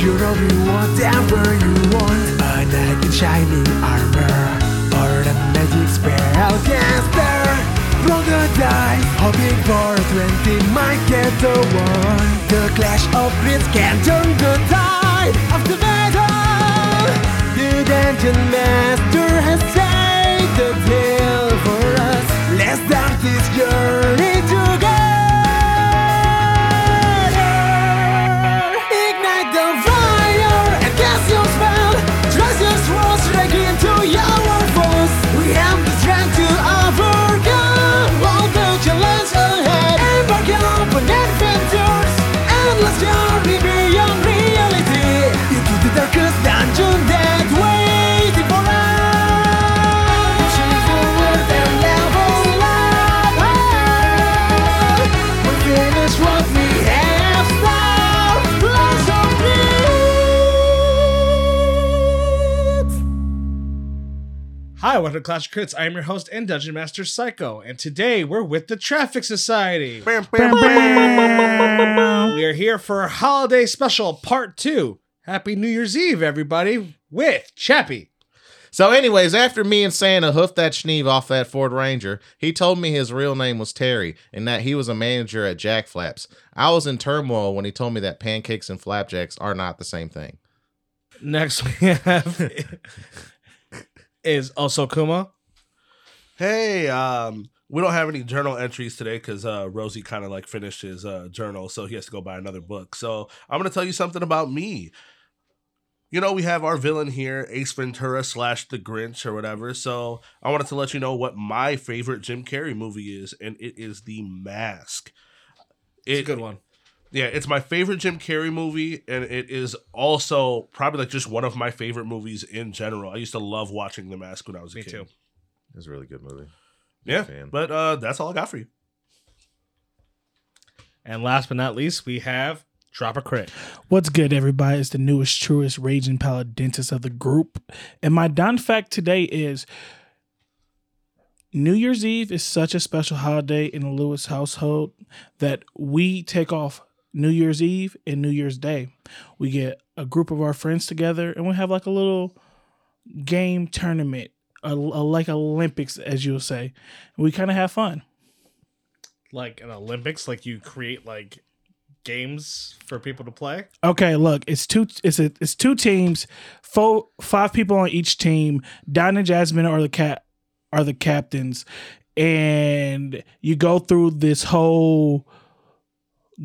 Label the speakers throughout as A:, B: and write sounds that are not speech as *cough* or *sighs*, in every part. A: You're all you whatever you want A knight in shining armor Or a magic spell caster Roll the die, hoping for a 20 Might get the one The clash of grids can turn the tide Of the battle The dungeon master has saved the tale for us Let's start this journey together Ignite the fire and cast your spell. Trust your swords strike into your foes. We have the strength to overcome all the challenges ahead. Embark on adventures, endless journey beyond reality. Into the darkest dungeon that waiting for us. Pushing forward and level up. We finish what we have started. Blast of it.
B: Hi, welcome to Clash of Crits. I am your host and Dungeon Master Psycho, and today we're with the Traffic Society. We are here for our holiday special part two. Happy New Year's Eve, everybody, with Chappie.
C: So, anyways, after me and Santa hoofed that schneeve off that Ford Ranger, he told me his real name was Terry and that he was a manager at Jack Flaps. I was in turmoil when he told me that pancakes and flapjacks are not the same thing.
B: Next we have is Osokuma.
D: Hey, um, we don't have any journal entries today because uh, Rosie kind of like finished his uh, journal, so he has to go buy another book. So I'm gonna tell you something about me. You know, we have our villain here, Ace Ventura slash The Grinch or whatever. So I wanted to let you know what my favorite Jim Carrey movie is, and it is The Mask.
B: It's a
D: It-
B: good one.
D: yeah, it's my favorite Jim Carrey movie, and it is also probably like just one of my favorite movies in general. I used to love watching The Mask when I was a
B: Me
D: kid.
B: too.
C: It's a really good movie.
D: Yeah,
C: Fan.
D: but uh, that's all I got for you.
B: And last but not least, we have Drop a Crit.
E: What's good, everybody? It's the newest, truest, raging palate dentist of the group. And my Don fact today is New Year's Eve is such a special holiday in the Lewis household that we take off New Year's Eve and New Year's Day. We get a group of our friends together and we have like a little game tournament, a, a- like Olympics, as you'll say. We kind of have fun.
B: Like an Olympics, like you create like games for people to play.
E: Okay, look, it's two. It's a, it's two teams, four, five people on each team. Don and Jasmine are the cat are the captains, and you go through this whole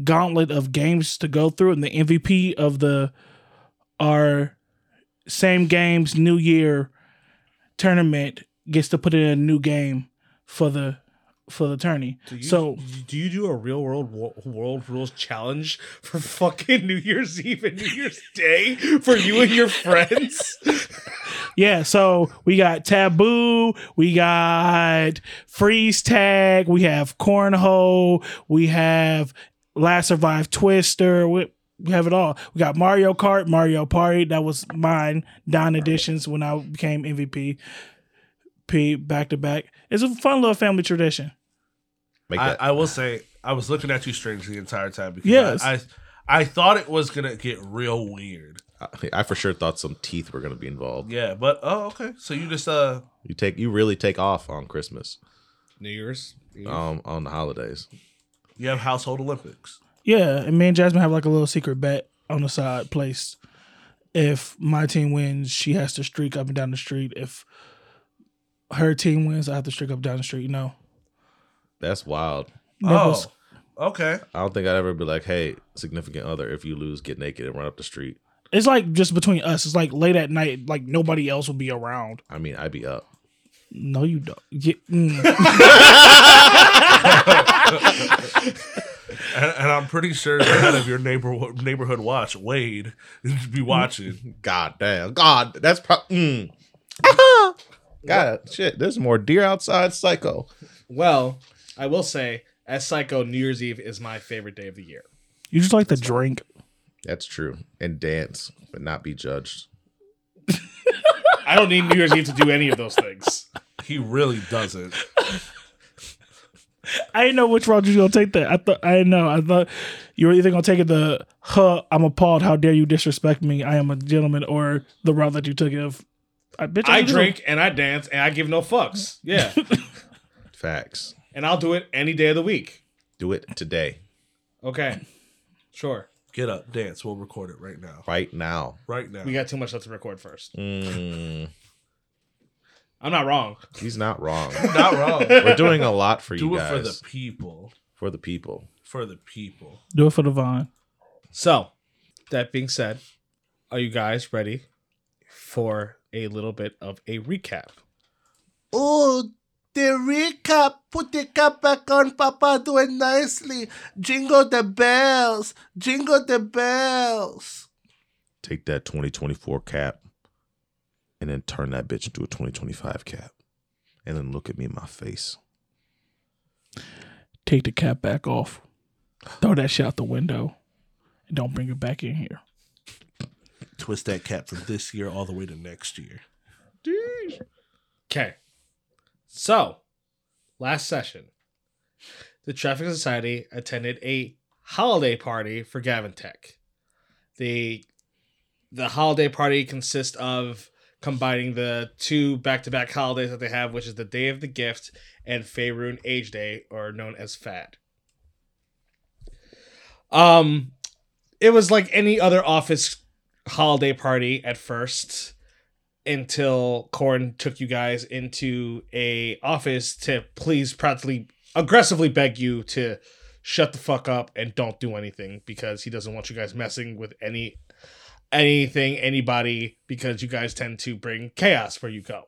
E: gauntlet of games to go through, and the MVP of the our same games New Year tournament gets to put in a new game for the for the tourney.
B: Do you,
E: so
B: do you do a real world wo- world rules challenge for *laughs* fucking New Year's Eve and New Year's Day for you and your
E: *laughs*
B: friends?
E: Yeah, so we got Taboo, we got Freeze Tag, we have Cornhole, we have Last Survive Twister, we, we have it all. We got Mario Kart, Mario Party, that was mine, Don Editions when I became MVP, P back to back. It's a fun little family tradition.
C: Make
D: I,
C: that-
D: I will say I was looking at you strange the entire time because
E: Yes.
D: I, I I thought it was gonna get real weird.
C: I, I for sure thought some teeth were going to be involved.
D: Yeah, but oh okay. So you just uh
C: You take, you really take off on Christmas,
B: New Year's. Eve.
C: um, on the holidays.
D: you have household Olympics.
E: Yeah, and me and Jasmine have like a little secret bet on the side placed. If my team wins, she has to streak up and down the street. If her team wins, I have to streak up and down the street. You know,
C: That's wild.
E: That was-
D: Oh, okay.
C: I don't think I'd ever be like, hey, significant other, if you lose, get naked and run up the street.
E: it's like just between us. It's like late at night, like nobody else will be around.
C: I mean, I'd be up.
E: No, you don't. Yeah, mm.
D: And, and I'm pretty sure the head of your neighbor neighborhood watch Wade *laughs* be watching.
C: God damn. God, that's pro. Mm. *laughs* God, shit. There's more deer outside, psycho.
B: Well, I will say, as Psycho, New Year's Eve is my favorite day of the year.
E: *laughs* you just like to drink.
C: That's true. And dance, but not be judged.
B: I don't need New Year's Eve to do any of those things.
D: He really doesn't.
E: I didn't know which route you was gonna take that. I thought I didn't know. I thought you were either gonna take it the huh, I'm appalled, how dare you disrespect me, I am a gentleman, or the route that you took it of *laughs* I bitch
B: I
E: ain't do-
B: drink and I dance and I give no fucks. Yeah.
E: *laughs*
C: Facts.
B: and I'll do it any day of the week.
C: Do it today,
E: *laughs*
B: Okay. Sure.
D: Get up, dance. We'll record it right now.
C: right now.
D: Right now.
B: We got too much left to record first.
C: Mm,
B: I'm not wrong.
C: he's not wrong.
D: *laughs* Not wrong.
C: We're doing a lot for
D: Do
C: *laughs* you
D: it
C: guys,
D: for the people.
C: for the people.
D: For the people.
E: Do it for the Vaughn.
B: So, that being said, are you guys ready for a little bit of a recap?
D: Oh, the recap. Put the cap back on, Papa. Do it nicely. Jingle the bells. Jingle the bells.
C: Take that 2024 cap and then turn that bitch into a 2025 cap, and then look at me in my face.
E: Take the cap back off. Throw that shit out the window. And don't bring it back in here.
D: Twist that cap from this year all the way to next year.
B: Okay. So, last session, the Traffic Society attended a holiday party for Gavin Tech. The the holiday party consists of combining the two back-to-back holidays that they have, which is the Day of the Gift and Faerun Age Day, or known as FAD. Um, it was like any other office holiday party at first until Corn took you guys into a office to please practically aggressively beg you to shut the fuck up and don't do anything because he doesn't want you guys messing with any anything anybody because you guys tend to bring chaos where you go.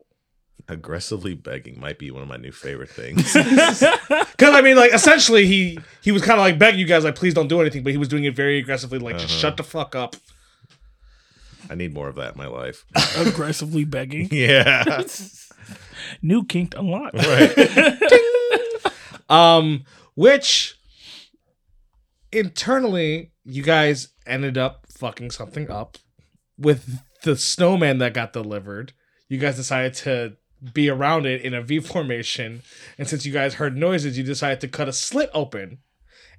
C: Aggressively begging might be one of my new favorite
D: *laughs*
C: things.
B: Cuz I mean like essentially he he was kind of like begging you guys like please don't do anything but he was doing it very aggressively like just
C: Uh-huh.
B: shut the fuck up.
C: I need more of that in my life. *laughs*
E: Aggressively begging.
C: yeah.
E: New kink unlocked.
C: Right.
B: Um, which internally, you guys ended up fucking something up with the snowman that got delivered. You guys decided to be around it in a V formation, and since you guys heard noises, you decided to cut a slit open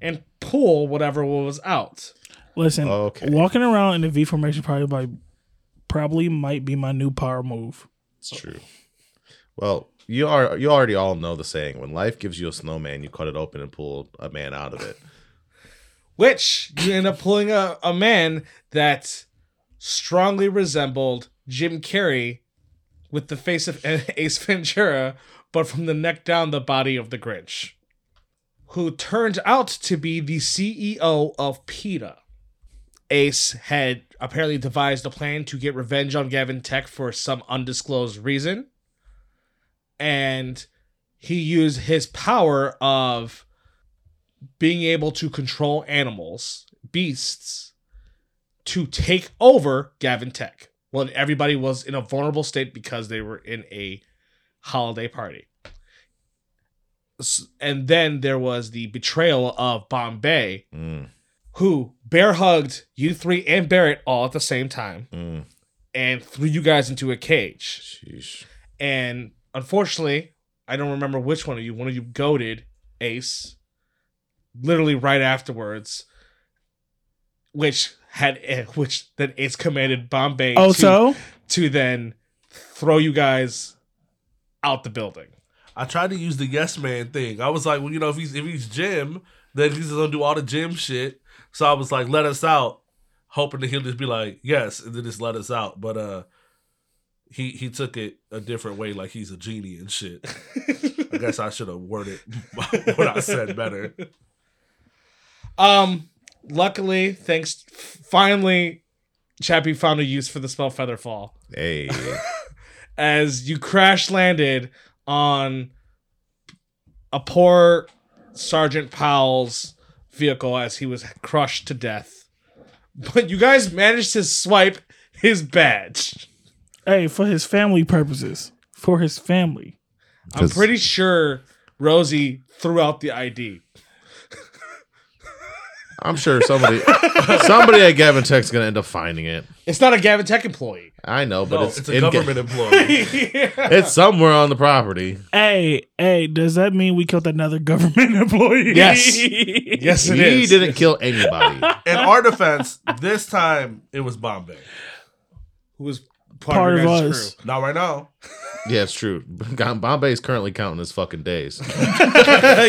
B: and pull whatever was out.
E: Listen,
C: Okay.
E: walking around in the V formation probably like probably might be my new power move.
C: It's true. Well, you are you already all know the saying when life gives you a snowman, you cut it open and pull a man out of it.
B: Which you end up pulling a, a man that strongly resembled Jim Carrey with the face of *laughs* Ace Ventura, but from the neck down, the body of the Grinch, who turned out to be the CEO of PETA. Ace had apparently devised a plan to get revenge on Gavin Tech for some undisclosed reason. And he used his power of being able to control animals, beasts, to take over Gavin Tech. Well, everybody was in a vulnerable state because they were in a holiday party. S- And then there was the betrayal of Bombay,
C: Mm,
B: who bear hugged you three and Barrett all at the same time
C: mm,
B: and threw you guys into a cage.
C: sheesh.
B: And unfortunately, I don't remember which one of you, one of you goaded Ace literally right afterwards, which had *laughs* which then Ace commanded Bombay
E: Oh,
B: to,
E: so
B: to then throw you guys out the building.
D: I tried to use the yes man thing. I was like, well, you know, if he's if he's Jim, then he's gonna do all the Jim shit. So I was like, let us out, hoping that he'll just be like, yes, and then just let us out. But uh he he took it a different way, like he's a genie and shit. I guess I should have worded *laughs* what I said better.
B: Um luckily, thanks finally Chappie found a use for the spell Featherfall.
C: Hey.
B: as you crash landed on a poor Sergeant Powell's vehicle as he was crushed to death. But you guys managed to swipe his badge.
E: hey, for his family purposes. For his family.
B: I'm
C: 'Cause-
B: pretty sure Rosie threw out the ID.
C: I'm sure somebody somebody at Gavin Tech's gonna end up finding it.
B: It's not a Gavin Tech employee.
C: I know, but
D: No,
C: it's,
D: it's, a
C: in Ga-
D: government employee.
C: *laughs* It's somewhere on the property.
E: Hey, hey, does that mean we killed another *laughs* government employee?
B: Yes.
E: *laughs*
B: Yes, it
C: he
B: is.
C: didn't kill anybody.
D: In our defense, this time it was Bombay.
B: Who was part,
E: Part
B: of,
E: of
B: your guys'
E: us.
B: crew.
D: Not right now.
C: yeah, it's true. Bombay is currently counting his fucking days.
B: *laughs*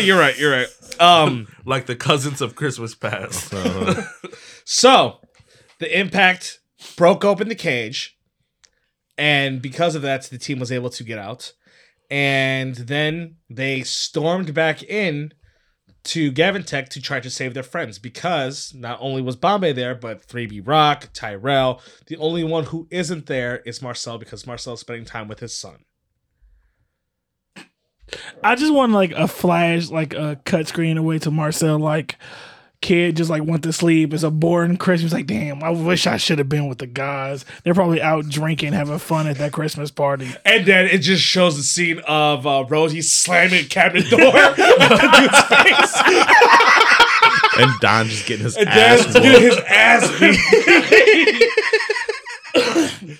B: you're right. You're right. Um,
D: Like the cousins of Christmas past.
B: so the impact broke open the cage, and because of that, the team was able to get out. And then they stormed back in to Gavin Tech to try to save their friends because not only was Bombay there, but 3B Rock, Tyrell. The only one who isn't there is Marcel because Marcel is spending time with his son.
E: I just want like a flash, like a cut screen away to Marcel, like kid just like went to sleep. It's a boring Christmas. Like, damn, I wish I should have been with the guys. They're probably out drinking, having fun at that Christmas party.
B: And then it just shows the scene of uh, Rosie slamming a cabinet door *laughs* at the dude's face.
C: and Don just getting his
B: And
C: ass
B: then
C: whooped.
B: dude, his ass beat.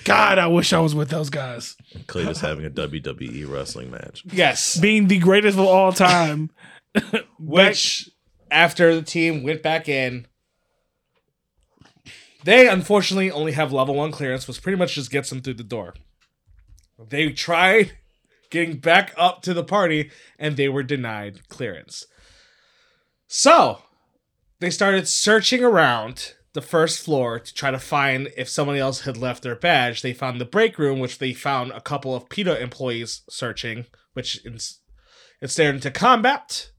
E: God, I wish I was with those guys.
C: Cletus having a WWE wrestling match.
B: yes.
E: Being the greatest of
B: *laughs*
E: all time.
B: Which, after the team went back in, they unfortunately only have level one clearance, which pretty much just gets them through the door. They tried getting back up to the party and they were denied clearance. So they started searching around the first floor to try to find if somebody else had left their badge. They found the break room, which they found a couple of PETA employees searching, which ins- instead into combat,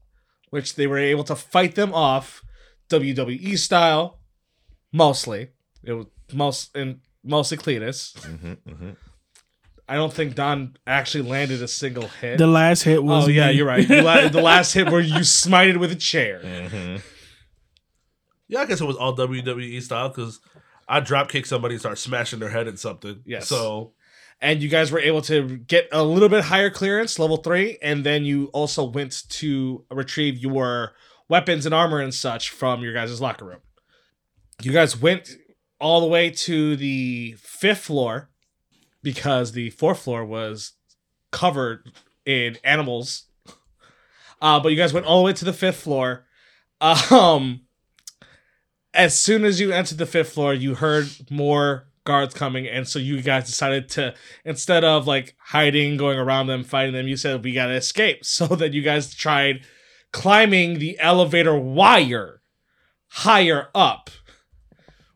B: which they were able to fight them off WWE style, mostly. It was most and mostly Cletus. I don't think Don actually landed a single hit.
E: The last hit was
B: Oh yeah,
E: me.
B: you're right. The la- the last hit where you smited with a chair.
D: Yeah, I guess it was all WWE style because I drop kick somebody and start smashing their head at something.
B: Yes.
D: So
B: and you guys were able to get a little bit higher clearance, level three, and then you also went to retrieve your weapons and armor and such from your guys' locker room. You guys went all the way to the fifth floor because the fourth floor was covered in animals. Uh, but you guys went all the way to the fifth floor. Um, as soon as you entered the fifth floor, you heard more guards coming, and so you guys decided to instead of like hiding, going around them, fighting them, you said we gotta escape. *laughs* So then you guys tried climbing the elevator wire higher up,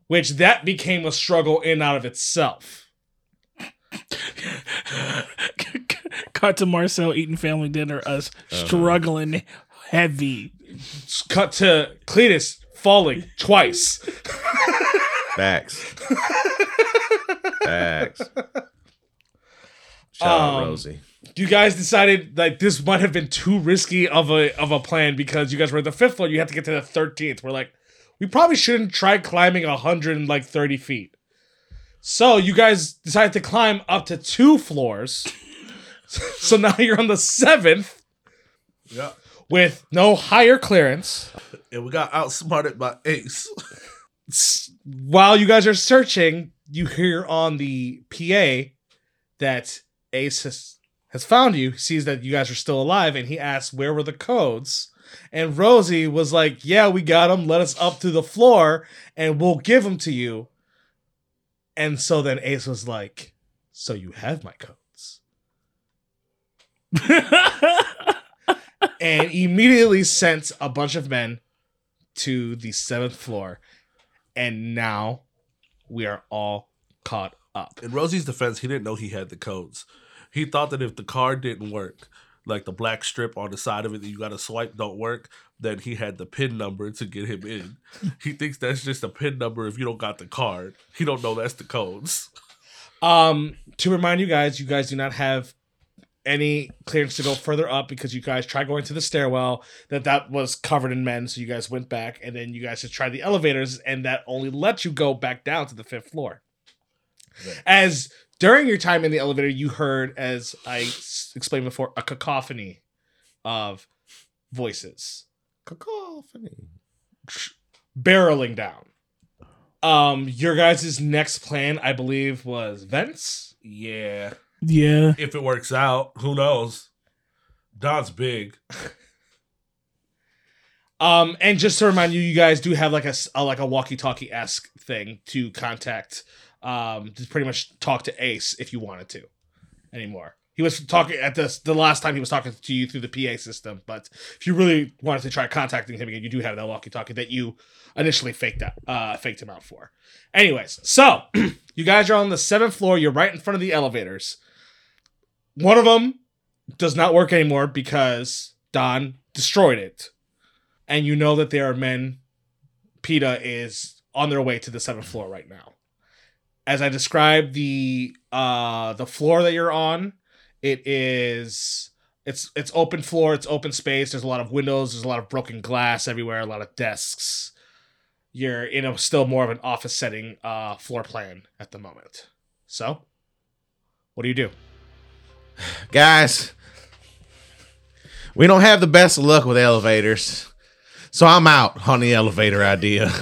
B: which that became a struggle in and out of itself.
E: *laughs* Cut to Marcel eating family dinner, us
B: Uh-huh.
E: struggling
B: *laughs*
E: heavy.
B: It's cut to Cletus falling twice.
C: Facts. Facts. Shout out
B: Um,
C: Rosie.
B: you guys decided like this might have been too risky of a of a plan because you guys were at the fifth floor. You had to get to the thirteenth. We're like, we probably shouldn't try climbing hundred and like thirty feet. So you guys decided to climb up to two floors. *laughs* so now you're on the seventh
D: yeah.
B: with no higher clearance.
D: And we got outsmarted by Ace.
B: S- While you guys are searching, you hear on the PA that Ace has, has found you, sees that you guys are still alive, and he asks, Where were the codes? And Rosie was like, Yeah, we got them. Let us up to the floor and we'll give them to you. And so then Ace was like, So you have my codes. and immediately sent a bunch of men to the seventh floor. And now we are all caught up.
D: In Rosie's defense, he didn't know he had the codes. He thought that if the card didn't work, like the black strip on the side of it that you got to swipe don't work, then he had the pin number to get him in. he thinks that's just a pin number if you don't got the card. He don't know that's the codes.
B: Um, to remind you guys, you guys do not have any clearance to go further up because you guys tried going to the stairwell that that was covered in men so you guys went back and then you guys just tried the elevators and that only let you go back down to the fifth floor as during your time in the elevator you heard as i s- explained before a cacophony of voices
C: Cacophony.
B: barreling down. Um, your guys' next plan, I believe, was vents.
D: Yeah.
E: Yeah.
D: If it works out, who knows? Don's big.
B: Um, and just to remind you, you guys do have like a, s- a- like a walkie-talkie esque thing to contact. Um, to pretty much talk to Ace if you wanted to, anymore. He was talking at this the last time he was talking to you through the PA system, but if you really wanted to try contacting him again, you do have that walkie-talkie that you initially faked out, uh, faked him out for. Anyways, so *clears throat* you guys are on the seventh floor. You're right in front of the elevators. One of them does not work anymore because Don destroyed it and you know that there are men. PETA is on their way to the seventh floor right now. As I described the uh the floor that you're on, it is it's it's open floor, it's open space. There's a lot of windows, there's a lot of broken glass everywhere, a lot of desks. You're in a still more of an office setting uh floor plan at the moment. So, what do *laughs* you do?
C: guys, we don't have the best of luck with elevators. So I'm out on the elevator idea.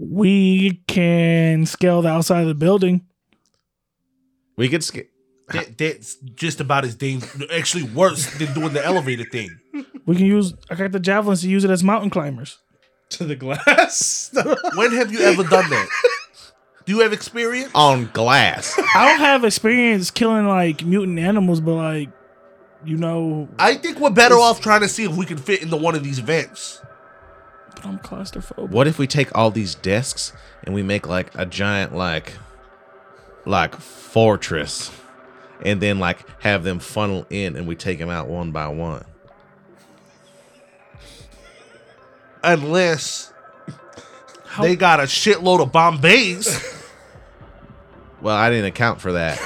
E: We can scale the outside of the building.
C: We could skip.
D: That, that's just about as dangerous. Actually, worse than doing the elevator thing.
E: We can use I got the javelins to use it as mountain climbers.
B: To the glass. *laughs*
D: When have you ever done that? Do you have experience?
C: on glass.
E: I don't have experience killing like mutant animals, but like you know
D: I think we're better off trying to see if we can fit into one of these vents.
E: but I'm claustrophobic.
C: What if we take all these desks and we make like a giant like like fortress and then like have them funnel in and we take them out one by one.
D: Unless they got a shitload of Bombays.
C: Well, I didn't account for that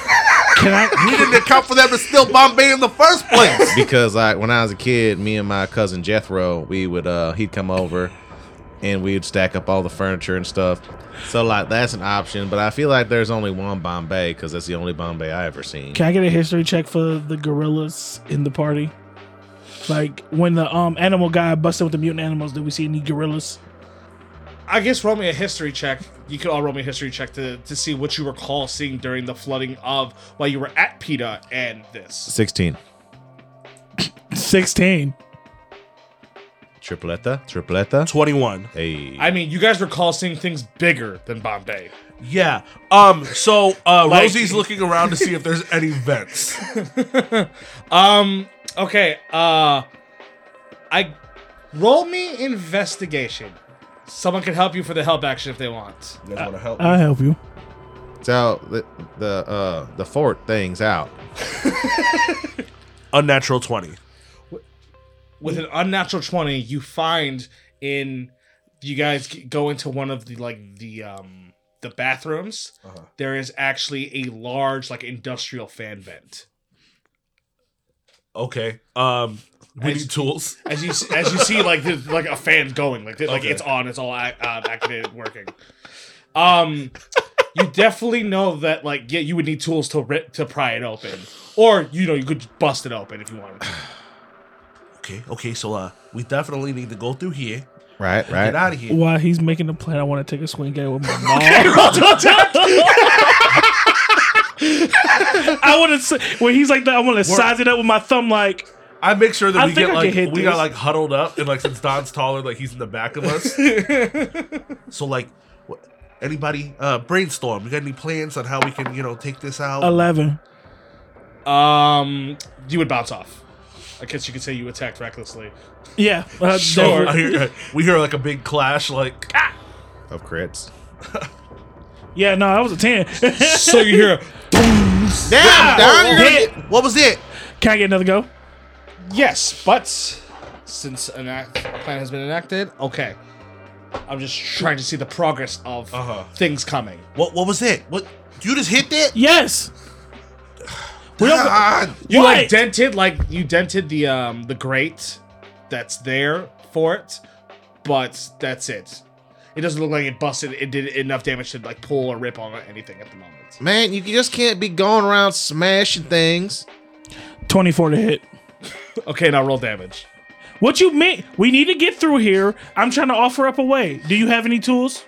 E: Can I
D: we didn't account for them to steal Bombay in the first place.
C: because like when I was a kid, me and my cousin Jethro, we would uh he'd come over and we'd stack up all the furniture and stuff. So like that's an option, but I feel like there's only one Bombay cuz that's the only Bombay I ever seen.
E: can I get a history check for the gorillas in the party? Like when the um animal guy busted with the mutant animals, did we see any gorillas? *laughs*
B: I guess roll me a history check. You could all roll me a history check to, to see what you recall seeing during the flooding of while you were at PETA and this.
C: 16.
E: Sixteen.
C: Tripleta, tripleta.
D: 21.
C: Hey.
B: I mean, you guys recall seeing things bigger than Bombay.
D: Yeah. Um. So uh,
B: Like-
D: Rosie's looking around to see if there's any vents.
B: um. Okay. Uh. I roll me investigation. Someone can help you for the help action if they want.
D: You guys want to help?
E: I'll help you.
C: So the the uh the fort thing's out.
D: Unnatural 20.
B: with an unnatural 20 you find in you guys g- go into one of the like the um the bathrooms there is actually a large like industrial fan vent
D: Okay. Um. We
B: Nice.
D: need tools.
B: as you s- as you see like there's like a fan going like th- like
D: Okay.
B: it's on it's all ac- uh, activated working um you definitely know that like yeah you would need tools to rip to pry it open or you know you could bust it open if you wanted to.
D: Okay. Okay. So uh, we definitely need to go through here.
C: Right,
D: Get
C: right.
D: out of here.
E: While he's making the plan, I want to take a swing at it with my mom. *laughs* I want to say when he's like that. I want to size it up with my thumb. Like
D: I make sure that
E: I
D: we
E: think
D: get
E: I
D: like
E: can hit
D: we got
E: this.
D: like huddled up and like since Don's taller, like he's in the back of
E: *laughs*
D: us. so like, wh- anybody uh brainstorm? You got any plans on how we can you know take this out?
E: eleven.
B: um you would bounce off i guess you could say you attacked recklessly
E: Yeah, uh,
D: Sure.
E: definitely.
D: I hear, we hear like a big clash. Like
C: Of crits.
E: Yeah, no, that was a ten.
B: so you hear
C: Damn, Don, you're gonna
E: Yeah.
C: get- what was it?
E: Can I get another go?
B: yes but since an act a plan has been enacted okay i'm just trying to see the progress of
D: Uh-huh.
B: things coming
D: what? What was it? What? You just hit that?
E: Yes. We don't. go-
D: God.
B: you like
E: What?
B: dented like you dented the um the grate that's there for it but that's it it doesn't look like it busted it did enough damage to like pull or rip on anything at the moment
C: Man, you just can't *laughs* be going around smashing things.
E: Twenty-four to hit.
B: okay now roll damage
E: What you mean? We need to get through here. I'm trying to offer up a way. Do you have any tools?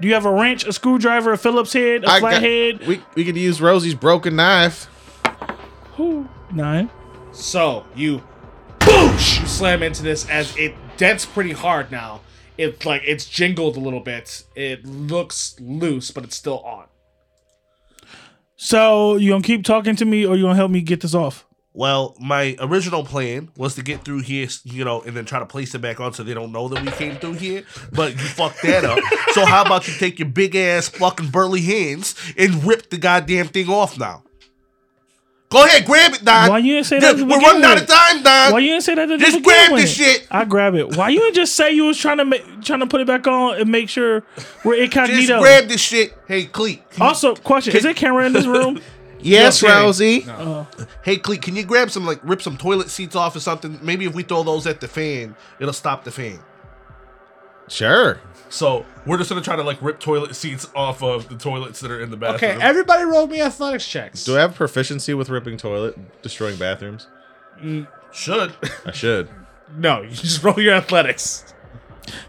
E: Do you have a wrench, a screwdriver, a Phillips head, a
C: I got-
E: flathead?
C: we we could use Rosie's broken knife.
E: Ooh, Nine.
B: So you, boosh, you slam into this as it dents pretty hard now. It like it's jingled a little bit. It looks loose, but it's still on.
E: So you gonna keep talking to me, or you gonna help me get this off?
D: Well, my original plan was to get through here, you know, and then try to place it back on so they don't know that we came through here. But you fucked that up. So how about you take your big ass fucking burly hands and rip the goddamn thing off now? Go ahead, grab it, Don.
E: Why you didn't say
D: Yeah,
E: that? to
D: We're
E: begin
D: running out
E: with?
D: of time, Don.
E: Why you didn't say that? To
D: Uh, Just
E: begin
D: grab
E: with?
D: this shit.
E: I grab it. Why you didn't just say you was trying to make, trying to put it back on and make sure we're
D: Just
E: incognito?
D: grab this shit. Hey, Cleek. can you-
E: Also, question: Is there a camera in
D: *laughs*
E: this room?
C: Yes,
D: okay.
C: Rosie.
D: hey, Cleek, can you grab some like rip some toilet seats off or something? Maybe if we throw those at the fan, it'll stop the fan.
C: Sure.
D: So we're just gonna try to like rip toilet seats off of the toilets that are in the bathroom.
B: Okay, everybody roll me athletics checks.
C: Do I have proficiency with ripping toilet, destroying bathrooms?
D: *laughs* should.
C: I should.
B: no, *laughs* you just roll your athletics.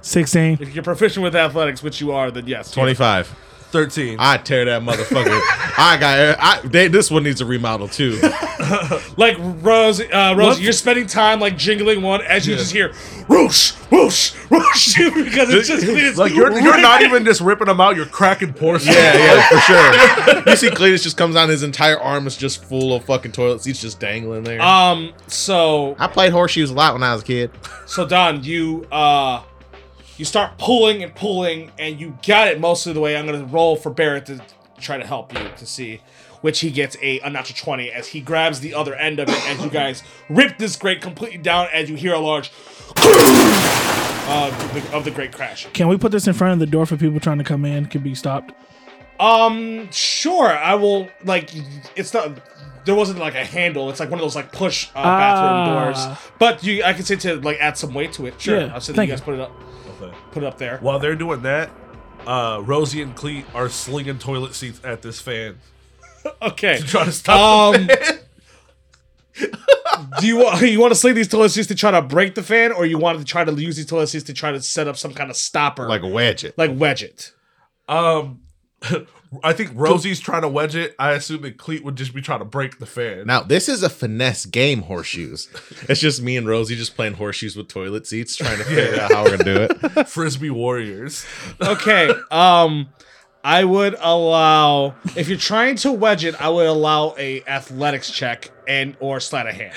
E: Sixteen.
B: If you're proficient with athletics, which you are, then yes.
C: Twenty-five.
D: 13.
C: I tear that motherfucker. I got. I, they, this one needs a remodel too.
B: Like Rose, uh, Rose,
E: What?
B: you're spending time like jingling one as you just hear whoosh, whoosh, *laughs* whoosh because
D: *laughs*
B: it's just it's
D: like you're, *laughs*
B: *laughs*
D: you're not even just ripping them out, you're cracking porcelain.
C: Yeah, yeah, for sure. You see, Cletus just comes out. His entire arm is just full of fucking toilet seats, just dangling there.
B: Um. So
C: I played horseshoes a lot when I was a kid.
B: so Don, you uh, you start pulling and pulling, and you got it most of the way. I'm gonna roll for Barrett to try to help you to see. Which he gets a, a natural 20 as he grabs the other end of it as you guys rip this grate completely down as you hear a large uh, of the- of the great crash.
E: Can we put this in front of the door for people trying to come in? Could be stopped.
B: Um, sure. I will. Like, it's not. There wasn't like a handle. It's like one of those like push uh, bathroom
E: Ah.
B: doors. But you, I can say to like add some weight to it. Sure.
E: Yeah,
B: I'll say that
E: thank
B: you guys
E: you.
B: put it up. Put it up there.
D: While they're doing that, uh, Rosie and Cleet are slinging toilet seats at this fan. *laughs*
B: Okay.
D: Try to stop
B: Um. do you want you want to sling these toilet seats to try to break the fan, or you want to try to use these toilet seats to try to set up some kind of stopper,
C: Like a wedget.
B: like wedge it?
D: Um, I think Rosie's trying to wedge it. I assume that Cleet would just be trying to break the fan.
C: Now this is a finesse game, horseshoes. It's just me and Rosie just playing horseshoes with toilet seats, trying to figure out how we're gonna do
D: *laughs*
C: it.
D: Frisbee *laughs* Warriors.
B: Okay. Um. I would allow if you're trying to wedge it. I would allow a athletics check and or sleight of hand.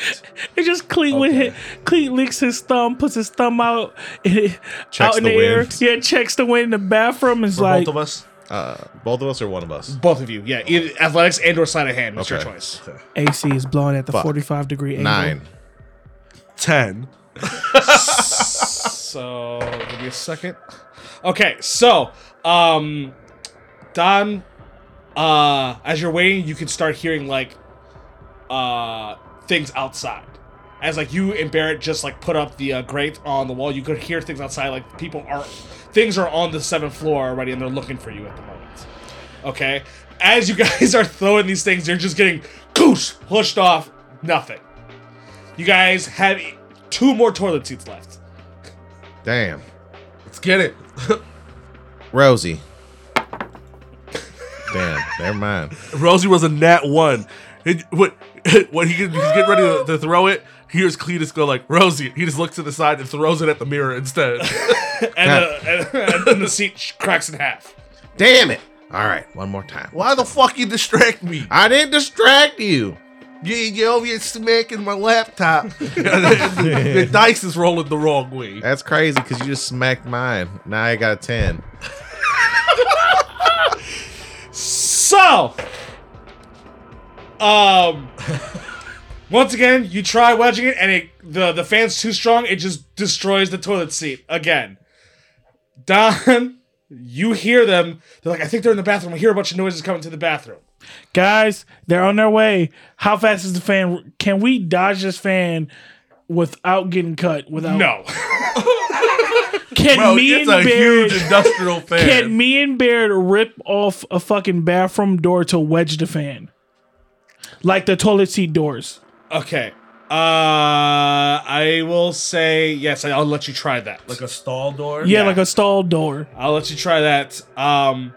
E: It just Cleet with hit. Cleet licks his thumb, puts his thumb out, *laughs* out in
C: the
E: the, air.
C: wind.
E: Yeah, checks the wind in the bathroom. Is
D: For
E: like
D: both of us.
C: Uh, both of us or one of us?
B: Both of you, yeah. Either athletics and or sleight of hand. It's
C: Okay.
B: your choice.
E: AC is blowing at the
C: Fuck.
E: 45 degree angle.
C: Nine.
D: Ten.
B: So give me a second. Okay, so um Don uh as you're waiting, you can start hearing like uh things outside. As like you and Barrett just like put up the uh, grate on the wall, you could hear things outside, like people are things are on the seventh floor already and they're looking for you at the moment. Okay? As you *laughs* guys are throwing these things, you're just getting goosh pushed off, nothing. You guys have two more toilet seats left.
C: Damn.
D: Let's get it. *laughs*
C: Rosie. Damn. Never mind.
D: Rosie was a nat one. And what *laughs* when he, he's getting ready to, to throw it, hears Cletus go like Rosie. He just looks to the side and throws it at the mirror instead.
B: and, the, and, *laughs* and then the seat sh- cracks in half.
C: Damn it. All right. One more time.
D: *laughs* Why the fuck you distract me?
C: I didn't distract you.
D: You you over here smacking my laptop. *laughs* the dice is rolling the wrong way.
C: That's crazy because you just smacked mine. Now I got a ten.
B: So, um, *laughs* once again, you try wedging it, and it the the fan's too strong. It just destroys the toilet seat again. Don, *laughs* you hear them. They're like, I think they're in the bathroom. I hear a bunch of noises coming to the bathroom.
E: Guys, they're on their way. How fast is the fan? Can we dodge this fan without getting cut? Without
B: No, *laughs*
E: Can
D: Bro,
E: me
D: it's
E: and
D: a
E: Baird?
D: huge *laughs* industrial fan.
E: Can me and Baird rip off a fucking bathroom door to wedge the fan, like the toilet seat doors?
B: okay. Uh, I will say yes. I'll let you try that.
D: Like a stall door?
E: yeah, like a stall door.
B: I'll let you try that. Um,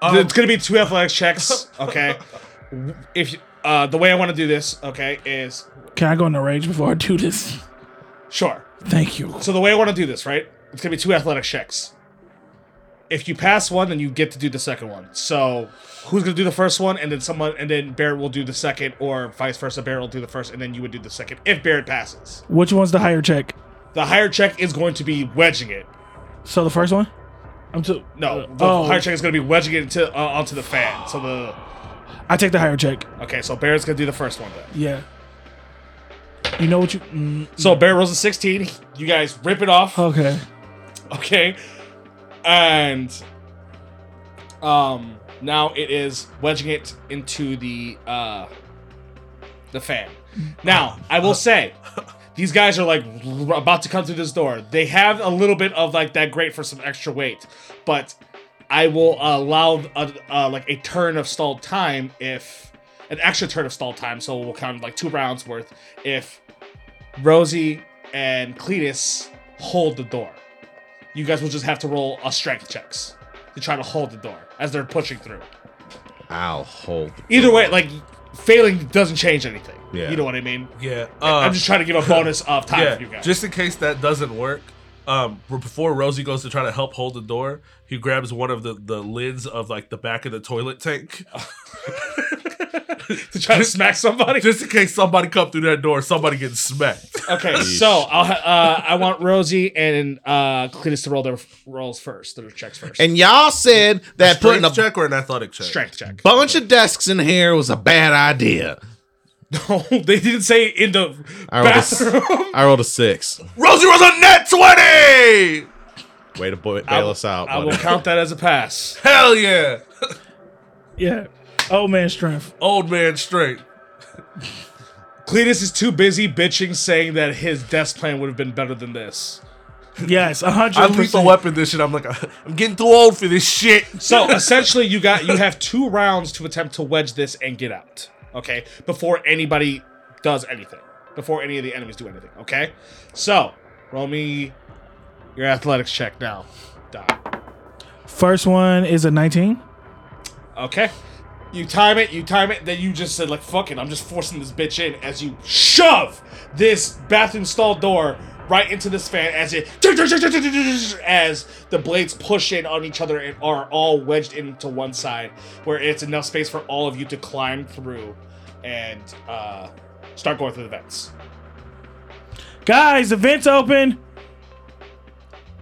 D: Um,
B: it's gonna be two athletics checks. Okay. if you, uh, the way I want to do this, okay, is
E: Can I go in the rage before I do this?
B: sure.
E: Thank you.
B: So the way I want to do this, right? It's gonna be two athletics checks. If you pass one, then you get to do the second one. So who's gonna do the first one, and then someone, and then Barrett will do the second, or vice versa. Barrett will do the first, and then you would do the second if Barrett passes.
E: Which one's the higher check?
B: The higher check is going to be wedging it.
E: So the first one? I'm too.
B: No, the
E: oh.
B: higher check is going to be wedging it into, uh, onto the fan. So the
E: I take the higher check.
B: Okay, so Barrett's gonna do the first one then.
E: Yeah. You know what you? Mm,
B: So Barrett rolls a 16. You guys rip it off,
E: okay.
B: *laughs* okay? And um, now it is wedging it into the uh, the fan. Now I will say, these guys are like r- about to come through this door. They have a little bit of like that great for some extra weight, but I will allow a, uh, like a turn of stalled time if an extra turn of stall time, so we'll count like two rounds worth if Rosie and Cletus hold the door. You guys will just have to roll a strength checks to try to hold the door as they're pushing through.
C: I'll hold.
B: Either way, like failing doesn't change anything.
C: Yeah.
B: You know what I mean?
D: Yeah.
B: I'm
D: Uh,
B: just trying to give a bonus of time for you
D: yeah.
B: guys.
D: Just in case that doesn't work, um, b- before Rosie goes to try to help hold the door, he grabs one of the, the lids of like the back of the toilet *laughs* tank.
B: to try to smack somebody.
D: just in case somebody come through that door, somebody getting smacked.
B: Okay, so I'll ha- uh, I want Rosie and uh, Cletus to roll their f- rolls first, their checks first.
C: And y'all said that putting a
D: Strength check or an athletic check?
B: strength check.
C: bunch of desks in here was a bad idea.
B: *laughs* No, they didn't say in the
C: I rolled, a s-
B: bathroom.
C: I rolled a six.
D: Rosie was a net 20!
C: Way to bo- *laughs* bail us out.
B: I will
C: buddy.
B: count that as a pass.
D: Hell yeah! *laughs*
E: Yeah. Oh man, strength.
D: Old man straight.
B: Cletus is too busy bitching, saying that his desk plan would have been better than this.
E: Yes, a
D: I
E: hundred
D: lethal
E: percent.
D: weapon this shit. I'm like, *laughs* I'm getting too old for this shit.
B: So essentially, you got you have two rounds to attempt to wedge this and get out. Okay, before anybody does anything, before any of the enemies do anything. Okay, so roll me your athletics check now. Don.
E: First one is a 19.
B: Okay, you time it, you time it. Then you just said like, "Fuck it, I'm just forcing this bitch in." As you shove this bathroom stall door right into this fan, as it as the blades push in on each other and are all wedged into one side, where it's enough space for all of you to climb through and uh, start going through the vents.
E: Guys, the vent's open.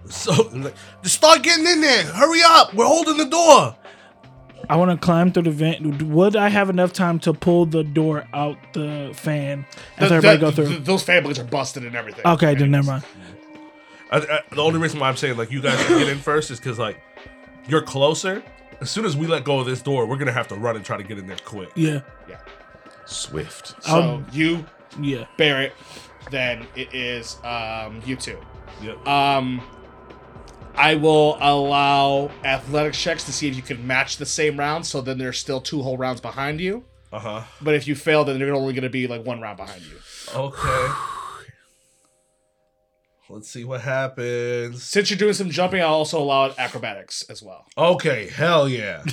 D: So, I'm like, just start getting in there. Hurry up. We're holding the door.
E: I want to climb through the vent. Would I have enough time to pull the door out the fan as
B: Th- th-
E: everybody go through?
B: th- those families are busted and everything.
E: okay, then never mind.
D: I, I, the only reason why I'm saying like you guys should get in first is because like you're closer. As soon as we let go of this door, we're gonna have to run and try to get in there quick.
E: Yeah.
C: Swift.
B: So you,
E: Yeah.
B: Barrett, then it is um, you two.
D: Yep.
B: Um, I will allow athletic checks to see if you can match the same round. So then there's still two whole rounds behind you.
D: Uh huh.
B: But if you fail, then you're only going to be like one round behind you.
D: Okay. Let's see what happens.
B: Since you're doing some jumping, I'll also allow acrobatics as well.
D: Okay. Hell yeah.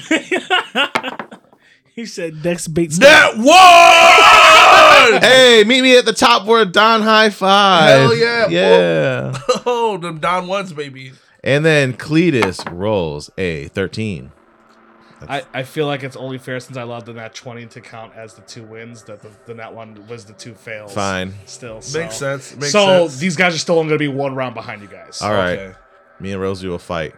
E: He said Dex beats
D: *laughs* that one.
C: Hey, meet me at the top for a Don high five.
D: Hell yeah,
C: Yeah.
D: *laughs* oh, them Don ones, baby.
C: and then Cletus rolls a 13.
B: I, I feel like it's only fair since I allowed the nat 20 to count as the two wins that the, the nat one was the two fails.
C: Fine.
B: Still.
D: Makes sense. Makes
B: so
D: sense.
B: these guys are still only going to be one round behind you guys.
C: All right.
D: Okay.
C: Me and Rosie will fight.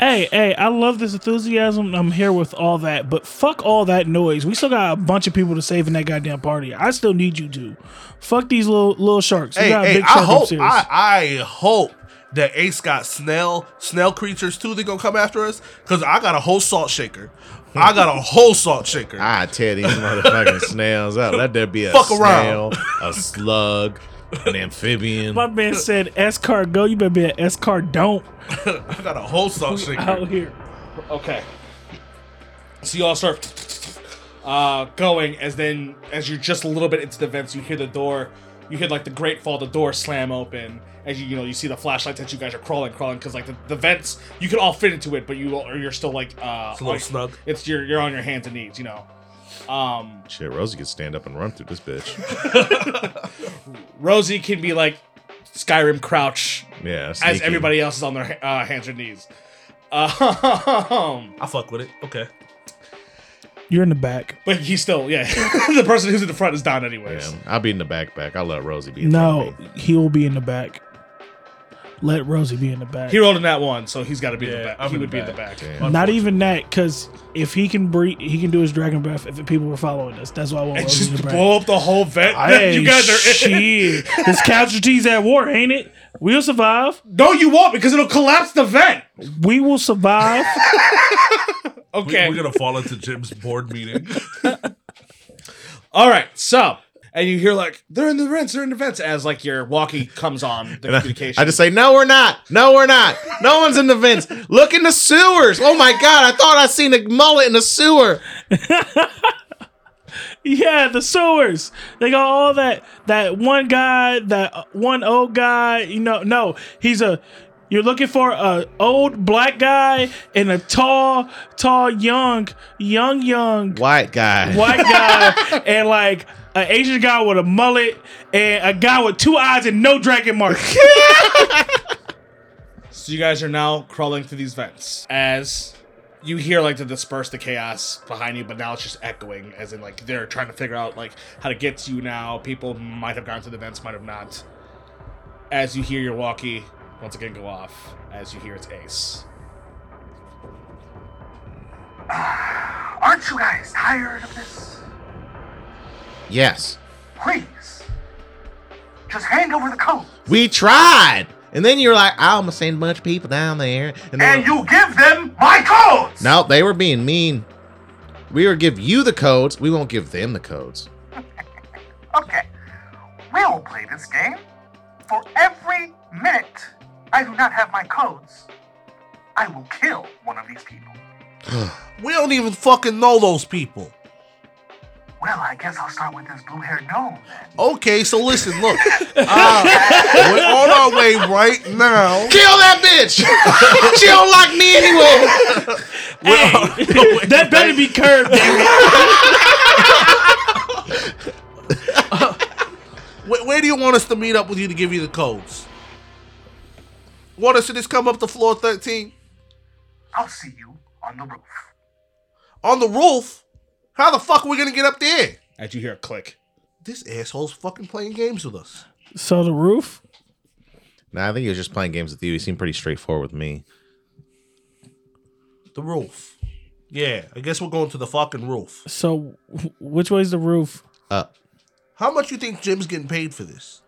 E: Hey, hey, I love this enthusiasm. I'm here with all that, but fuck all that noise. We still got a bunch of people to save in that goddamn party. I still need you to. Fuck these little little sharks. we
D: Hey,
E: got a
D: hey,
E: big
D: I
E: shark
D: hope,
E: upstairs.
D: I, I hope that Ace got snail, snail creatures too. They gonna come after us because I got a whole salt shaker. I got a whole salt shaker.
C: I tear these motherfucking snails up. Let there be a
D: Fuck
C: snail,
D: around.
C: a slug, an amphibian.
E: My man said S car go, you better be an S car don't
D: I got a whole salt shaker.
E: out here.
B: Okay. So you all start uh, going. As then, as you're just a little bit into the vents, you hear the door. You hear like the great fall, the door slam open. As you you know, you see the flashlights that you guys are crawling, crawling because like the, the vents, you can all fit into it, but you all- or you're still like uh,
D: It's a little
B: like-
D: snug.
B: It's you're you're on your hands and knees, you know. Um,
C: Shit, Rosie could stand up and run through this bitch.
B: Rosie can be like Skyrim crouch
C: Yeah,
B: as
C: sneaky.
B: everybody else is on their uh, hands or knees. *laughs* Um,
D: I fuck with it. Okay.
E: You're in the back.
B: but he's still yeah. *laughs* the person who's in the front is down anyways.
C: Yeah, I'll be in the backpack. I'll let Rosie be. in front
E: No,
C: of me. *laughs*
E: he will be in the back. Let Rosie be in the back.
B: He rolled in that one, so he's got to be in the
D: Yeah,
B: back.
D: I'm
B: he
D: in
B: would
D: the
B: be in the
D: back.
B: back.
C: Damn.
E: Not even that, because if he can breathe, he can do his dragon breath. If people were following us, that's why I want
B: And
E: Rosie
B: just
E: to breath.
B: blow up the whole vent.
E: *laughs*
B: that
E: Hey,
B: you guys are in.
E: shit. *laughs* this casualties at war, ain't it? We'll survive.
B: No, you won't because it'll collapse the vent.
E: We will survive. *laughs*
D: We,
B: Okay.
D: We're gonna fall into Jim's board meeting.
B: All right. So. And you hear like they're in the vents, they're in the vents, as like your walkie comes on the communication.
C: I just say, no, we're not. No, we're not. No one's in the vents. Look in the sewers. Oh my god, I thought I seen a mullet in the sewer.
E: yeah, the sewers. They got all that. That one guy, that one old guy. You know, no, he's a. You're looking for a old black guy and a tall, tall, young, young, young
C: White guy.
E: white *laughs* guy and like an Asian guy with a mullet and a guy with two eyes and no dragon mark. *laughs*
B: So you guys are now crawling through these vents as you hear like to disperse the chaos behind you, but now it's just echoing, as in like they're trying to figure out like how to get to you now. People might have gone to the vents, might have not. As you hear your walkie once again go off, as you hear it's Ace.
F: Aren't you guys tired of this?
C: Yes.
F: Please. Just hand over the code.
C: We tried. And then you're like, I'm gonna send a bunch of people down there. And, then
F: And you give them my codes!
C: No, they were being mean. We will give you the codes. We won't give them the codes.
F: Okay. We'll play this game. For every minute I do not have my codes, I will kill one of these people.
D: we don't even fucking know those people.
F: Well, I guess I'll start with this blue haired gnome then.
D: Okay, so listen, look. Uh, we're on our way right now.
C: Kill that bitch. *laughs* she don't like me anyway.
E: *laughs* that better be curved. damn it.
D: Where, where do you want us to meet up with you to give you the codes? Want us to just come up to floor 13?
F: I'll see you on the roof.
D: On the roof? How the fuck are we gonna get up there?
B: As you hear a click.
D: This asshole's fucking playing games with us.
E: *laughs* So the roof.
C: Nah, I think he was just playing games with you. He seemed pretty straightforward with me.
D: The roof. Yeah, I guess we're going to the fucking roof.
E: So wh- which way's the roof?
C: Up.
D: How much you think Jim's getting paid for this?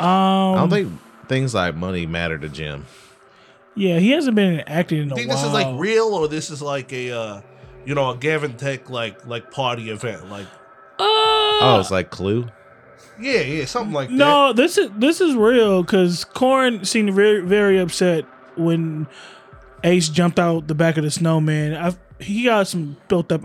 E: Um,
C: I don't think things like money matter to Jim.
E: yeah, he hasn't been acting in a
D: You think
E: while.
D: this is like real or this is like a uh you know, a Gavin Tech like like party event. Like
C: Oh, it's like Clue.
D: yeah, yeah, something like that.
E: no, this is this is real because Corn seemed very very upset when Ace jumped out the back of the snowman. I've, he got some built up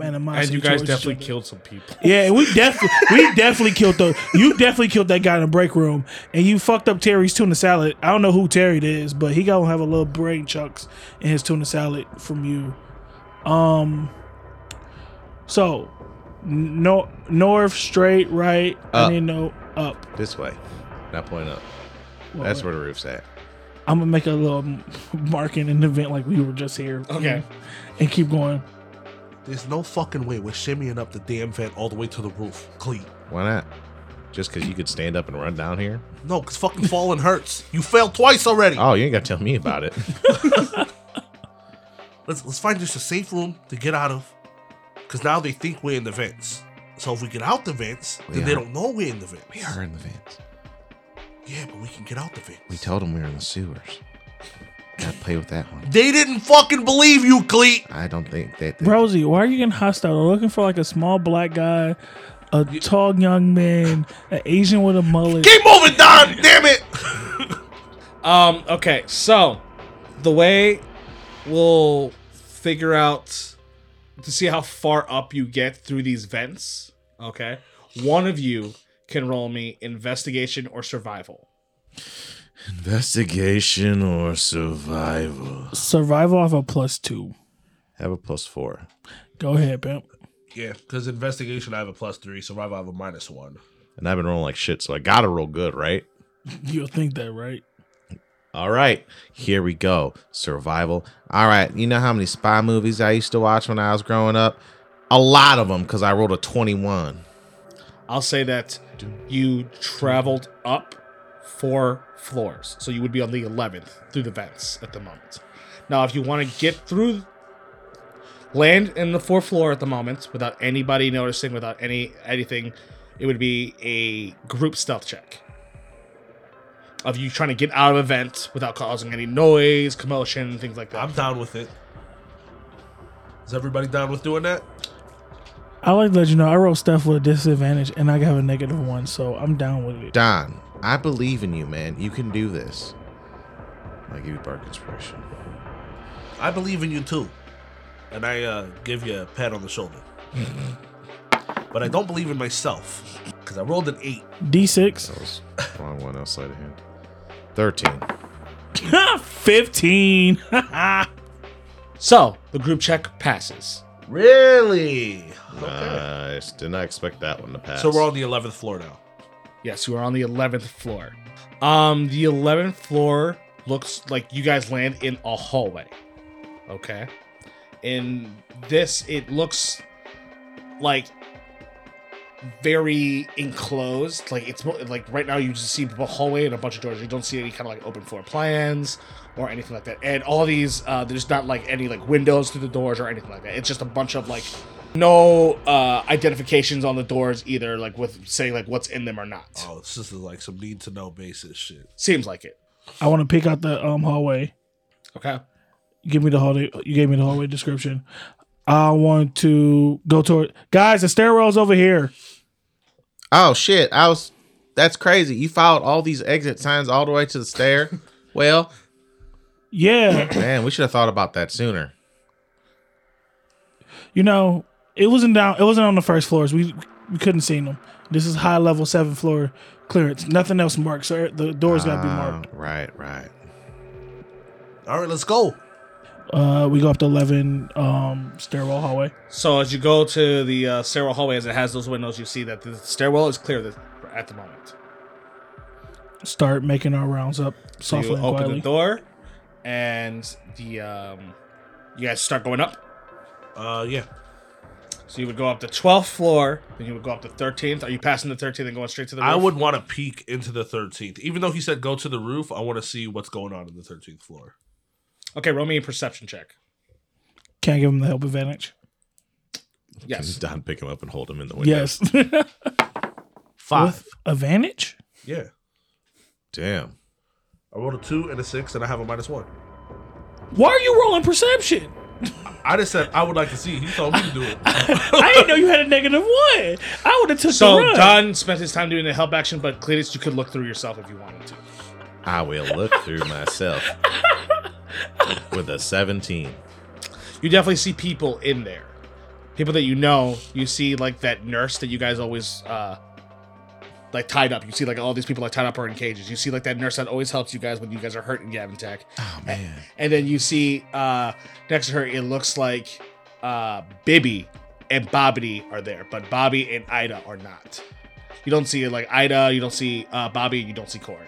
B: And
E: animosity.
B: you guys
E: towards each
B: definitely
E: other.
B: killed some people.
E: Yeah, and we definitely we definitely killed the you definitely killed that guy in the break room, and you fucked up Terry's tuna salad. I don't know who Terry is, but he gonna have a little brain chunks in his tuna salad from you. Um, so n- no north straight right,
C: Up.
E: and then no up.
C: This way. Not point up.
E: Well,
C: That's where the roof's at.
E: I'm gonna make a little m- marking an event like we were just here.
B: Okay.
E: and keep going.
D: There's no fucking way we're shimmying up the damn vent all the way to the roof, clean.
C: Why not? Just because you could stand up and run down here?
D: No, because fucking falling hurts. You failed twice already.
C: Oh, you ain't got to tell me about it.
D: let's let's find just a safe room to get out of. Cause now they think we're in the vents. So if we get out the vents, then
C: We
D: they
C: are.
D: don't know we're in the vents.
C: *laughs* we are in the vents.
D: Yeah, but we can get out the vents.
C: We told them we were in the sewers. Gotta play with that one.
D: they didn't fucking believe you, Cleet.
C: I don't think that.
E: Rosie, why are you getting hostile? We're looking for like a small black guy, a tall young man, an Asian with a mullet.
D: Keep moving, Don. Damn it.
B: Um, okay, so the way we'll figure out to see how far up you get through these vents. Okay, one of you can roll me investigation or survival.
C: Investigation or survival.
E: Survival of a plus two.
C: Have a plus four.
E: Go ahead, pimp.
D: *laughs* Yeah, because investigation I have a plus three, survival I have a minus one.
C: And I've been rolling like shit, so I gotta roll good, right?
E: You'll think that, right?
C: All right, here we go. Survival. All right, you know how many spy movies I used to watch when I was growing up? A lot of them, because I rolled a 21.
B: I'll say that you traveled up four floors, so you would be on the eleventh through the vents at the moment. Now, if you want to get through, land in the fourth floor at the moment without anybody noticing, without any anything, it would be a group stealth check of you trying to get out of a vent without causing any noise, commotion, things like that.
D: I'm down with it. Is everybody down with doing that?
E: I like to let you know I roll stuff with a disadvantage and I have a negative one, so I'm down with it.
C: Don, I believe in you, man. You can do this. I give you bark inspiration.
D: I believe in you too. And I uh, give you a pat on
C: *laughs*
D: the shoulder. but I don't believe in myself because I rolled an eight.
E: *laughs* D6.
C: That was wrong one outside of hand. 13.
E: 15.
B: So the group check passes.
D: Really? Uh,
C: Nice. Did not expect that one to pass.
D: So we're on the 11th floor now.
B: Yes, you are on the eleventh floor. Um, the eleventh floor looks like you guys land in a hallway. Okay. In this, it looks like very enclosed. Like it's mo- like right now you just see a hallway and a bunch of doors. You don't see any kind of like open floor plans or anything like that. And all these, uh, there's not like any like windows through the doors or anything like that. It's just a bunch of like no uh identifications on the doors either, like with saying like what's in them or not.
D: Oh, this is like some need to know basis shit.
B: Seems like it.
E: I want to pick out the um hallway.
B: Okay.
E: You give me the hallway. You gave me the hallway description. I want to go toward guys. The stairwell's over here.
C: Oh shit! I was. That's crazy. You followed all these exit signs all the way to the
E: *laughs*
C: stair. well,
E: Yeah,
C: man, we should have thought about that sooner.
E: you know it wasn't down. It wasn't on the first floors. We we couldn't see them. This is high level seven floor clearance. Nothing else marked. So the doors got to be
C: Ah,
E: marked.
C: right, right.
D: All right, let's go.
E: Uh, we go up to eleven um stairwell hallway.
B: So as you go to the uh, stairwell hallway, as it has those windows, you see that the stairwell is clear th- at the moment.
E: Start making our rounds up
B: So
E: softly
B: you
E: and
B: open
E: quietly.
B: the door, and the um, you guys start going up.
D: Uh, yeah.
B: So you would go up the 12th floor, then you would go up the 13th. Are you passing the 13th and going straight to the roof?
D: I would want to peek into the 13th. Even though he said go to the roof, I want to see what's going on in the 13th floor.
B: Okay, roll me a perception check.
E: Can't give him the help advantage.
B: Yes.
C: *laughs* Don pick him up and hold him in the
E: Yes. *laughs*
D: Five.
E: advantage.
D: Yeah.
C: Damn.
D: I rolled a two and a six, and I have a minus one.
E: Why are you rolling perception?
D: I just said I would like to see. He told me to do it.
E: I didn't know you had a negative one. I would have took the
B: So
E: run.
B: Don spent his time doing the help action, but Cletus, you could look through yourself if you wanted to.
C: I will look through
E: *laughs*
C: myself with a 17.
B: you definitely see people in there people that you know you see like that nurse that you guys always uh like tied up you see like all these people like tied up or in cages you see like that nurse that always helps you guys when you guys are hurt in gavin tech
C: Oh man.
B: and then you see uh next to her it looks like uh bibby and bobbity are there but bobby and ida are not you don't see like ida you don't see uh bobby you don't see corey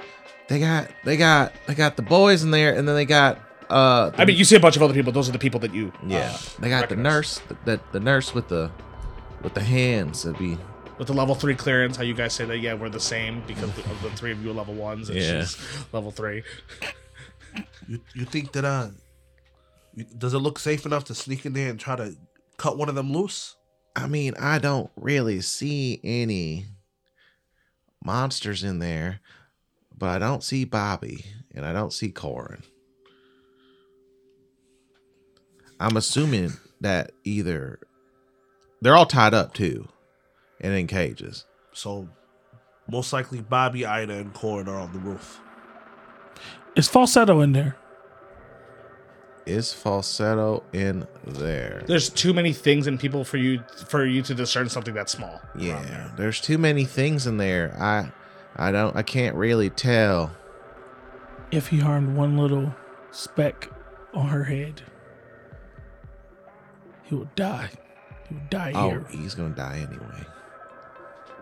C: They got they got they got the boys in there and then they got uh
B: i mean you see a bunch of other people those are the people that you
C: yeah,
B: uh,
C: they got the
B: recognize.
C: nurse the, the, the nurse with the with the hands that'd be
B: with the level three clearance, how you guys say that, yeah, we're the same because the, of the three of you are level ones and
C: Yeah.
B: she's level three.
D: *laughs* You, you think that uh, you, does it look safe enough to sneak in there and try to cut one of them loose?
C: I mean, I don't really see any monsters in there, but I don't see Bobby and I don't see Corin. I'm assuming that either they're all tied up too and in cages.
D: So, most likely Bobby, Ida, and Corin are on the roof.
E: It's falsetto in there.
C: is falsetto in there?
B: There's too many things and people for you for you to discern something that's small.
C: Yeah, there's too many things in there. I, I don't, I can't really tell.
E: If he harmed one little speck on her head, he will die. He will die
C: Oh,
E: here.
C: he's gonna die anyway.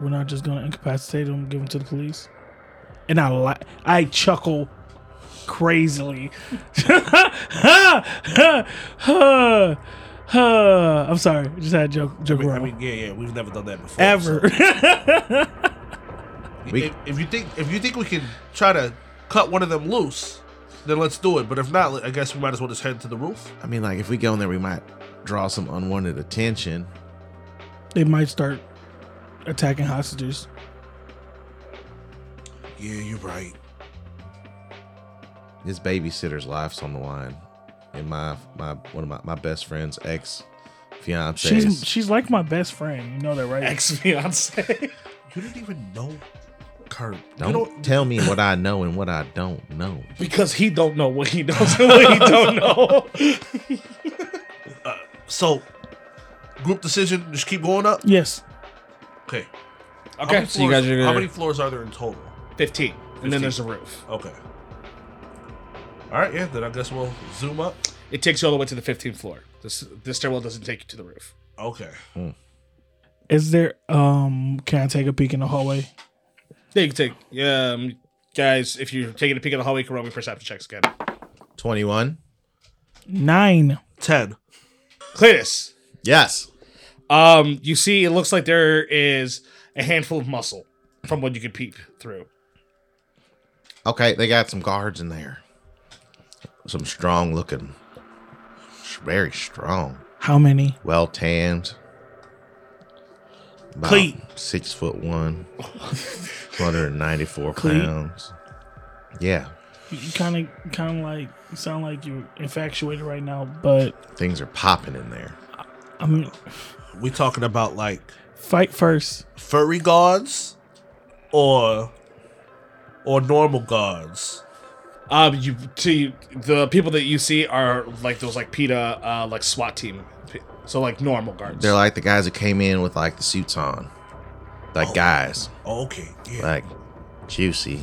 E: We're not just gonna incapacitate him, give him to the police. And I li- I chuckle crazily. *laughs* I'm sorry, I just had a joke joke
D: I
E: wrong.
D: mean, yeah, yeah, we've never done that before.
E: Ever.
D: so
C: We-
D: if, if you think if you think we can try to cut one of them loose, then let's do it. But if not, I guess we might as well just head to the roof.
C: I mean, like if we go in there, we might draw some unwanted attention.
E: *laughs* they might start attacking hostages.
D: Yeah, you're right.
C: His babysitter's life's on the line, and my my one of my, my best friend's ex fiance.
E: She's she's like my best friend. You know that, right?
B: Ex fiance.
D: You didn't even know, Kurt.
C: Don't
D: You don't.
C: tell me what I know and what I don't know.
B: *laughs* because he don't know what he knows *laughs* and what he don't know.
C: *laughs*
D: So, group decision. Just keep going up.
E: yes.
D: Okay. How
B: Okay,
D: many
B: so you
D: floors-
B: guys are gonna
D: How many floors are there in total?
B: 15. And
D: 15.
B: then there's a roof.
D: Okay. All right. Yeah. Then I guess we'll zoom up.
B: It takes you all the way to the 15th floor. This the stairwell doesn't take you to the roof.
D: Okay.
E: Is there um can I take a peek in the hallway?
B: Yeah, you can take. Yeah, um, guys, if you're taking a peek at the hallway, you can roll me perception checks again.
C: Twenty one.
E: Nine.
D: Ten.
B: Cletus,
C: Yes.
B: um, you see, it looks like there is a handful of muscle from what you could peep through.
C: Okay, they got some guards in there. Some strong looking, very strong,
E: How many?
C: well tanned. About
D: Cleat.
C: Six foot one, 194
E: Cleat.
C: pounds. Yeah,
E: You kind of kind of like you sound like you're infatuated right now, but
C: things are popping in there.
E: I mean,
D: We talking about like
E: fight first.
D: furry guards, or or normal guards.
B: Um, you to the people that you see are like those like PETA, uh, like SWAT team, so like normal guards.
C: They're like the guys that came in with like the suits on, like guys,
D: Oh, okay. Yeah.
C: like juicy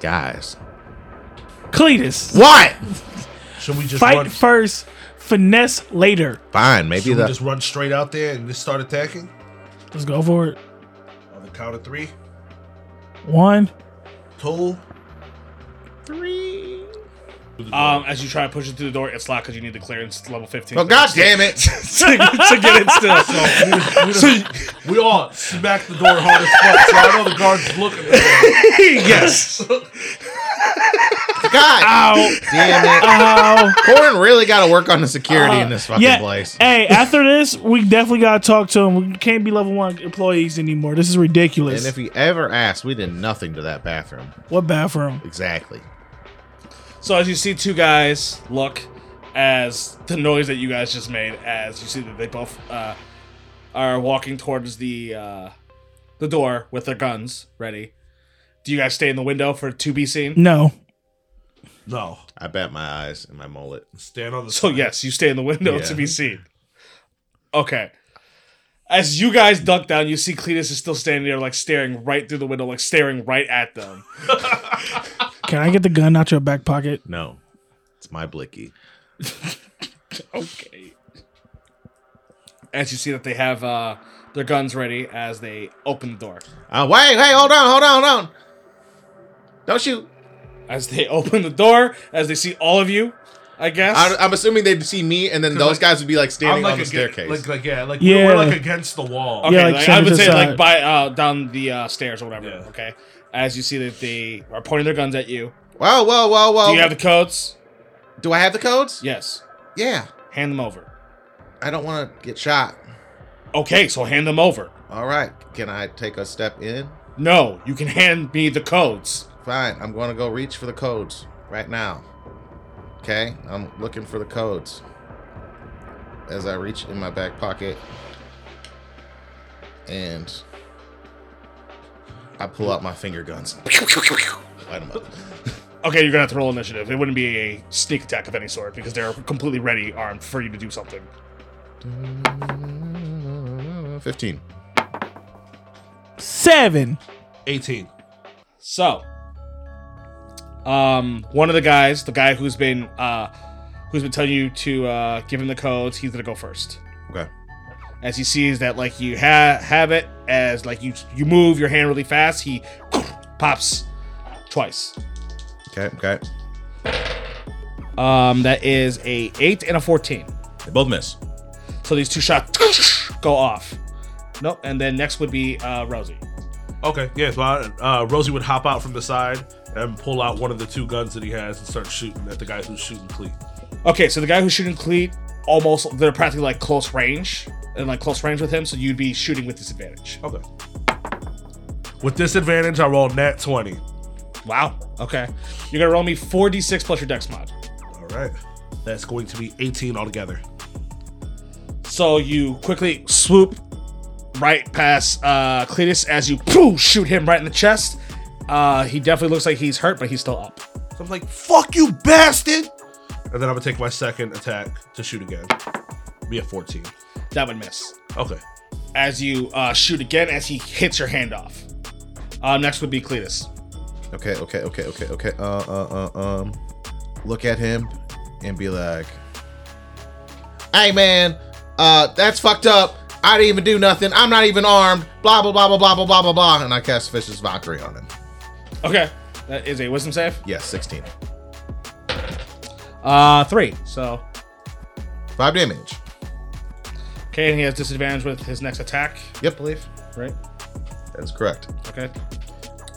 C: guys.
E: Cletus,
C: What?
D: Should we just
E: fight
D: run?
E: first, finesse later.
C: Fine, maybe
D: should we
C: the
D: just run straight out there and just start attacking?
E: Let's go for it.
D: On the count of three,
E: One.
D: two.
B: Um, as you try to push it through the door, it's locked because you need the clearance to level fifteen.
C: Oh god damn it! *laughs*
B: to, to get it still.
D: We all smack the door hard as fuck. So I know the guards looking. At
B: yes.
C: God damn it!
E: Oh.
C: Corn really got to work on the security in this fucking
E: yeah.
C: place.
E: Hey, after this, we definitely gotta talk to him. We can't be level one employees anymore. This is ridiculous.
C: And if you ever ask, we did nothing to that bathroom.
E: what bathroom?
C: Exactly.
B: So as you see two guys look as the noise that you guys just made, as you see that they both uh, are walking towards the uh, the door with their guns ready. Do you guys stay in the window for two B scene?
E: No.
D: no,
C: I bet my eyes and my mullet.
D: stand on the.
B: So
D: side.
B: yes, you stay in the window
C: Yeah.
B: to be seen. Okay. As you guys duck down, you see Cletus is still standing there, like staring right through the window, like staring right at them.
E: Can I get the gun out your back pocket?
C: No, it's my blicky.
B: Okay. As you see that they have uh, their guns ready as they open the door.
C: Uh, wait, hey, hold on, hold on, hold on. Don't shoot.
B: As they *laughs* open the door, as they see all of you, I guess.
C: I, I'm assuming they'd see me, and then those
D: like,
C: guys would be like standing on the
D: against,
C: staircase.
D: Like, like yeah, like
E: Yeah.
D: we're like against the wall.
B: okay,
E: Yeah, like,
B: like, I would
E: center to
B: say
E: side.
B: like by uh, down the uh, stairs or whatever.
D: Yeah.
B: Okay. As you see that they are pointing their guns at you.
C: whoa, whoa, whoa, whoa.
B: Do you have the codes?
C: Do I have the codes?
B: Yes.
C: Yeah.
B: Hand them over.
C: I don't want to get shot.
B: Okay, so hand them over.
C: All right. Can I take a step in?
B: No, you can hand me the codes.
C: Fine. I'm going to go reach for the codes right now. Okay. I'm looking for the codes. As I reach in my back pocket and I pull out my finger guns. Light 'em up.
B: Okay, you're gonna have to roll initiative. It wouldn't be a sneak attack of any sort because they're completely ready, armed for you to do something.
C: 15.
E: Seven.
D: 18.
B: So, um, one of the guys, the guy who's been uh, who's been telling you to uh, give him the codes, he's gonna go first.
C: Okay.
B: As he sees that, like you ha- have it, as like you you move your hand really fast, he pops twice.
C: Okay, okay.
B: Um, that is a eight and a fourteen.
C: They both miss.
B: So these two shots *clears throat* go off. Nope. And then next would be uh, Rosie.
D: Okay, yeah, so I, uh, Rosie would hop out from the side and pull out one of the two guns that he has and start shooting at the guy who's shooting Cleet.
B: Okay, so the guy who's shooting Cleat, almost they're practically like close range and like close range with him, so you'd be shooting with disadvantage.
C: Oh,
D: Okay. With disadvantage, I roll nat 20.
B: Wow. Okay. You're gonna roll me 4d6 plus your dex mod.
D: All right. That's going to be 18 altogether.
B: So you quickly swoop right past uh, Cletus as you pooh, shoot him right in the chest. Uh, he definitely looks like he's hurt, but he's still up.
D: So I'm like, fuck you, bastard! And then I'm going to take my second attack to shoot again. Be a 14.
B: That would miss.
D: Okay.
B: As you uh, shoot again, as he hits your hand off. Uh, next would be Cletus.
C: Okay, okay, okay, okay, okay. Uh, uh, uh, um. Look at him and be like, "Hey, man, uh, that's fucked up. I didn't even do nothing. I'm not even armed. Blah blah blah blah blah blah blah blah blah." And I cast vicious mockery on him.
B: Okay. That is a wisdom save.
C: Yes, 16.
B: Uh, three. So
C: Five damage.
B: Okay, and he has disadvantage with his next attack,
C: Yep, believe.
B: right?
C: That is correct.
B: Okay.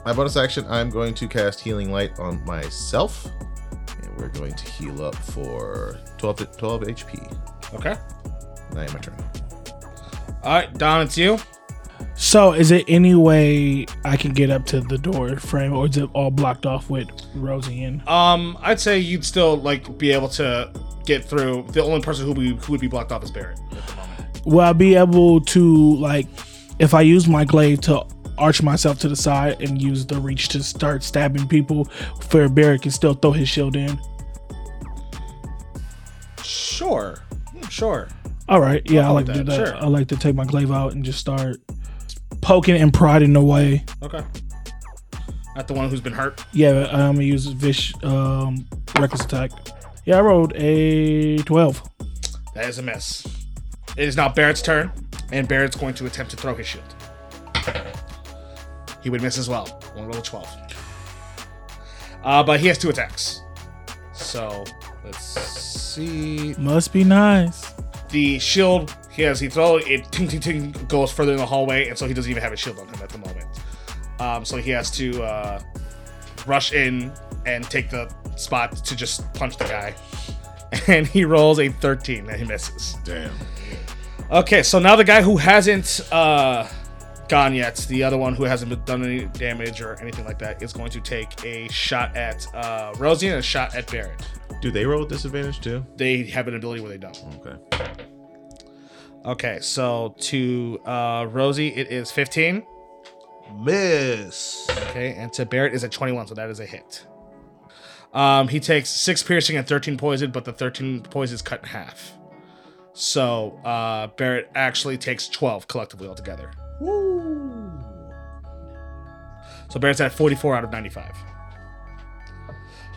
C: My bonus action, I'm going to cast Healing Light on myself. And we're going to heal up for 12, 12 HP.
B: Okay.
C: Now my turn.
B: All right, Don, it's you.
E: So, is it any way I can get up to the door frame, or is it all blocked off with Rosie in?
B: Um, I'd say you'd still like be able to get through. The only person who, be, who would be blocked off is Barrett.
E: Will I be able to like, if I use my glaive to arch myself to the side and use the reach to start stabbing people, for Barrett can still throw his shield in?
B: Sure, sure.
E: All right, yeah, I
B: I'll
E: like
B: do
E: to do
B: that,
E: that.
B: sure.
E: I like to take my glaive out and just start poking and prodding away.
B: Okay. Not the one who's been hurt.
E: Yeah, I'm gonna use Vish um, reckless attack. Yeah, I rolled a twelve.
B: That is a miss. It is now Barrett's turn, and Barrett's going to attempt to throw his shield. He would miss as well. One roll of 12. Uh, but he has two attacks. So let's see.
E: Must be nice.
B: The shield, he has, he throw it, ting, ting, ting, goes further in the hallway, and so he doesn't even have a shield on him at the moment. Um, so he has to uh, rush in and take the spot to just punch the guy. *laughs* And he rolls a 13 and he misses.
C: Damn.
B: Okay, so now the guy who hasn't uh, gone yet, the other one who hasn't been- done any damage or anything like that, is going to take a shot at uh, Rosie and a shot at Barrett.
C: Do they roll with disadvantage too?
B: They have an ability where they don't.
C: Okay.
B: Okay, so to uh, Rosie, it is 15.
D: Miss.
B: Okay, and to Barrett is at 21, so that is a hit. Um, he takes six piercing and 13 poison, but the 13 poison is cut in half. So uh, Barrett actually takes 12 collectively altogether. So Barrett's at 44 out of 95.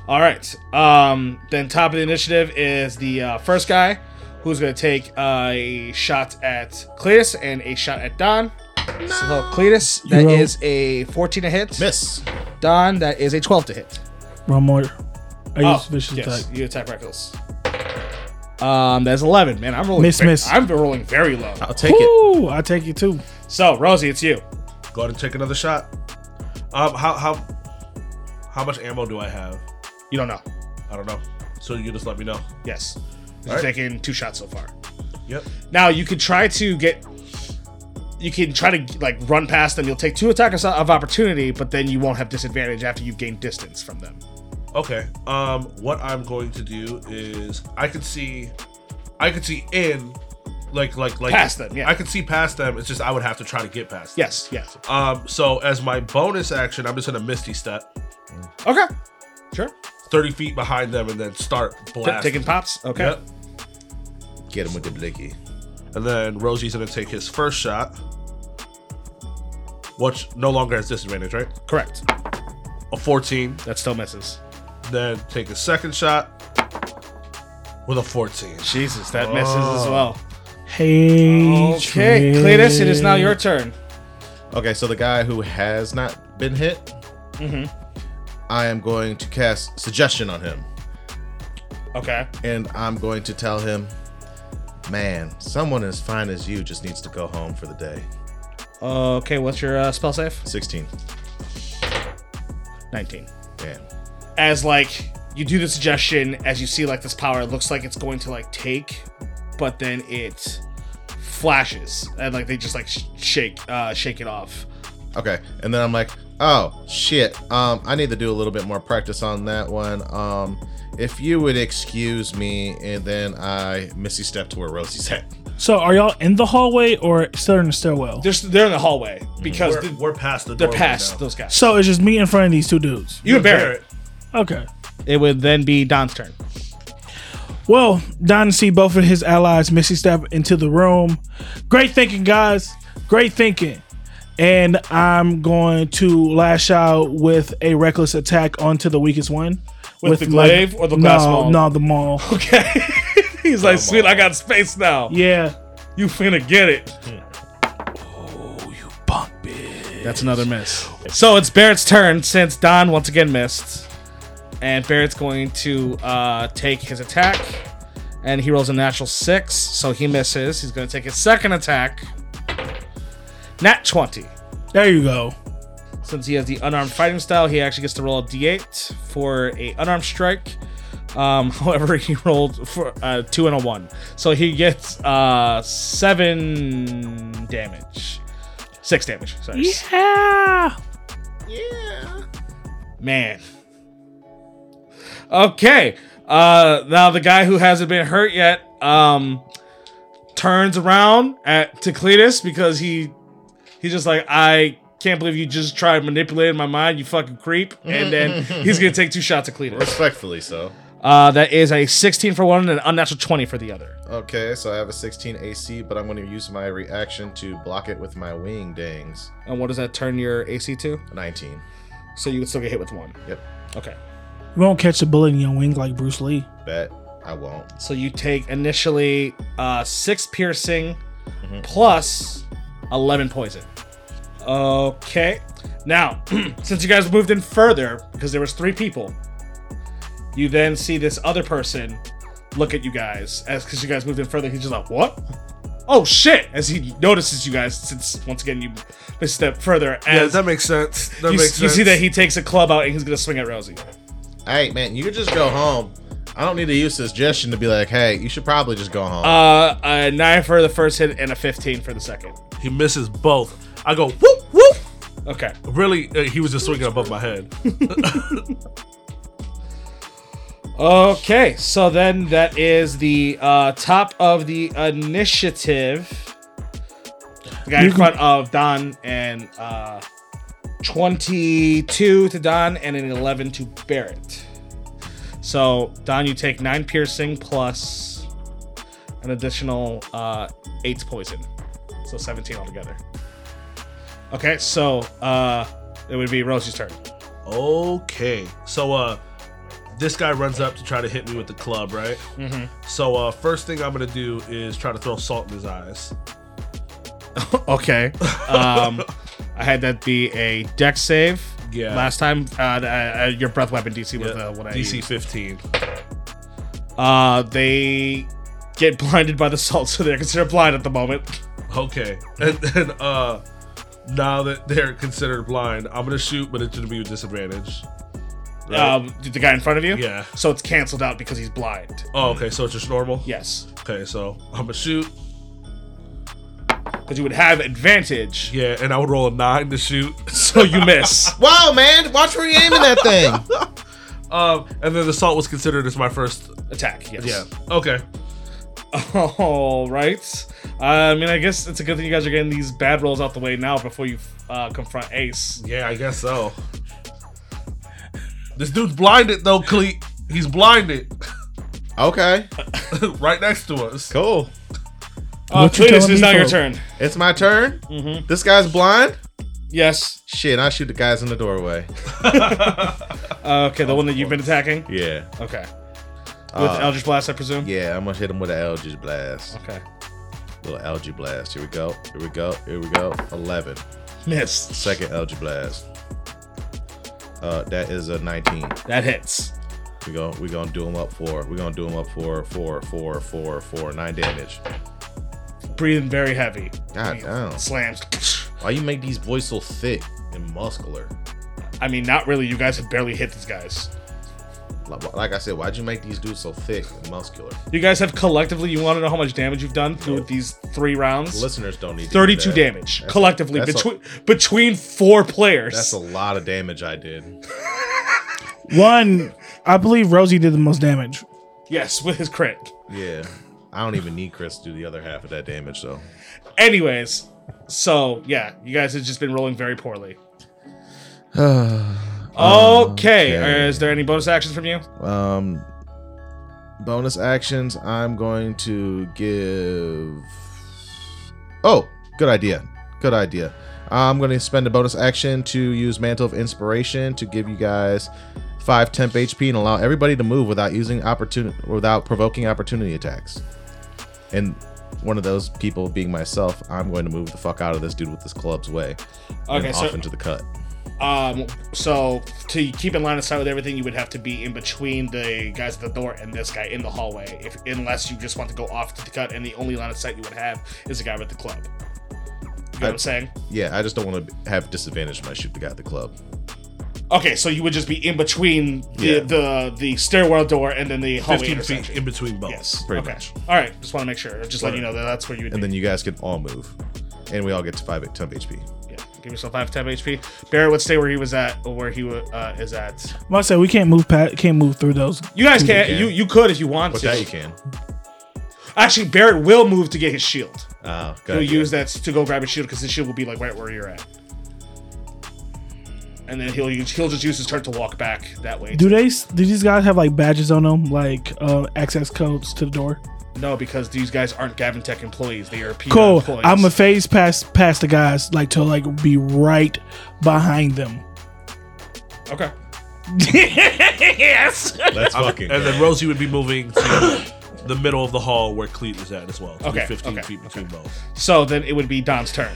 B: All right. Um, then top of the initiative is the uh, first guy, who's going to take a shot at Cletus and a shot at Don. So Cletus, that
E: You roll.
B: is a 14 to hit.
C: Miss.
B: Don, that is a 12 to hit.
E: One more. I
B: Oh,
E: use vicious
B: yes,
E: attack.
B: you attack reckless. Um, that's 11, man. I'm rolling.
E: Miss,
B: ve-
E: miss.
B: I'm rolling very low.
C: I'll take it.
E: Ooh, I take it too.
B: So Rosie, it's you.
D: Go ahead and take another shot. Um, how how how much ammo do I have?
B: You don't know.
D: I don't know. So you just let me know.
B: Yes, you've
D: right.
B: taken two shots so far.
D: Yep.
B: Now you could try to get. You can try to like run past them. You'll take two attacks of opportunity, but then you won't have disadvantage after you gain distance from them.
D: Okay. Um, what I'm going to do is I could see, I could see in, like like like
B: Past them, yeah.
D: I could see past them. It's just I would have to try to get past. Them.
B: Yes, yes.
D: Um. So as my bonus action, I'm just gonna misty step.
B: Okay. Sure.
D: 30 feet behind them and then start
B: T-
D: blasting.
B: taking pops. Okay.
D: Yep.
C: Get him with the blicky.
D: And then Rosie's going to take his first shot, which no longer has disadvantage, right?
B: Correct.
D: A 14.
B: That still misses.
D: Then take a second shot with a 14.
B: Jesus, that misses
E: Oh.
B: as well.
E: Hey,
B: Okay,
E: Trey.
B: Cletus, it is now your turn.
C: Okay, so the guy who has not been hit, I am going to cast suggestion on him,
B: Okay.
C: and I'm going to tell him, "Man, someone as fine as you just needs to go home for the day."
B: Okay, what's your uh, spell save?
C: Sixteen.
B: 19.
C: Man,
B: As like you do the suggestion, as you see like this power, it looks like it's going to like take, but then it flashes and like they just like sh- shake uh shake it off.
C: Okay, and then I'm like, oh shit, um, I need to do a little bit more practice on that one. Um, if you would excuse me, and then I missy step to where Rosie's at. *laughs*
E: So are y'all in the hallway or still in the stairwell?
B: They're s- they're in the hallway because
D: We're,
B: th-
D: we're past the
B: they're
D: doorway
B: past
D: now.
B: those guys.
E: So it's just me in front of these two dudes.
B: You and Barrett.
E: Okay.
B: It would then be Don's turn.
E: Well, Don see both of his allies Missy step into the room. Great thinking, guys. Great thinking. And I'm going to lash out with a reckless attack onto the weakest one.
B: With the glaive or the glass
E: no,
B: maul?
E: No, the
B: *laughs*
E: maul.
B: Okay. *laughs* He's like, sweet, I got space now.
E: Yeah.
B: You finna get it.
E: Bump it.
B: That's another miss. So it's Barrett's turn since Don once again missed. And Barrett's going to uh, take his attack. And he rolls a natural six, so he misses. He's going to take his second attack. Nat 20.
E: There you go.
B: Since he has the unarmed fighting style, he actually gets to roll a d8 for a unarmed strike. Um, *laughs* however, he rolled for uh, two and a one, so he gets uh, seven damage, six damage. Sorry,
E: Yeah.
B: man. Okay. Uh, now the guy who hasn't been hurt yet um, turns around at to Cletus because he he's just like I can't believe you just tried manipulating my mind, you fucking creep. And then he's gonna take two shots at Cletus.
C: Respectfully, so.
B: Uh, that is a 16 for one and an unnatural 20 for the other.
C: Okay, so I have a 16 AC, but I'm going to use my reaction to block it with my wing dings.
B: And what does that turn your AC to?
C: 19.
B: So you would still get hit with one.
C: Yep,
B: Okay.
E: You won't catch a bullet in your wing like Bruce Lee.
C: that I won't.
B: So you take initially uh, six piercing plus 11 poison. Okay. Now, *clears throat* since you guys moved in further, because there was three people, you then see this other person look at you guys as because you guys moved in further. He's just like, what? Oh shit! As he notices you guys, since once again you a step further,
D: Yeah,
B: as
D: that makes sense. That
B: you,
D: makes
B: you
D: sense.
B: see that he takes a club out and he's gonna swing at Rosie.
C: Hey, man, you can just go home. I don't need to use suggestion to be like, hey, you should probably just go home.
B: Uh, a nine for the first hit and a fifteen for the second.
D: He misses both. I go, whoop, whoop.
B: Okay.
D: Really, uh, he was just swinging above my head.
B: Okay, so then that is the uh, top of the initiative. The guy
E: You
B: in
E: can-
B: front of Don and uh, 22 to Don and an 11 to Barrett. So, Don, you take 9 piercing plus an additional uh, 8 poison. So, 17 altogether. Okay, so uh, it would be Rosie's turn.
D: *laughs* Okay. So uh this guy runs up to try to hit me with the club, right?
B: Mhm.
D: So uh first thing I'm gonna do is try to throw salt in his eyes.
B: Okay. Um, I had that be a deck save.
D: Yeah.
B: Last time, uh, th- uh, uh, your breath weapon DC was
D: Yeah,
B: uh, what I
D: DC
B: used.
D: 15.
B: Uh, they get blinded by the salt, *laughs* so they're considered blind at the moment.
D: Okay. *laughs* And then uh now that they're considered blind, I'm gonna shoot, but it's gonna be with disadvantage. Right?
B: Um, the guy in front of you.
D: Yeah.
B: So it's canceled out because he's blind.
D: oh, okay, so it's just normal?
B: Yes,
D: Okay, so I'm gonna shoot.
B: because you would have advantage.
D: Yeah, and I would roll a nine to shoot. *laughs*
B: So you *laughs* miss.
C: Wow, man, watch where you're aiming that *laughs* thing.
D: Um, and then the salt was considered as my first.
B: Attack. Yes.
D: Yeah. Okay.
B: *laughs* All right. Uh, I mean, I guess it's a good thing you guys are getting these bad rolls out the way now before you uh, confront Ace.
D: Yeah, I guess so. This dude's blinded though, Cleek. He's blinded. *laughs*
C: Okay,
D: right next to us.
C: cool.
B: Uh,
E: What you
B: Cletus,
E: telling
B: it's
E: me
B: now your
E: for?
B: turn.
C: It's my turn. This guy's blind.
B: Yes.
C: Shit, I shoot the guys in the doorway.
B: Uh, okay, the one that you've been attacking.
C: Yeah,
B: Okay. With
C: Uh,
B: Eldritch Blast, I presume.
C: yeah. I'm gonna hit him with an algae blast.
B: Okay.
C: Little algae blast. Here we go. Here we go. Here we go. Eleven.
B: Miss.
C: Second algae blast. Uh, that is a 19.
B: That hits.
C: We gonna we gonna do him up for. We gonna do him up for for for for for nine damage.
B: Breathing very heavy.
C: God damn.
B: Slams.
C: Why you make these boys so thick and muscular?
B: I mean, not really. You guys have barely hit these guys.
C: Like, like I said, why'd you make these dudes so thick and muscular?
B: You guys have collectively. You want to know how much damage you've done through these three rounds?
C: Listeners don't need to hear
B: Thirty-two
C: that.
B: damage
C: That's a-
B: collectively
C: that's a-
B: between between four players.
C: That's a lot of damage I did.
E: One, I believe Rosie did the most damage.
B: yes, with his crit.
C: Yeah. I don't even need Chris to do the other half of that damage though.
B: Anyways, so yeah, you guys have just been rolling very
C: *sighs*
B: poorly. okay.
C: Okay.
B: uh, Is there any bonus actions from you?
C: Um bonus actions, I'm going to give Oh, good idea. Good idea. I'm going to spend a bonus action to use Mantle of Inspiration to give you guys 5 temp HP and allow everybody to move without using opportunity without provoking opportunity attacks. And one of those people being myself, I'm going to move the fuck out of this dude with this club's way
B: Okay,
C: and
B: so
C: off into the cut.
B: Um, so to keep in line of sight with everything, you would have to be in between the guys at the door and this guy in the hallway, if unless you just want to go off to the cut, and the only line of sight you would have is the guy with the club. You know what I'm saying?
C: Yeah, I just don't want to have disadvantage when I shoot the guy at the club.
B: Okay, so you would just be in between the
C: Yeah.
B: the, the stairwell door and then the hallway
D: Fifteen feet
B: intersection.
D: in between both.
B: yes,
C: pretty
B: okay.
C: much.
B: All right, just want to make sure. Just let you know that that's where you would
C: and
B: be.
C: then you guys can all move, and we all get to five temp HP.
B: yeah. Give yourself five temp HP. Barrett would stay where he was at, or where he wa- uh, is at.
E: I'm about to say we can't move past, can't move through those.
B: You guys can.
C: can.
B: You you could if you want
C: But
B: to.
C: that you can.
B: Actually, Barrett will move to get his shield.
C: Uh,
B: He'll use that to go grab his shield because his shield will be like right where you're at. And then he'll use, he'll just use his turn to walk back that way.
E: Do they? Do these guys have like badges on them, like uh, access codes to the door?
B: No, because these guys aren't Gavin Tech employees; they are PR
E: Cool.
B: employees.
E: I'm a phase past past the guys, like to like be right behind them.
B: okay.
E: yes.
C: *laughs* Let's fucking.
D: And then Rosie would be moving to *coughs* the middle of the hall where Cleet was at as well. To be
B: Okay,
D: 15
B: okay,
D: feet between both.
B: So then it would be Don's turn.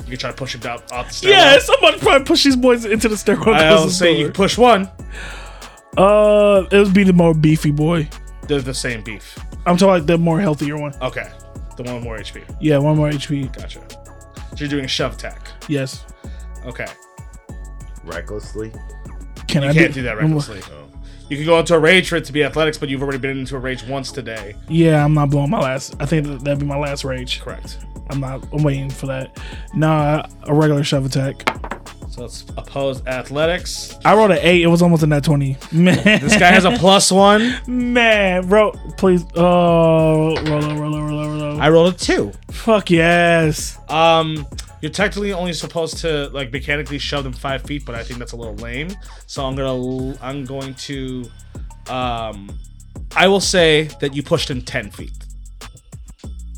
B: You can try to push him down off the stairwell.
E: Yes. I'm about to probably push these boys into the stairwell.
B: I'll
E: closest
B: say you
E: door.
B: can push one.
E: Uh, it would be the more beefy boy.
B: They're the same beef.
E: I'm talking like the more healthier one.
B: Okay, the one with more HP.
E: Yeah, one more HP.
B: Gotcha. So you're doing a shove attack.
E: Yes.
B: Okay,
C: recklessly.
E: Can
B: you
E: I
B: can't
E: do,
B: do that
E: one more-
B: recklessly. You can go into a rage for it to be athletics, but you've already been into a rage once today.
E: Yeah, I'm not blowing my last. I think that- that'd be my last rage.
B: Correct.
E: I'm not. I'm waiting for that. Nah, a regular shove attack.
B: So it's opposed athletics.
E: I rolled an eight. It was almost a net twenty. *laughs* Man,
B: This guy *laughs* has a plus one.
E: man, bro, please. Oh, roll, roll, roll, roll, roll.
B: I rolled a two.
E: Fuck yes.
B: Um, you're technically only supposed to like mechanically shove them five feet, but I think that's a little lame. So I'm gonna I'm going to um I will say that you pushed him ten feet.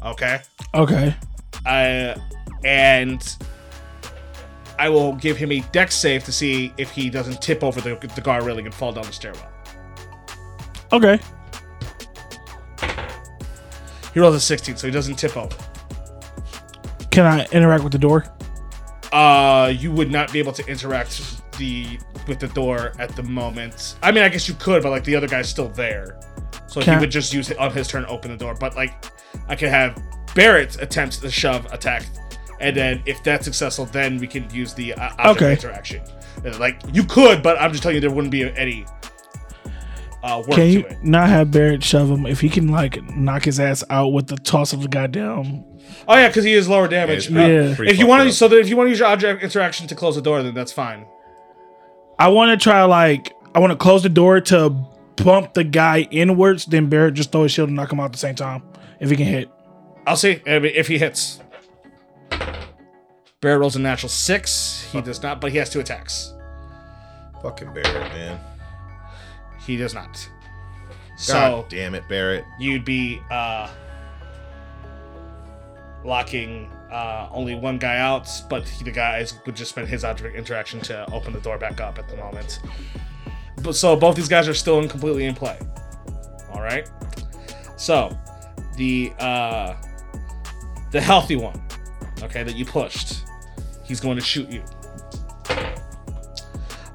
B: Okay.
E: Okay.
B: Uh, and I will give him a deck save to see if he doesn't tip over the, the guard railing and fall down the stairwell.
E: Okay.
B: He rolls a 16, so he doesn't tip over.
E: Can I interact with the door?
B: uh you would not be able to interact the with the door at the moment i mean i guess you could but like the other guy's still there so he
E: Can-
B: would just use it on his turn open the door but like i could have barrett attempts the shove attack and then if that's successful then we can use the uh, object
E: Okay.
B: interaction And, like you could but i'm just telling you there wouldn't be any uh work
E: Can
B: to
E: you
B: it
E: not have Barrett shove him if he can like knock his ass out with the toss of the goddamn?
B: oh yeah because he is lower damage
E: Yeah.
B: Uh,
E: Yeah.
B: if you want to so that if you want to use your object interaction to close the door then that's fine
E: I want to try like I want to close the door to bump the guy inwards. Then Barrett just throw his shield and knock him out at the same time if he can hit.
B: I'll see I mean, if he hits. Bear rolls a natural six. He does not, but he has two attacks.
C: Fucking Barrett, man.
B: He does not.
C: God
B: So
C: damn it, Barrett.
B: you'd be uh, locking uh, only one guy out, but he, the guys would just spend his object interaction to open the door back up at the moment. But so both these guys are still in completely in play. All right. So the uh, the healthy one, okay, that you pushed, he's going to shoot you.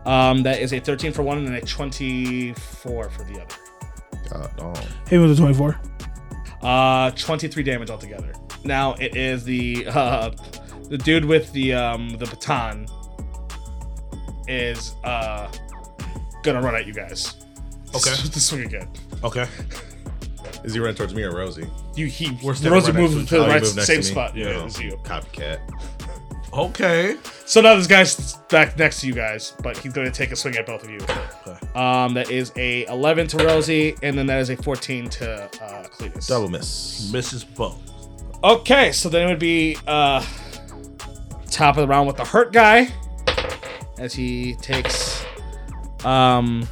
B: Um, that is a 13 for one and a 24 for the other.
C: God damn.
E: Hit me with a 24.
B: Uh, 23 damage altogether. Now it is the uh, the dude with the um, the baton is uh, gonna run at you guys.
D: Okay.
B: the swing again.
D: Okay.
C: Is he running towards me or Rosie?
B: You he
D: We're still
B: Rosie
D: right next
B: moves
D: to each
B: to the
C: other. Oh, he
B: right
C: moved next
B: same
C: to me. Oh,
B: spot
D: Yeah.
B: as you.
C: Copycat.
D: Okay.
B: So now this guy's back next to you guys, but he's gonna take a swing at both of you.
D: Uh,
B: Um, that is a 11 to Rosie, and then that is a 14 to uh, Cletus.
C: Double miss.
D: Mrs. Bo.
B: Okay, so then it would be uh top of the round with the hurt guy as he takes um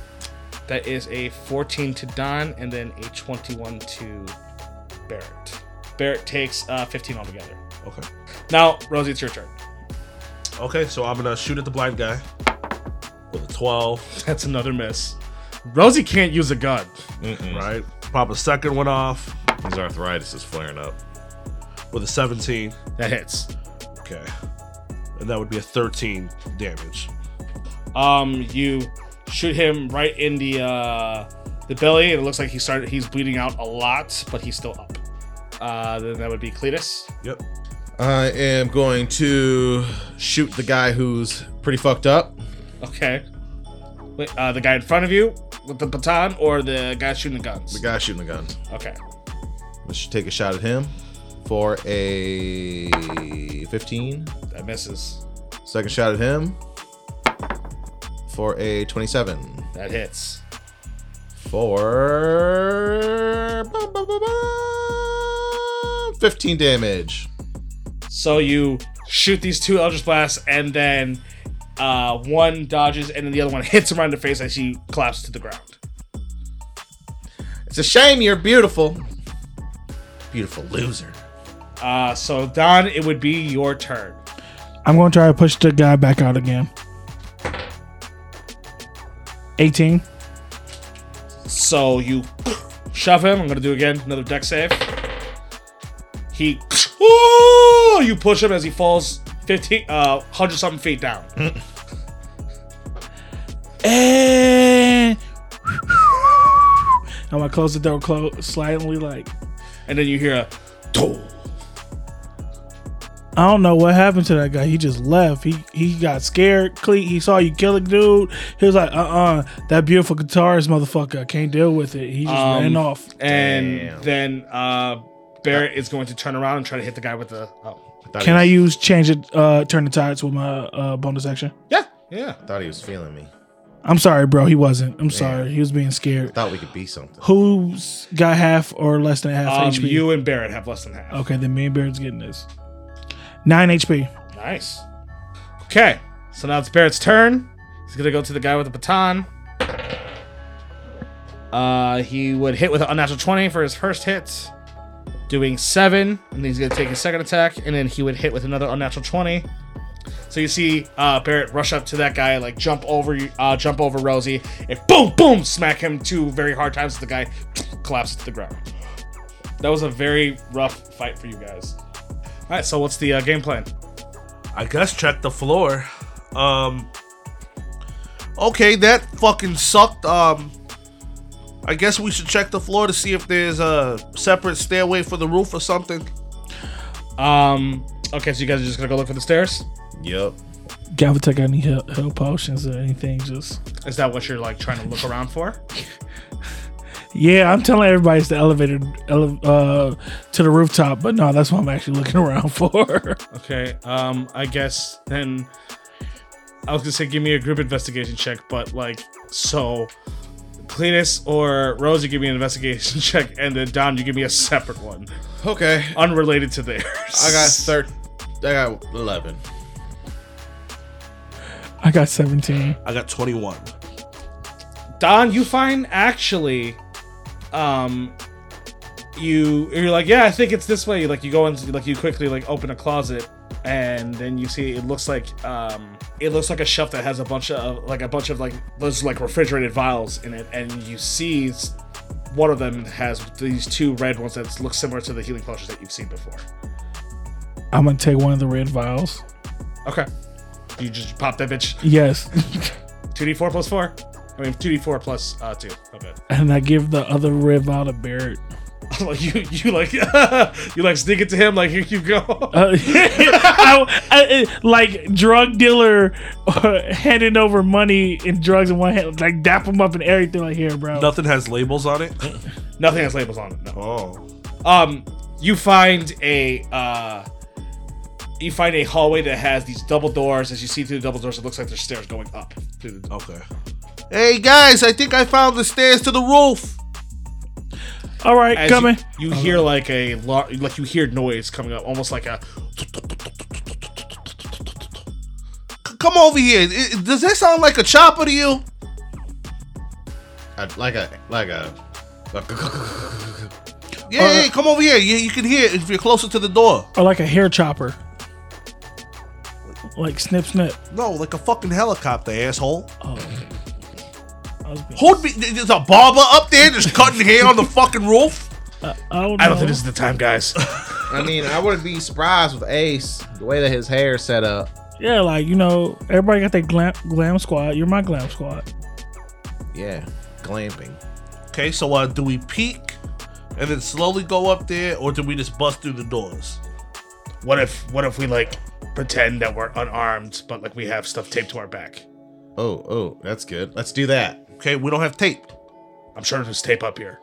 B: that is a 14 to Don and then a 21 to Barrett. Barrett takes uh 15 altogether.
D: Okay.
B: Now, Rosie, it's your turn.
D: Okay, so I'm gonna shoot at the blind guy with a 12,
B: That's another miss. Rosie can't use a gun.
D: right? Pop a second one off
C: His arthritis is flaring up.
D: with a 17.
B: That hits.
D: Okay. And that would be a 13 damage.
B: Um, you shoot him right in the uh, the belly, and it looks like he started. He's bleeding out a lot, but he's still up. Uh, then that would be Cletus.
D: Yep.
C: I am going to shoot the guy who's pretty fucked up.
B: Okay. Wait, uh, the guy in front of you with the baton, or the guy shooting the guns.
C: The guy shooting the gun.
B: Okay.
C: I should take a shot at him for a 15.
B: That misses.
C: Second shot at him for a 27.
B: That hits.
C: For bum, bum, bum, bum, 15 damage.
B: So you shoot these two Eldritch Blasts, and then uh, one dodges, and then the other one *laughs* hits him right in the face as he collapses to the ground.
C: It's a shame you're beautiful. Beautiful loser.
B: Uh, so Don, it would be your turn.
E: I'm going to try to push the guy back out again. 18.
B: So you shove him. I'm gonna do again another deck save. He, Ooh! you push him as he falls 15, uh, hundred something feet down.
E: And *sighs* I'm going to close the door close, slightly like
B: and then you hear a, "Tool."
E: I don't know what happened to that guy. He just left. He he got scared. Cle- He saw you kill a dude. He was like, uh uh that beautiful guitarist motherfucker. I can't deal with it. He just
B: Um,
E: ran off.
B: and
C: Damn.
B: then uh, Barrett is going to turn around and try to hit the guy with the. Oh,
C: thought
E: Can I
C: he was-
E: use change it, uh, turn the tides with my uh, bonus action?
B: yeah, yeah.
C: I thought he was feeling me.
E: I'm sorry, bro. He wasn't. I'm sorry. He was being
C: I
E: scared.
C: thought we could be something.
E: Who's got half or less than half
B: Um,
E: HP?
B: you and Barrett have less than half.
E: okay, then me and Barrett's getting this. Nine HP.
B: Nice. Okay, so now it's Barrett's turn. He's gonna go to the guy with the baton. Uh, he would hit with an unnatural 20 for his first hit, doing seven, and then he's gonna take his second attack, and then he would hit with another unnatural 20. So you see uh, Barrett rush up to that guy, like jump over, you- uh, jump over Rosie, and boom, boom, smack him two very hard times. The guy collapses to the ground. That was a very rough fight for you guys. All right, so what's the uh, game plan?
D: I guess check the floor. Um Okay, that fucking sucked. Um I guess we should check the floor to see if there's a separate stairway for the roof or something.
B: Um. Okay, so you guys are just gonna go look for the stairs.
C: Yep.
E: Galvatech, I need help, help potions or anything. Just
B: Is that what you're like trying to look around for?
E: Yeah, I'm telling everybody it's the elevator ele- uh, to the rooftop, but no, that's what I'm actually looking *laughs* around for.
B: Okay. Um. I guess then. I was gonna say give me a group investigation check, but like so, Cletus or Rosie give me an investigation *laughs* check, and then Don, you give me a separate one,
C: Okay.
B: unrelated to theirs.
C: I got thir- I got 11.
E: I got 17.
D: I got 21.
B: Don, you find actually, um, you you're like, yeah, I think it's this way. Like you go into like you quickly like open a closet, and then you see it looks like um it looks like a shelf that has a bunch of like a bunch of like those like refrigerated vials in it, and you see s- one of them has these two red ones that look similar to the healing potions that you've seen before.
E: I'm going to take one of the red vials.
B: Okay, you just pop that bitch
E: Yes. *laughs*
B: two d four plus four. I mean two d four plus uh two. Okay.
E: and I give the other red vial to Barrett.
B: *laughs* like you you like you like sneak it to him like here you go *laughs*
E: Uh, *laughs* I- I- I- like drug dealer uh, handing over money and drugs in one hand, like dap them up and everything. Like here, bro.
D: Nothing has labels on it.
B: nothing has labels on it no
D: Oh.
B: um you find a uh you find a hallway that has these double doors as you see through the double doors it looks like there's stairs going up through the
D: Okay. Hey guys, I think I found the stairs to the roof.
E: All right,
B: As
E: coming.
B: you, you hear like a lar- like you hear noise coming up almost like a
D: C- come over here. I- does that sound like a chopper to you?
C: I, like a like a. like- *laughs*
D: Yeah,
E: Uh,
D: yeah, come over here. You, you can hear it if you're closer to the door.
E: or like a hair chopper. Like snip snip.
D: No, like a fucking helicopter, asshole.
E: I, was being,
D: Who'd be? There's a barber up there just cutting hair on the fucking roof.
E: I don't know.
B: I don't think this is the time guys *laughs*
C: I mean, I wouldn't be surprised with Ace the way that his hair is set up.
E: yeah, like you know, everybody got their glam glam squad. You're my glam squad.
C: Yeah, glamping.
D: Okay, so uh, do we peek and then slowly go up there, or do we just bust through the doors?
B: what if what if we like pretend that we're unarmed but like we have stuff taped to our back
C: Oh, oh, that's good. Let's do that.
D: Okay, we don't have tape.
B: I'm sure there's tape up here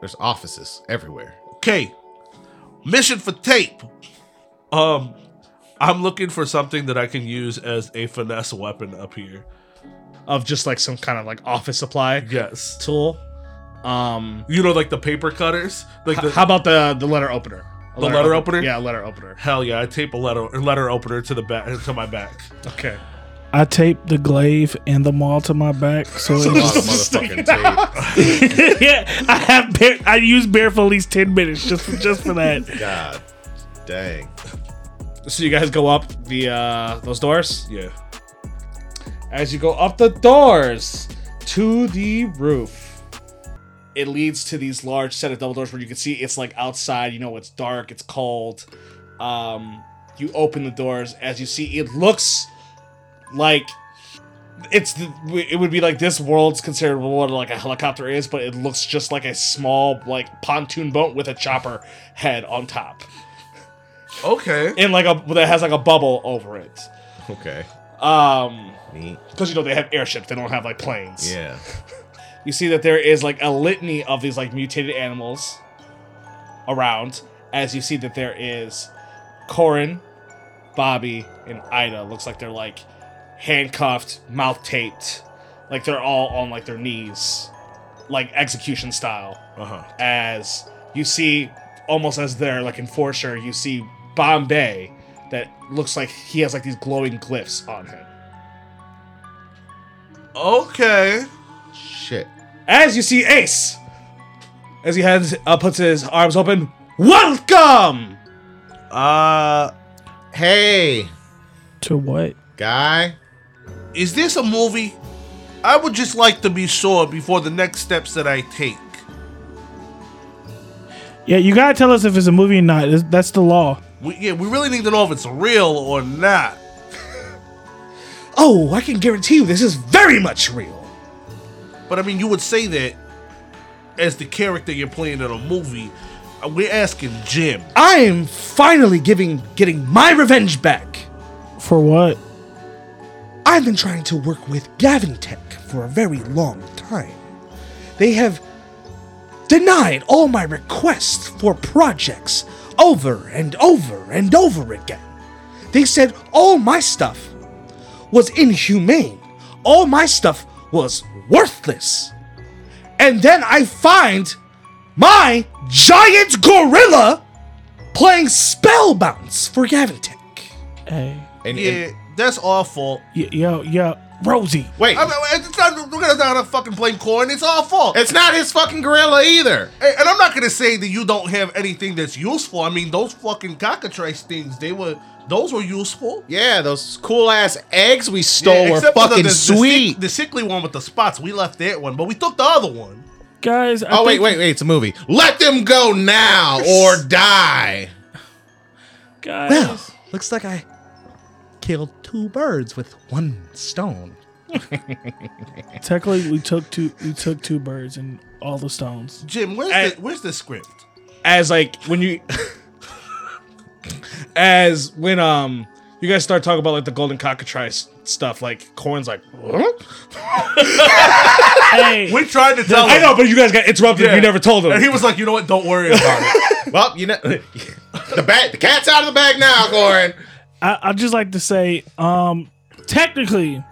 C: There's offices
D: *laughs*
C: everywhere.
D: Okay, mission for tape. Um, I'm looking for something that I can use as a finesse weapon up here.
B: of just like some kind of like office supply
D: Yes,
B: tool. Um,
D: you know, like the paper cutters, like the
B: h- how about the the letter opener? A
D: The letter
B: op-
D: opener?
B: Yeah, a letter opener.
D: hell yeah. I tape a letter a letter opener to the back to my back.
B: Okay.
E: I tape the glaive and the maul to my back, so
C: A lot of
E: it's
C: motherfucking tape.
E: *laughs* yeah, I have bare, I use bare for at least ten minutes just just for
B: *laughs*
E: that.
C: God, dang.
B: So you guys go up the uh, those doors.
D: Yeah.
B: As you go up the doors to the roof, it leads to these large set of double doors where you can see it's like outside. You know, it's dark, it's cold. Um, you open the doors. As you see, it looks like it's the, it would be like this world's considered what like a helicopter is, but it looks just like a small like pontoon boat with a chopper head on top,
D: Okay.
B: and like a that has like a bubble over it.
C: Okay.
B: Um,
C: Neat.
B: because you know they have airships, they don't have like planes.
C: Yeah.
B: You see that there is like a litany of these like mutated animals around, as you see that there is Corin, Bobby, and Ida. Looks like they're like handcuffed, mouth taped, like they're all on like their knees, like execution style.
D: Uh huh.
B: As you see, almost as their like enforcer, you see Bombay that looks like he has like these glowing glyphs on him.
D: Okay.
C: Shit.
B: as you see Ace, as he hands, uh, puts his arms open. Welcome.
D: Uh,
C: Hey,
E: To what?
C: guy.
D: is this a movie? I would just like to be sure before the next steps that I take.
E: Yeah, you gotta tell us if it's a movie or not. That's- That's the law.
D: We, yeah, we really need to know if it's real or not.
B: Oh, I can guarantee you this is very much real.
D: But I mean, you would say that as the character you're playing in a movie. Uh, We're asking Jim.
B: I am finally giving getting my revenge back.
E: For what?
B: I've been trying to work with Gavin Tech for a very long time. They have denied all my requests for projects over and over and over again. They said all my stuff was inhumane, all my stuff was worthless. And then I find my giant gorilla playing spellbounds for Gavin Tech.
E: Hey,
C: And,
D: Yeah,
C: and
D: That's awful.
E: Y- Yo, yo, Rosie.
C: Wait,
D: I mean, it's not, we're gonna not fucking blame Corn. It's our fault.
C: it's not his fucking gorilla either.
D: Hey, and I'm not gonna say that you don't have anything that's useful. I mean, those fucking cockatrice things, they were those were useful.
C: Yeah, those cool ass eggs we stole were
D: except for the-
C: fucking
D: the, the sick-
C: sweet.
D: The, sickly one with the spots, we left that one, but we took the other one.
E: Guys, I
C: oh wait,
E: think-
C: wait, wait! It's a movie. Let them go now
D: *laughs*
C: or die.
E: Guys.
B: Well, looks like I killed two birds with one stone.
E: Technically, we took two. We took two birds and all the stones.
D: *laughs* Jim, where's
B: Hey.
D: the where's the script?
B: As like when you, *laughs* as when um you guys start talking about like the golden cockatrice stuff, like Corn's like, "Huh?"
E: Hey,
D: We tried
B: *laughs*
D: to tell
B: I
D: him.
B: know, but you guys got interrupted.
D: Yeah.
B: You never told him.
D: *laughs* And he was like, you know what? Don't worry about
C: *laughs*
D: it.
C: well, you know, the bat, the cat's out of the bag now, Goran.
E: I, I'd just like to say, um, technically,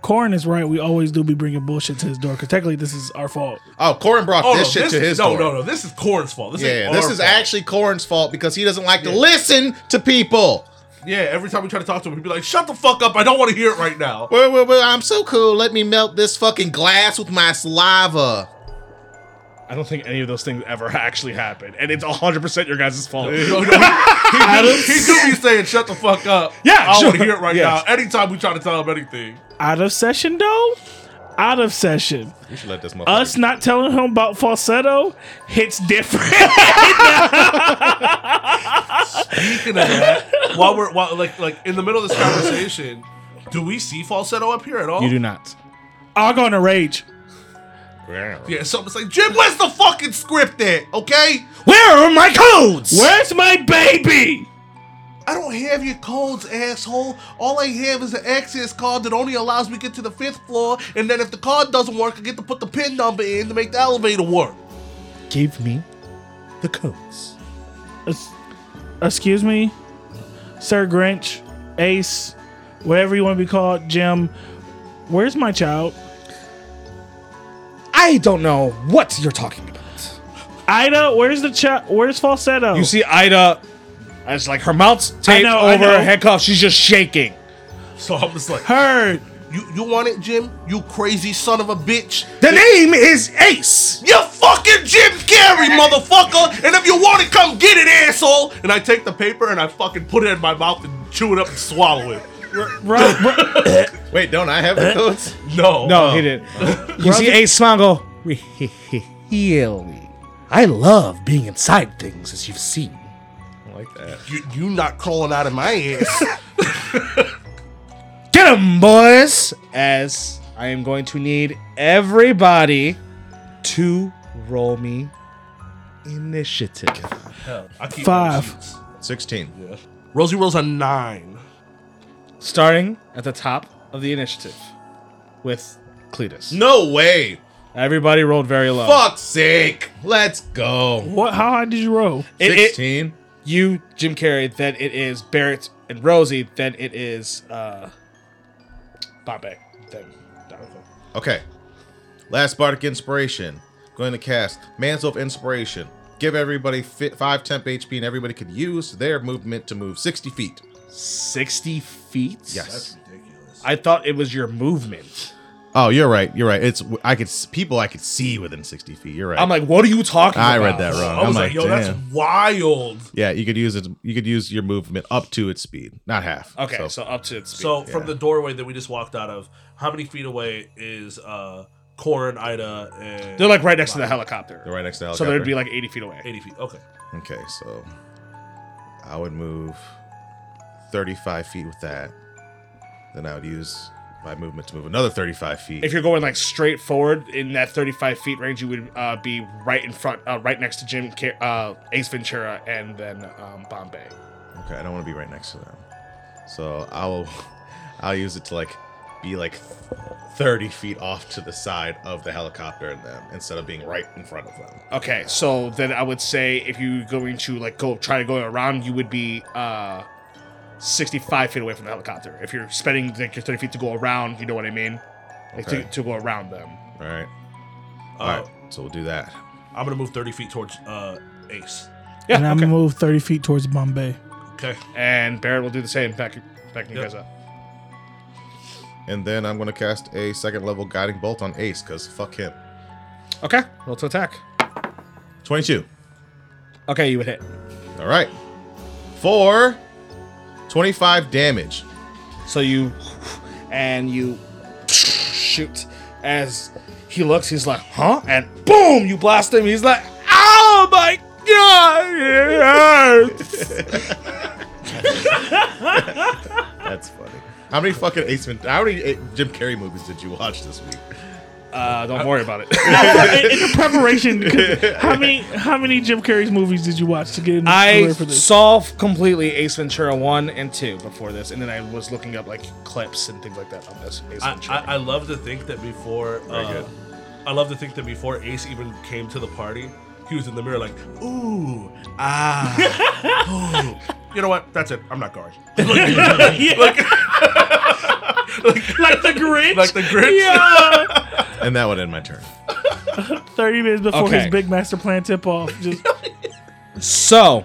E: Corin is right. We always do be bringing bullshit to his door because technically, this is our fault.
C: Oh, Corin brought
D: Oh,
C: this
D: no,
C: shit
D: this
C: to
D: is-
C: his
D: no,
C: door.
D: no, no. This is Corn's fault. This
C: Yeah,
D: is
C: this
D: our
C: is
D: fault.
C: actually Corin's fault because he doesn't like to listen to people.
D: yeah. Every time we try to talk to him, he'd be like, "Shut the fuck up! I don't want to hear it right now."
C: Well, well, well, I'm so cool. Let me melt this fucking glass with my saliva.
B: I don't think any of those things ever actually happened, and it's hundred percent your guys' fault.
D: You know, he, he, do- he do be saying, "Shut the fuck up!"
B: Yeah,
D: I don't want to
B: sure.
D: hear it right
B: Yeah.
D: now. Anytime we try to tell him anything,
E: Out of session, though. Out of session.
C: You should let this motherfucker.
E: Us not telling him about falsetto hits different.
D: Speaking of that, while we're while like like in the middle of this conversation, do we see falsetto up here at all?
B: You do not.
E: *laughs* I'll go in a rage.
D: Yeah, someone's like, Jim, where's the fucking script at? Okay,
B: Where are my codes?
E: Where's my baby?
D: I don't have your codes, asshole. All I have is an access card that only allows me to get to the fifth floor, and then if the card doesn't work, I get to put the pin number in to make the elevator work.
B: Give me the codes.
E: Es- Excuse me, Sir Grinch, Ace, whatever you want to be called, Jim. Where's my child?
B: I don't know what you're talking about.
E: Ida, where's the child? Where's falsetto?
B: You see Ida, it's like her mouth's taped
E: know, I
B: over
E: know.
B: her handcuff. She's just shaking.
D: So I'm just like,
E: heard.
D: you you want it, Jim? You crazy son of a bitch.
B: The name is Ace.
D: You fucking Jim Carrey, motherfucker! And if you want it, come get it, asshole! And I take the paper and I fucking put it in my mouth and chew it up and swallow it.
E: Ro- Ro-
C: Wait, don't I have the codes?
D: No.
E: Oh.
B: No, he
E: *laughs*
B: didn't. You see Ace smile and go, *laughs* really? I love being inside things, as you've seen.
C: I like that.
D: You, you not crawling out of my ass.
B: Get him, boys! As I am going to need everybody to roll me initiative.
D: *laughs* I keep
E: Five.
D: those sheets.
C: Sixteen.
D: Rosie rolls a nine.
B: Starting at the top of the initiative with Cletus.
C: No way.
B: Everybody rolled very low.
C: Fuck's sake. Let's go.
E: what? How high did
B: *laughs*
E: you roll?
B: It- it-
C: Sixteen.
B: you, Jim Carrey, then it is Barrett and Rosie, then it is uh Bombay, then Donovan.
C: Okay. Last bardic inspiration. Going to cast Manself Inspiration. Give everybody fi- five temp HP, and everybody could use their movement to move sixty feet.
B: Sixty feet?
C: Yes.
B: I thought it was your movement.
C: Oh, you're right. You're right. It's I could s- people I could see within sixty feet. You're right.
B: I'm like, what are you talking
C: I
B: about?
C: read that wrong.
D: I was like, yo, that's wild.
C: Yeah, you could use it. You could use your movement up to its speed, not half.
B: Okay, so, up to its speed.
D: So from the doorway that we just walked out of, how many feet away is uh Corin, Ida, and
B: they're like right next to the helicopter.
C: they're right next to the
B: So
C: helicopter.
B: they'd be like eighty feet away.
D: eighty feet. Okay.
C: okay, so I would move thirty-five feet with that. Then I would use my movement to move another thirty-five feet.
B: If you're going like straight forward in that 35 feet range, you would uh, be right in front, uh, right next to Jim, Car- uh, Ace Ventura, and then um, Bombay.
C: okay, I don't want to be right next to them. So I'll *laughs* I'll use it to like be like thirty feet off to the side of the helicopter and them instead of being right in front of them.
B: Okay, so then I would say if you're going to like go try to go around, you would be uh 65 feet away from the helicopter. If you're spending like your 30 feet to go around, you know what I mean? Like
C: Okay.
B: to, to go around them.
C: All right.
D: Uh,
C: All right. So we'll do that.
D: I'm gonna move thirty feet towards uh Ace.
B: Yeah,
E: and I'm
B: okay.
E: *laughs* gonna move thirty feet towards Bombay.
D: Okay.
B: And Barrett will do the same, back, backing you
D: Yep.
B: guys up.
C: And then I'm going to cast a second level guiding bolt on Ace because fuck him.
B: Okay, roll to attack.
C: 22.
B: Okay, you would hit.
C: All right. For 25 damage.
B: So you and you shoot as he looks. He's like, huh? And boom! You blast him. He's like, oh my god! It hurts.
C: That's funny. How many fucking Ace Vent- How many eh, Jim Carrey movies did you watch this week?
B: uh, don't worry about it. *laughs*
E: in, in the preparation, 'cause how many how many Jim Carrey's movies did you watch to get in
B: I
E: prepared for this?
B: saw completely Ace Ventura one and two before this, and then I was looking up like clips and things like that on this Ace
D: I,
B: Ventura.
D: I, I love to think that before uh,
C: good.
D: I love to think that before Ace even came to the party, he was in the mirror like, ooh,
B: *laughs*
D: ah, ooh. You know what? That's it. I'm not going.
E: *laughs* *laughs* Yeah. like the Grinch.
D: Like *laughs*
C: *laughs*
D: the Grinch.
E: Yeah.
C: And that would end my turn.
E: Thirty minutes before
B: Okay.
E: his big master plan tip off. Just
B: So,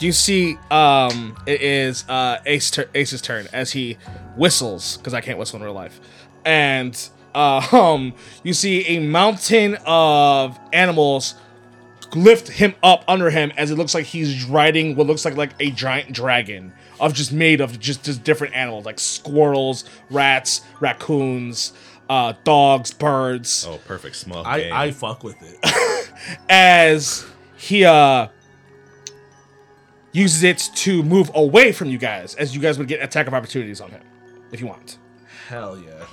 B: you see, um, it is uh, Ace tur- Ace's turn as he whistles because I can't whistle in real life, and uh, *laughs* um, you see a mountain of animals lift him up under him as it looks like he's riding what looks like like a giant dragon of just made of just just different animals like squirrels, rats, raccoons, uh, dogs, birds
C: Oh, perfect. Small.
D: I,
C: game.
D: I fuck with it.
B: as he uh uses it to move away from you guys, as you guys would get attack of opportunities on him if you want.
D: Hell yeah.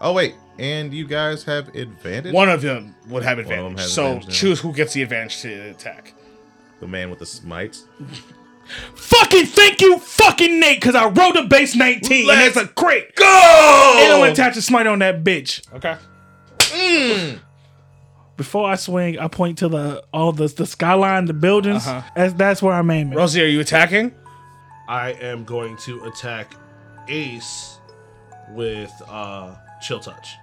C: oh, wait. And you guys have advantage?
B: One of them would have
C: of them
B: advantage,
C: has
B: so
C: advantage, yeah.
B: choose who gets the advantage to attack.
C: The man with the smites.
E: fucking thank you, fucking Nate, because I rolled a base 19 and it's a great.
B: Go!
E: And I'm gonna attach a smite on that bitch.
B: Okay.
E: Before I swing, I point to the all the the skyline, the buildings.
B: Uh-huh.
E: As that's where I'm aiming.
B: Rosie, are you attacking?
D: I am going to attack Ace with uh, Chill Touch.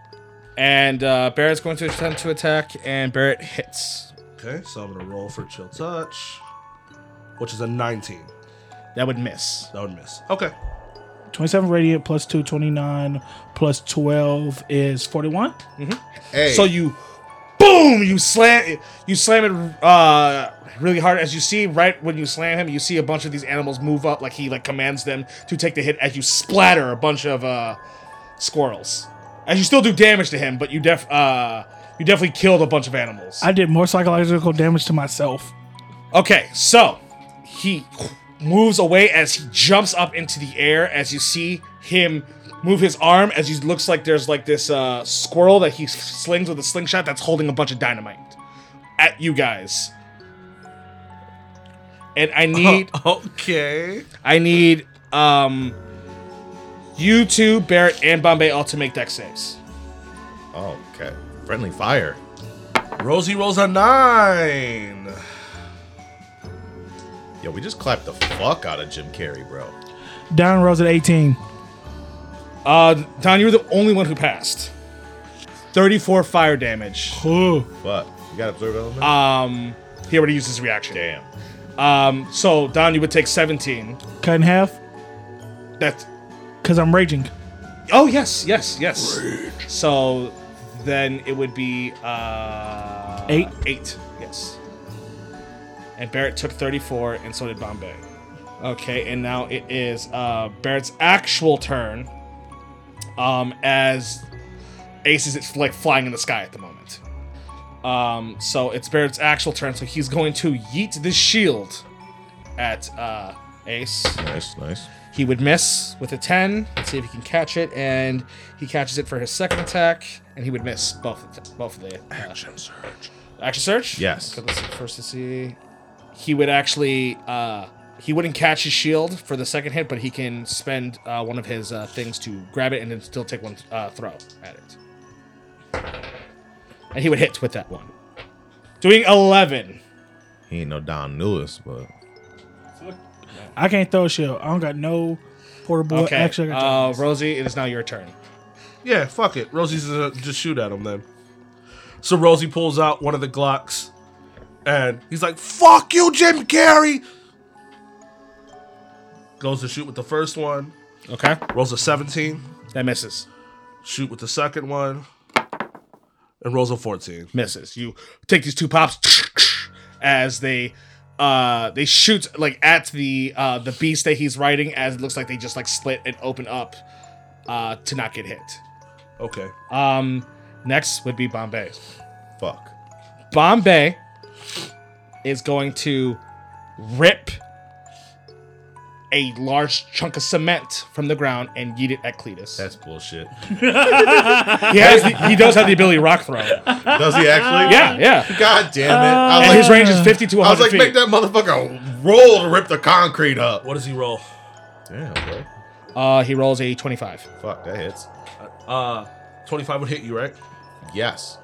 B: And uh, Barrett's going to attempt to attack, and Barrett hits.
D: Okay, so I'm gonna roll for Chill Touch, which is a 19.
B: That would miss.
D: That would miss. Okay.
E: 27 radiant plus 2, 29 plus 12 is 41.
C: Hey.
B: So you, boom! You slam, you slam it uh, really hard. As you see, right when you slam him, you see a bunch of these animals move up, like he like commands them to take the hit. As you splatter a bunch of uh, squirrels, as you still do damage to him, but you def uh, you definitely killed a bunch of animals.
E: I did more psychological damage to myself.
B: Okay, so he moves away as he jumps up into the air as you see him move his arm as he looks like there's like this uh, squirrel that he slings with a slingshot that's holding a bunch of dynamite at you guys. And I need
D: Okay.
B: I need um you two, Barrett and Bombay all to make deck saves.
C: oh, okay. Friendly fire.
D: Rosie rolls a nine.
C: Yo, we just clapped the fuck out of Jim Carrey, bro.
E: Down rose at 18.
B: Uh Don, you were the only one who passed. 34 fire damage.
C: Fuck. You got observed element?
B: Um he already used his reaction.
C: Damn.
B: Um, so Don, you would take 17.
E: Cut in half
B: That's
E: because I'm raging.
B: oh yes, yes, yes. So then it would be uh
E: Eight?
B: Eight, yes. And Barrett took 34, and so did Bombay. Okay, and now it is uh Barrett's actual turn. Um, as Ace is it's like flying in the sky at the moment. Um, so it's Barrett's actual turn, so he's going to yeet this shield at uh Ace.
C: Nice, nice.
B: He would miss with a 10. Let's see if he can catch it. And he catches it for his second attack. And he would miss both of the, both of the uh,
D: Action surge.
B: action search.
C: Yes.
B: Okay, let's see, first to see. He would actually uh he wouldn't catch his shield for the second hit, but he can spend uh, one of his uh, things to grab it and then still take one uh, throw at it. And he would hit with that one. Doing 11.
C: He ain't no Don Lewis, but
E: I can't throw a shield. I don't got no portable
B: Okay.
E: action.
B: uh, Rosie, it is now your turn.
D: Yeah, fuck it. Rosie's uh, just shoot at him then. So Rosie pulls out one of the Glocks, and he's like, "Fuck you, Jim Carrey." Goes to shoot with the first one.
B: Okay.
D: Rolls a seventeen.
B: That misses.
D: Shoot with the second one. And rolls a 14.
B: misses. You take these two pops as they uh they shoot like at the uh the beast that he's riding as it looks like they just like split and open up uh to not get hit.
D: Okay.
B: Um next would be Bombay.
C: Fuck.
B: Bombay is going to rip a large chunk of cement from the ground and yeet it at Cletus.
C: That's bullshit.
B: he has the, he does have the ability to rock throw. Yeah,
C: Does he actually?
B: yeah.
C: God damn it. I
B: And
C: was like,
B: his range is 50 to 100
C: I was like
B: feet.
C: make that motherfucker roll to rip the concrete up.
D: What does he roll?
C: Damn, bro.
B: Uh, he rolls a 25.
C: Fuck, that hits.
D: Uh, 25 would hit you, right?
C: Yes.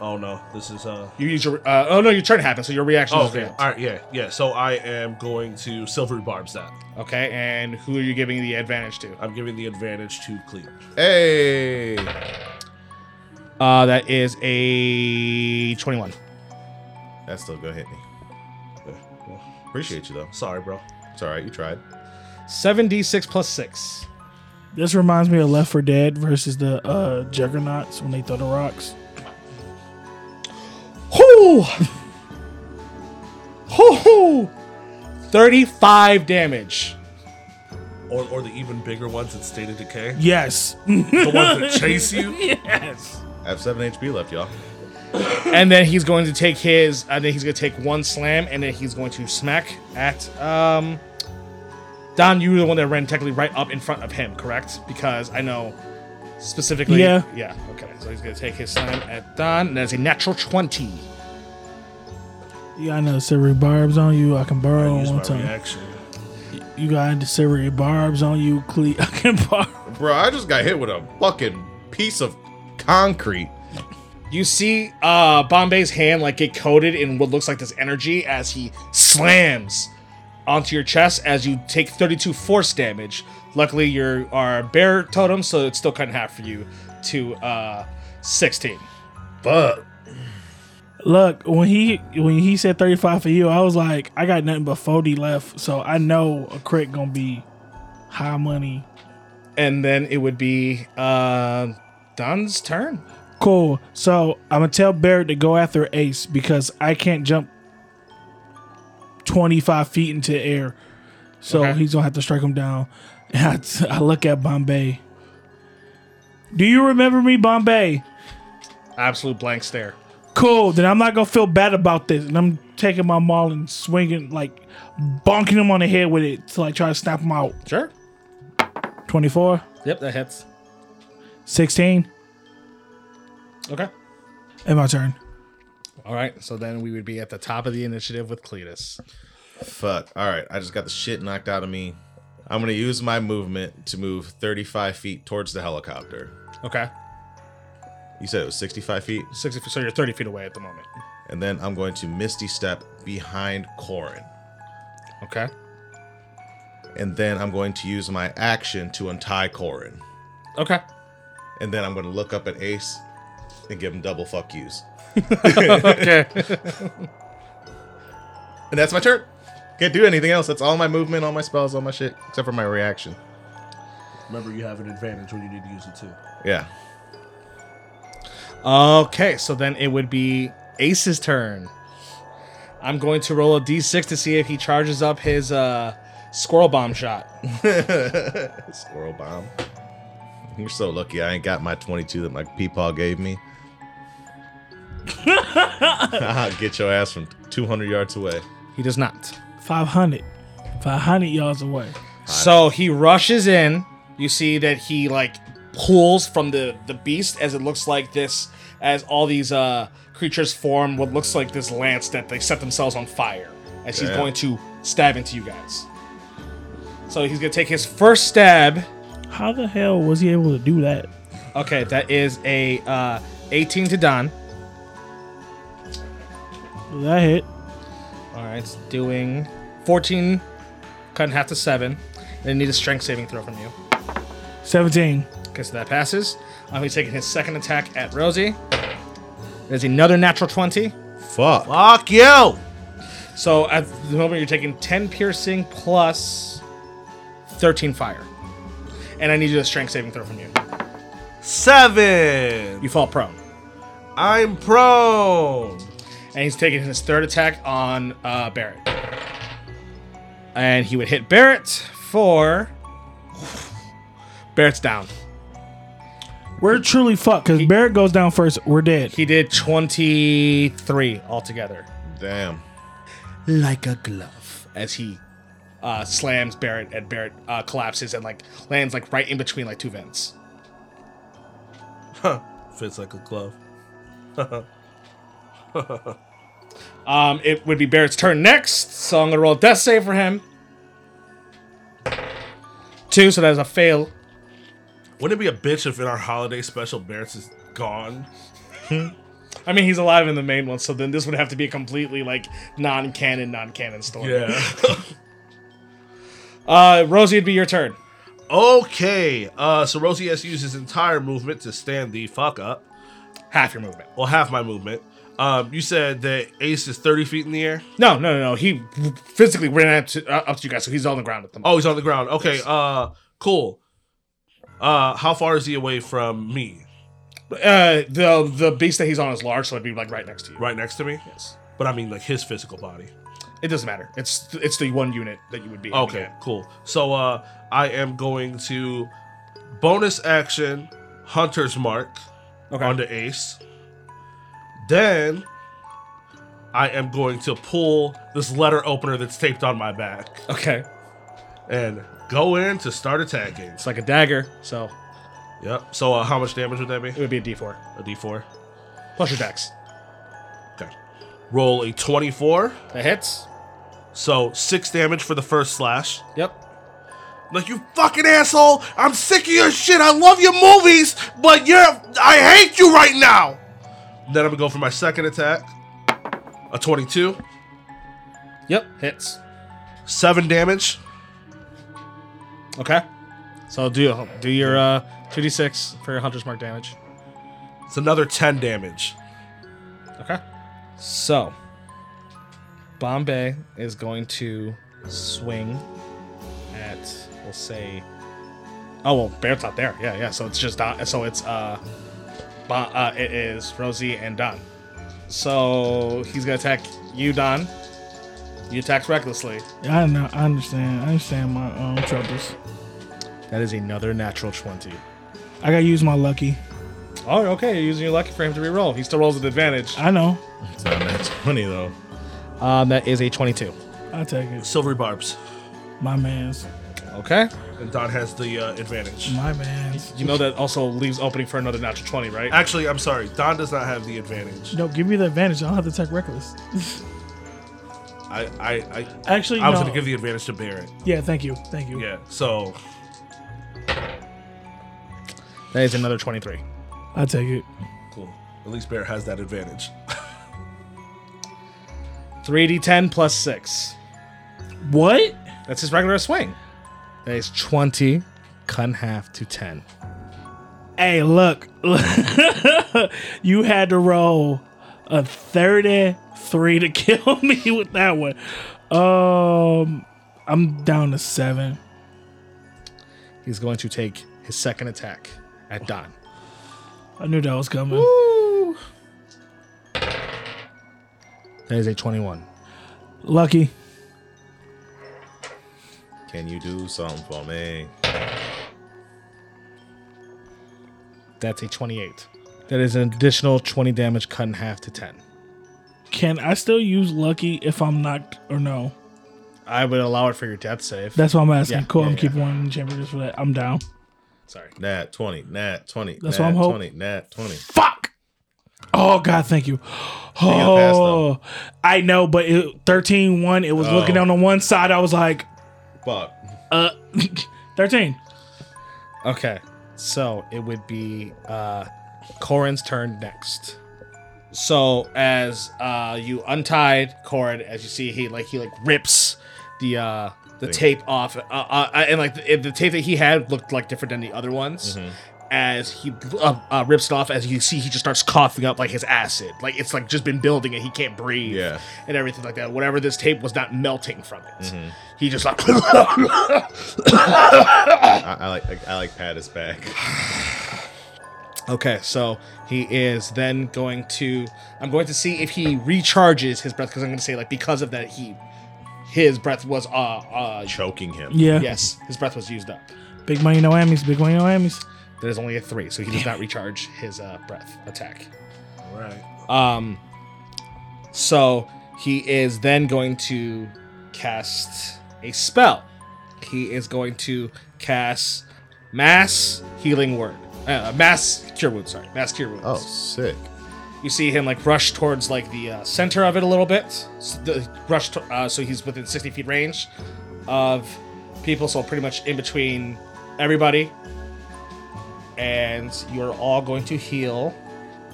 D: Oh, no. This is, uh...
B: You use your. Uh, oh no, your turn happened, so your reaction.
D: Oh,
B: is
D: okay.
B: failed.
D: All right, yeah, yeah. So I am going to Silvery Barbs that.
B: Okay, and who are you giving the advantage to?
D: I'm giving the advantage to Cleveland.
C: Hey.
B: Uh, that is a twenty-one.
C: That's still gonna hit me. Appreciate you though.
D: Sorry, bro.
C: It's alright, you tried.
B: Seven d six plus six.
E: This reminds me of Left for Dead versus the uh, Juggernauts when they throw the rocks.
B: *laughs* Whoo! Whoo! Thirty-five damage.
D: Or, or the even bigger ones in State of
E: *laughs*
D: Decay.
E: Yes.
D: The ones that chase you.
E: yes.
C: I have seven HP left, y'all.
B: And then he's going to take his. I think he's going to take one slam, and then he's going to smack at. Um, Don, you were the one that ran technically right up in front of him, correct? Because I know specifically.
E: Yeah.
B: Yeah. Okay. So he's going to take his slam at Don, and that's a natural twenty.
E: You got another silvery barbs on you. I can borrow
D: Use my
E: one time.
D: reaction.
E: You got the silvery barbs on you, Cle. *laughs* I can borrow.
C: Bro, I just got hit with a fucking piece of concrete.
B: You see uh, Bombay's hand like get coated in what looks like this energy as he slams onto your chest as you take 32 force damage. Luckily, you are bear totem, so it's still cut in half for you to uh, 16.
C: Fuck.
E: Look, when he when he said thirty five for you, I was like, I got nothing but forty left, so I know a crit gonna be high money.
B: And then it would be uh, Don's turn.
E: Cool. So I'm gonna tell Barrett to go after Ace because I can't jump 25 feet into the air. So
B: Okay.
E: he's gonna have to strike him down. *laughs* And I, I look at Bombay. Do you remember me, Bombay?
B: Absolute blank stare.
E: Cool. Then I'm not gonna feel bad about this, and I'm taking my maul and swinging, like bonking him on the head with it to like try to snap him out.
B: Sure.
E: 24,
B: Yep, that hits.
E: 16,
B: Okay.
E: and my turn.
B: All right, so then we would be at the top of the initiative with Cletus.
C: Fuck. Alright, I just got the shit knocked out of me. I'm gonna use my movement to move 35 feet towards the helicopter.
B: Okay.
C: You said it was 65 feet?
B: 60, so you're 30 feet away at the moment.
C: And then I'm going to Misty Step behind Corin.
B: Okay.
C: And then I'm going to use my action to untie Corin.
B: Okay.
C: And then I'm going to look up at Ace and give him double fuck
E: *laughs*
C: yous.
B: Okay.
C: *laughs* And that's my turn. Can't do anything else. That's all my movement, all my spells, all my shit, except for my reaction.
D: Remember, you have an advantage when you need to use it too.
C: Yeah.
B: Okay, so then it would be Ace's turn. I'm going to roll a d6 to see if he charges up his uh, squirrel bomb shot.
C: Squirrel bomb. You're so lucky I ain't got my 22 that my peepaw gave
E: *laughs*
C: me. I'll get your ass from 200 yards away.
B: He does not.
E: 500, 500 yards away.
B: So he rushes in. You see that he like pulls from the the beast as it looks like this as all these uh creatures form what looks like this lance that they set themselves on fire as he's
C: Yeah.
B: going to stab into you guys. So he's going to take his first stab.
E: How the hell was he able to do that?
B: Okay, that is a uh 18 to Don.
E: Will that hit?
B: All right, it's doing 14, cut in half to 7. They need a strength saving throw from you.
E: 17.
B: Okay, so that passes. Um, he's taking his second attack at Rosie. There's another natural 20.
C: Fuck.
D: Fuck you!
B: So at the moment, you're taking 10 piercing plus 13 fire. and I need you to strength saving throw from you.
D: Seven.
B: You fall prone.
D: I'm prone.
B: And he's taking his third attack on uh, Barrett. And he would hit Barrett for. *sighs* Barrett's down.
E: We're truly fucked because Barrett goes down first. We're dead.
B: He did 23 altogether.
C: Damn.
B: Like a glove. As he uh, slams Barrett and Barrett uh, collapses and like lands like right in between like two vents.
D: Huh. Fits like a glove.
B: Um, it would be Barrett's turn next, so I'm gonna roll a death save for him. Two, so that is a fail.
D: Wouldn't it be a bitch if in our holiday special Barrett's is gone?
B: I mean, he's alive in the main one, so then this would have to be a completely like non-canon, non-canon story. Uh, Rosie, it'd be your turn.
D: okay. Uh, so Rosie has used his entire movement to stand the fuck up.
B: Half your movement.
D: Well, half my movement. Um, you said that Ace is 30 feet in the air.
B: No, no, no, no. He physically ran up to, uh, up to you guys, so he's on the ground at the moment.
D: Oh, he's on the ground. Okay. Uh, cool. Uh, how far is he away from me?
B: Uh, the the beast that he's on is large, so it'd be like right next to you.
D: Right next to me.
B: Yes.
D: But I mean, like his physical body.
B: It doesn't matter. It's it's the one unit that you would be. aiming
D: Okay,
B: at.
D: cool. So uh I am going to bonus action Hunter's Mark
B: Okay.
D: on the ace. Then I am going to pull this letter opener that's taped on my back
B: Okay.
D: and go in to start attacking.
B: It's like a dagger, so
D: Yep. So uh, how much damage would that be?
B: it would be a D4
D: A d4.
B: plus your dex.
D: Okay. Roll a 24.
B: That hits.
D: So 6 damage for the first slash.
B: Yep.
D: Like you fucking asshole! I'm sick of your shit. I love your movies, but you're I hate you right now. Then I'm gonna go for my second attack. A 22,
B: Yep. Hits.
D: seven damage.
B: Okay. So do do your uh, 2d6 for your hunter's mark damage.
D: It's another 10 damage.
B: Okay. So Bombay is going to swing at we'll say Oh well, Barrett's not there. Yeah, yeah. So it's just Don. So it's uh, Bo- uh it is Rosie and Don. So he's gonna attack you, Don. You attack recklessly.
E: I know. I understand. I understand my um, troubles.
B: That is another natural twenty.
E: I gotta use my lucky.
B: Oh, okay. You're using your lucky for him to reroll. He still rolls with advantage.
E: I know.
C: It's not that 20, though.
B: Um, that is a twenty-two.
E: I take it.
D: Silvery barbs.
E: My man's.
B: Okay.
D: And Don has the uh, advantage.
E: My man's.
B: You know that also leaves opening for another natural 20, right?
D: Actually, I'm sorry. Don does not have the advantage.
E: No, give me the advantage. I don't have to take reckless.
D: I I I,
E: Actually,
D: I was
E: no.
D: gonna give the advantage to Barrett.
E: Yeah, thank you, thank you.
D: Yeah. So
B: That is another 23.
E: I take it.
D: cool. At least Barrett has that advantage.
B: 3d10 plus 6.
E: What?
B: That's his regular swing. That is 20, cut in half to 10.
E: Hey, look, *laughs* you had to roll a thirty-three to *laughs* kill me with that one. Um, I'm down to seven.
B: He's going to take his second attack at Don.
E: I knew that was coming.
B: That is a 21.
E: Lucky.
C: Can you do something for me?
B: That's a 28. That is an additional 20 damage cut in half to 10.
E: Can I still use lucky if I'm knocked or no?
B: I would allow it for your death save.
E: That's what I'm asking.
B: Yeah,
E: cool.
B: yeah,
E: I'm
B: yeah.
E: keeping one in the chamber just for that. I'm down.
B: Sorry.
C: Nat 20, nat 20.
E: That's
C: nat
E: what I'm hoping.
C: 20, nat 20.
E: Fuck. Oh God, thank you.
C: got past, though.
E: Oh, I know, but it, 13-1, It was
C: Oh.
E: looking on the one side. I was like,
C: Fuck.
E: uh, *laughs* thirteen.
B: Okay, so it would be uh, Corin's turn next. So as uh, you untied Corin, as you see, he like he like rips the uh, the uh,
C: Thing. Mm-hmm.
B: tape off, uh, uh, and like the, the tape that he had looked like different than the other ones, as he uh, uh, rips it off. As you see, he just starts coughing up like his acid. Like it's like just been building and he can't breathe.
C: Yeah.
B: And everything like that. Whatever this tape was not melting from it.
C: Mm-hmm.
B: He just like. *laughs*
C: I, I like I like pat his back. *laughs*
B: okay, so he is then going to. I'm going to see if he recharges his breath because I'm going to say like because of that he, his breath was uh uh
C: *laughs* Choking him.
E: Yeah.
B: yes his breath was used up.
E: Big money, no whammies. Big money, no whammies.
B: There's only a three, so he does not recharge his uh, breath attack.
D: All right.
B: Um, so he is then going to cast a spell. He is going to cast mass healing word, uh, mass cure wound. Sorry, mass cure wounds.
C: Oh, sick.
B: You see him like rush towards like the uh, center of it a little bit. S- the- rush, to, uh, so he's within sixty feet range of people. So pretty much in between everybody, and you are all going to heal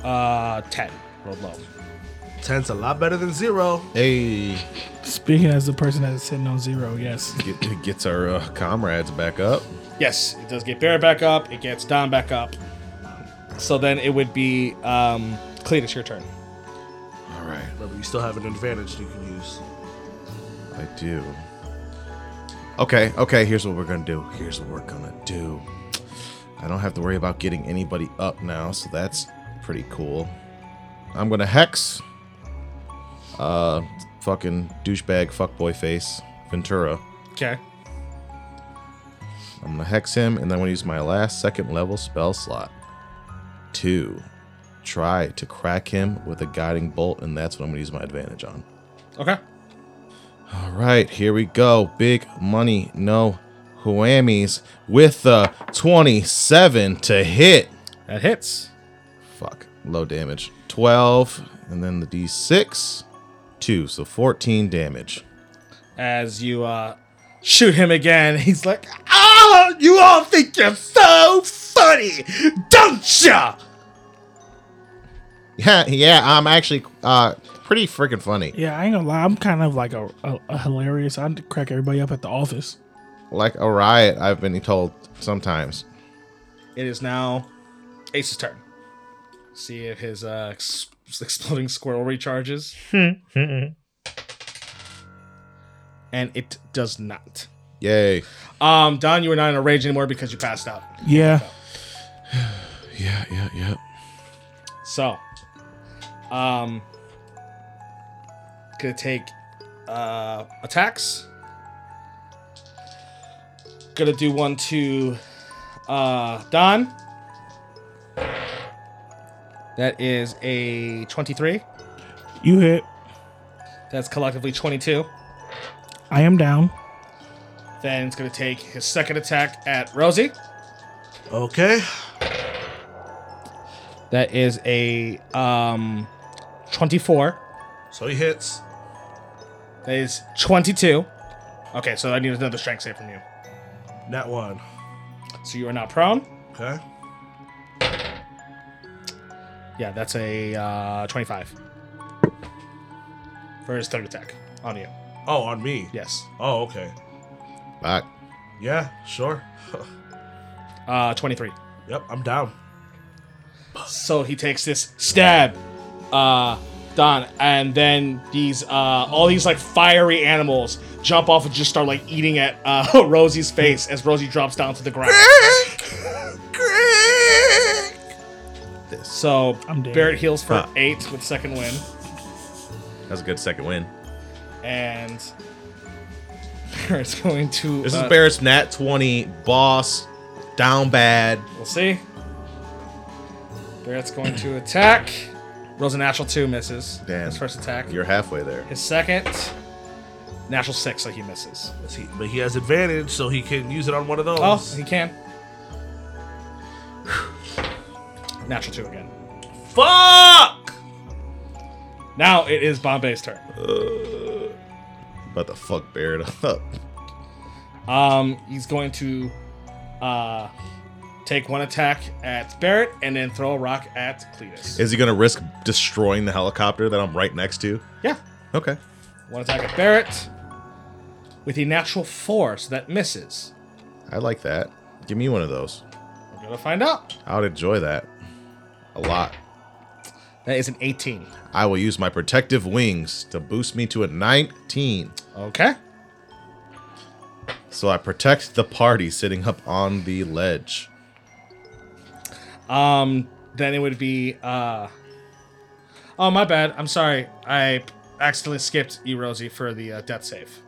B: uh, ten. Roll low.
D: Ten's a lot better than zero.
C: Hey,
E: Speaking as the person that's sitting on zero, yes.
C: get, *coughs* gets our uh, comrades back up.
B: Yes, it does get Bear back up. It gets Don back up. So then it would be um, Cletus, your turn.
C: All right,
D: Remember, you still have an advantage you can use.
C: I do. Okay, okay. Here's what we're gonna do. Here's what we're gonna do. I don't have to worry about getting anybody up now, so that's pretty cool. I'm gonna hex. Uh, fucking douchebag, fuckboy face, Ventura.
B: Okay.
C: I'm gonna hex him, and then I'm gonna use my last second level spell slot to try to crack him with a guiding bolt, and that's what I'm gonna use my advantage on.
B: Okay.
C: All right, here we go. Big money, no whammies with a 27 to hit.
B: That hits.
C: Fuck, low damage. 12, and then the d6, 2, so 14 damage. *laughs*
B: As you uh, shoot him again, *laughs* he's like, Oh, you all think you're so funny, don't ya?
C: Yeah, yeah, I'm actually uh, pretty freaking funny.
E: Yeah, I ain't gonna lie. I'm kind of like a, a, a hilarious. I crack everybody up at the office.
C: Like a riot, I've been told sometimes.
B: It is now Ace's turn. See if his uh, ex- *laughs* exploding squirrel recharges. and it does not.
C: Yay.
B: Um, Don, you are not in a rage anymore because you passed out.
E: Yeah.
C: Yeah, yeah, yeah.
B: So, um, gonna take uh, attacks. Gonna do one to uh, Don. That is a 23.
E: You hit.
B: That's collectively 22.
E: I am down.
B: Then it's gonna take his second attack at Rosie.
D: Okay.
B: That is a um, 24.
D: So he hits.
B: That is 22. Okay, so I need another strength save from you.
D: Nat one.
B: So you are now prone.
D: Okay.
B: Yeah, that's a uh, 25. For his third attack on you.
D: Oh, on me.
B: Yes.
D: Oh, okay.
C: Back.
D: Yeah, sure. *laughs*
B: Uh, 23.
D: yep, I'm down.
B: So he takes this stab, uh, Don, and then these, uh, all these like fiery animals jump off and just start like eating at uh, *laughs* Rosie's face as Rosie drops down to the ground. So
E: I'm dead.
B: Barrett heals for
C: Huh.
B: eight with second win,
C: That was a good second win.
B: and *laughs* Barrett's going to.
C: This
B: uh,
C: is Barrett's Nat 20 boss down bad.
B: We'll see. Barrett's going to attack. Rolls a natural two, misses.
C: Damn.
B: His first attack.
C: You're halfway there.
B: His second, natural six, so he misses.
D: Yes, he- but he has advantage, so he can use it on one of those.
B: Oh, he can. Natural two again.
D: Fuck!
B: Now it is Bombay's turn.
C: About to fuck Barrett *laughs* up.
B: Um, he's going to uh, take one attack at Barrett and then throw a rock at Cletus.
C: Is he going to risk destroying the helicopter that I'm right next to?
B: yeah,
C: Okay.
B: one attack at Barrett with a natural four, so that misses.
C: I like that. Give me one of those.
B: I'm Gotta find out.
C: I would enjoy that a lot.
B: That is an 18.
C: I will use my protective wings to boost me to a 19.
B: Okay.
C: So I protect the party sitting up on the ledge.
B: Um, then it would be uh Oh my bad. I'm sorry. I accidentally skipped E Rosie for the uh, death save.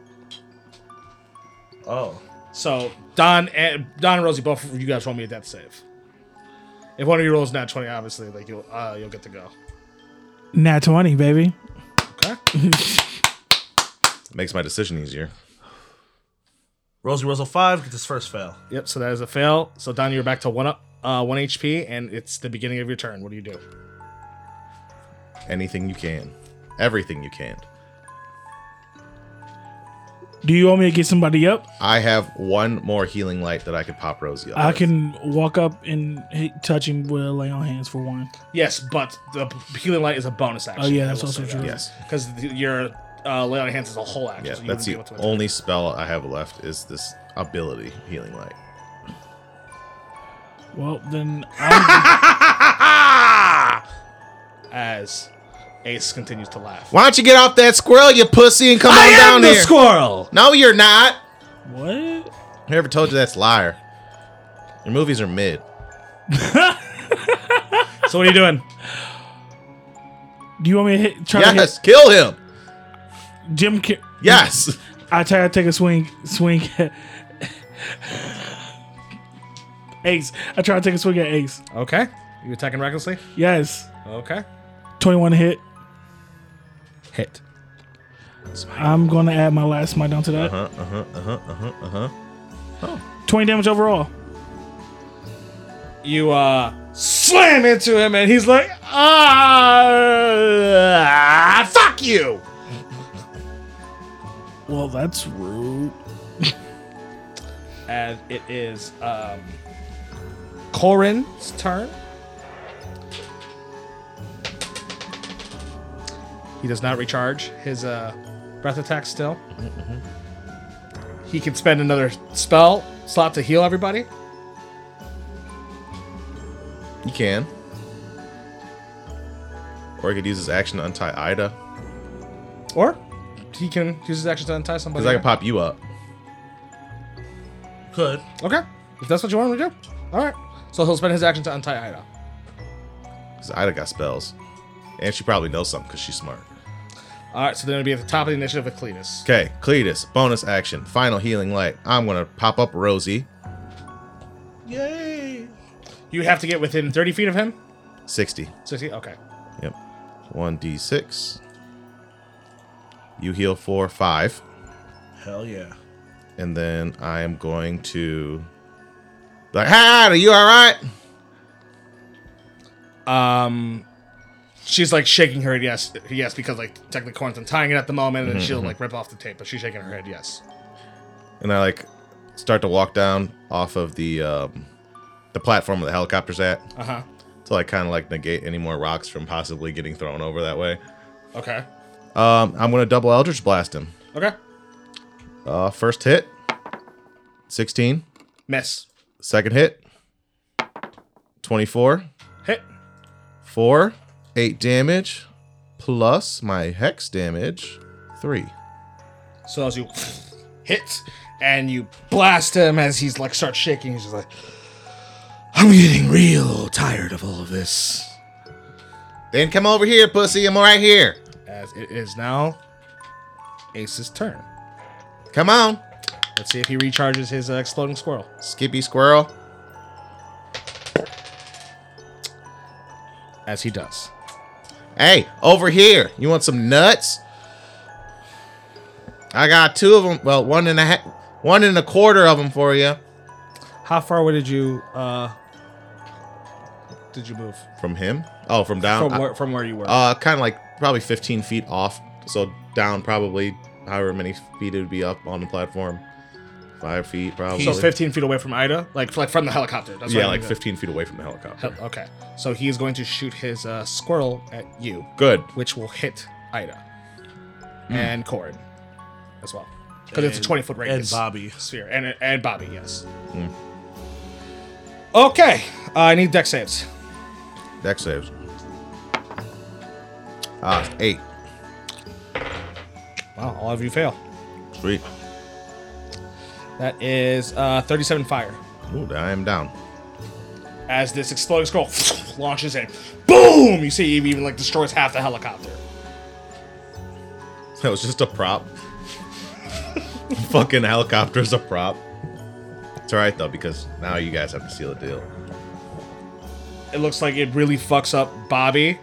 D: Oh.
B: So Don and Don and Rosie both of you guys roll me a death save. If one of you rolls nat twenty, obviously, like you'll uh, you'll get to go.
E: Nat 20, baby.
B: Okay.
C: Makes my decision easier.
D: Rosie rolls a five, gets his first fail.
B: yep. So that is a fail. So Don, you're back to one up, uh, one HP, and it's the beginning of your turn. What do you do?
C: Anything you can. Everything you can.
E: Do you want me to get somebody up?
C: I have one more healing light that I could pop Rosie up.
E: I
C: with.
E: can walk up and hit, touch him with a lay on hands for one.
B: Yes, but the healing light is a bonus action.
E: Oh, yeah, that's also true.
C: Yes.
B: Because your uh, lay on hands is a whole action.
C: Yeah,
B: so you
C: that's the
B: wouldn't be able to attack.
C: only spell I have left is this ability, healing light.
E: Well,
B: *laughs*
E: then I'm,
B: as Ace continues to laugh.
C: Why don't you get off that squirrel, you pussy, and come on down here?
B: squirrel.
C: no, you're not.
E: what?
C: Whoever told you that's liar. Your movies are mid.
B: So what are you doing?
E: Do you want me to hit, try
C: Yes, kill him.
E: to hit Jim? Car-
C: Yes. *laughs*
E: I try to take a swing, swing. At Ace, I try to take a swing at Ace.
B: Okay. You attacking recklessly?
E: Yes,
B: Okay.
E: twenty-one hit.
B: Hit.
E: I'm gonna add my last smite down to that.
C: Uh huh. Uh huh. Uh huh. Uh huh. Uh huh.
E: Twenty damage overall.
B: You uh slam into him and he's like, ah, fuck you.
E: Well, that's rude.
B: And it is um Corin's turn. He does not recharge his uh breath attack still. He can spend another spell slot to heal everybody.
C: You can. Or he could use his action to untie Ida.
B: Or he can use his action to untie somebody.
C: Because I can pop you up.
D: Could.
B: Okay. If that's what you want him to do. All right. So he'll spend his action to untie Ida.
C: Because Ida got spells. And she probably knows something because she's smart.
B: All right. So they're going to be at the top of the initiative with Cletus.
C: Okay, Cletus, bonus action, final healing light. I'm going to pop up Rosie.
D: Yay.
B: You have to get within 30 feet of him.
C: 60.
B: 60. Okay.
C: Yep. 1d6. You heal for 5.
D: Hell yeah.
C: And then I am going to. Like, hey, Ida, you alright?
B: Um, she's like shaking her head yes, yes, because like technically Corin's untying it at the moment, and she'll like rip off the tape, but she's shaking her head yes.
C: And I like start to walk down off of the um, the platform where the helicopter's at
B: Uh huh.
C: to like kind of like negate any more rocks from possibly getting thrown over that way.
B: Okay.
C: Um, I'm going to double Eldritch Blast him.
B: Okay.
C: Uh, first hit, 16.
B: Miss.
C: Second hit, 24.
B: Hit.
C: 4, 8 damage, plus my hex damage, 3.
B: So as you hit and you blast him as he's like starts shaking, he's just like, I'm getting real tired of all of this.
C: Then come over here, pussy. I'm right here.
B: As it is now Ace's turn.
C: Come on,
B: Let's see if he recharges his uh, exploding squirrel.
C: Skippy Squirrel.
B: As he does.
C: Hey, over here. You want some nuts? I got two of them. Well, one and a half, one and a quarter of them for you.
B: How far away did you uh did you move?
C: From him? Oh, from down.
B: from where from where you were.
C: uh, kind of like probably 15 feet off. So down probably however many feet it would be up on the platform. Five feet probably.
B: so 15 feet away from Ida, like like from the helicopter. That's what
C: yeah,
B: I
C: like
B: mean.
C: 15 feet away from the helicopter.
B: Hel- okay. So he's going to shoot his uh, squirrel at you,
C: Good.
B: which will hit Ida
C: Hmm.
B: and Corin as well. Because it's a
D: And-
B: 20 foot radius.
D: And Bobby.
C: Hmm.
B: Sphere. And, and Bobby, yes. Okay, uh, I need deck saves.
C: Deck saves. Ah, eight.
B: Wow, all of you fail.
C: Sweet.
B: That is uh, 37 fire.
C: Ooh, I am down. *laughs*
B: As this exploding scroll *laughs* launches in, boom! You see, Eve even like destroys half the helicopter.
C: That was just a prop. *laughs* Fucking helicopter's a prop. It's alright though, because now you guys have to seal a deal.
B: It looks like it really fucks up Bobby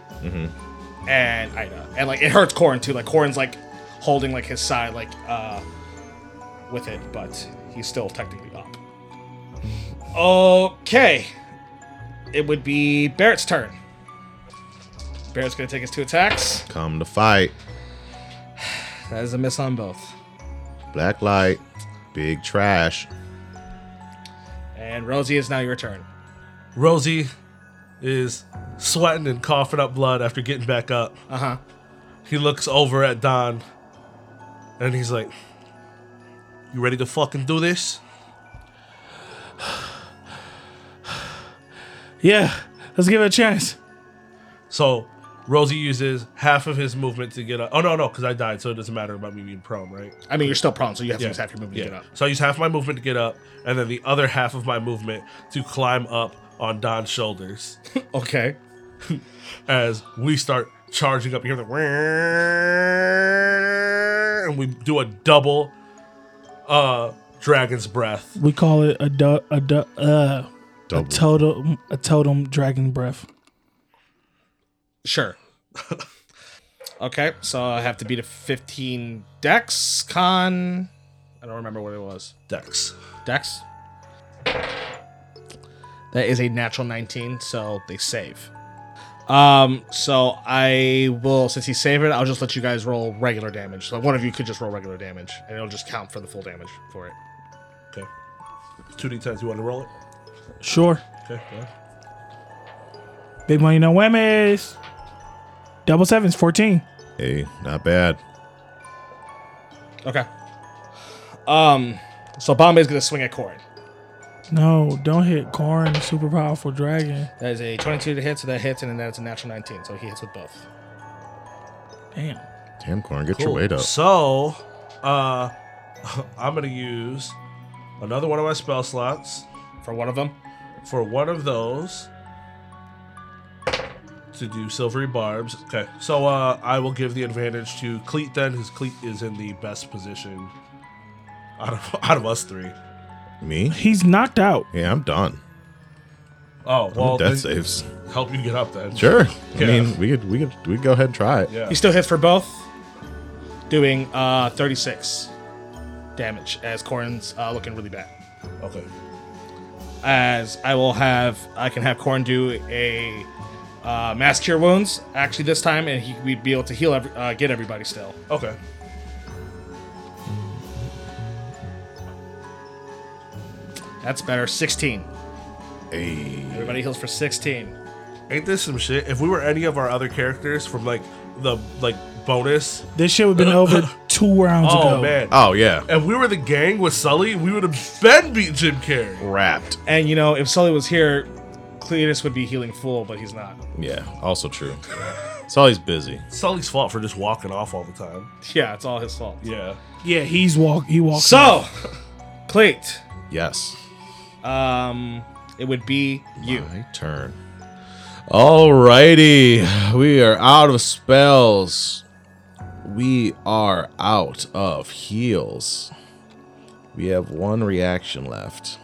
B: and Ida, and like it hurts Corin too. Like Corin's like holding like his side like uh with it, but he's still technically up. Okay, it would be Barrett's turn. Barrett's gonna take his two attacks.
C: Come to fight.
B: That is a miss on both.
C: Black light. Big trash.
B: And Rosie is now your turn.
D: Rosie is sweating and coughing up blood after getting back up.
B: Uh huh.
D: He looks over at Don and he's like, You ready to fucking do this?
E: Yeah, let's give it a chance.
D: So Rosie uses half of his movement to get up. Oh, no, no, because I died, so it doesn't matter about me being prone, right?
B: I mean, you're still prone, so you have to
D: Yeah.
B: use half your movement to get up.
D: So I use half my movement to get up, and then the other half of my movement to climb up on Don's shoulders
B: Okay.
D: as we start charging up. You hear the whirr, and we do a double uh dragon's breath.
E: We call it a du- a du- uh
C: Double.
E: a totem a totem dragon breath.
B: Sure. okay, so I have to beat a 15 dex con. I don't remember what it was.
D: Dex.
B: Dex? That is a natural 19, so they save. Um, so I will, since he saved it, I'll just let you guys roll regular damage. So one of you could just roll regular damage, and it'll just count for the full damage for it.
D: Okay. 2d10s. You want to roll it?
E: Sure.
D: Okay. Yeah.
E: Big money no whammies. Double sevens, fourteen.
C: Hey, not bad.
B: Okay. Um, so Bombay's gonna swing at Corin.
E: No, don't hit Corn, super powerful dragon.
B: That is a 22 to hit, so that hits, and then that's a natural 19, so he hits with both.
E: Damn.
C: Damn, Corn, get
D: Cool.
C: your weight up.
D: So, uh, *laughs* I'm gonna use another one of my spell slots
B: For one of them,
D: for one of those to do silvery barbs. Okay, so uh, I will give the advantage to Cleat then, whose Cleat is in the best position out of *laughs* out of us three.
C: Me?
E: He's knocked out.
C: Yeah, I'm done.
D: Oh well,
C: Death
D: then
C: saves.
D: help you get up then.
C: Sure. I
D: Yeah.
C: mean, we could we could we could go ahead and try it.
D: Yeah.
B: he still hits for both, doing uh 36 damage as Corin's uh, looking really bad.
D: Okay.
B: As I will have, I can have Corin do a uh, mass cure wounds actually this time, and he we'd be able to heal every, uh, get everybody still.
D: Okay.
B: That's better. 16.
C: Hey.
B: Everybody heals for 16.
D: Ain't this some shit? If we were any of our other characters from like the like bonus.
E: This shit would have been over two rounds ago.
D: Oh man.
C: Oh yeah.
D: If we were the gang with Sully, we would have been beat Jim Carrey.
C: Wrapped.
B: And you know, if Sully was here, Cletus would be healing full, but he's not.
C: Yeah. Also true. It's always busy.
D: Sully's fault for just walking off all the time.
B: Yeah, it's all his fault.
D: Yeah.
E: Yeah, he's walk he walks.
B: So, Cleat,
C: Yes.
B: um, it would be you.
C: My turn. Alrighty. We are out of spells. We are out of heals. We have one reaction left.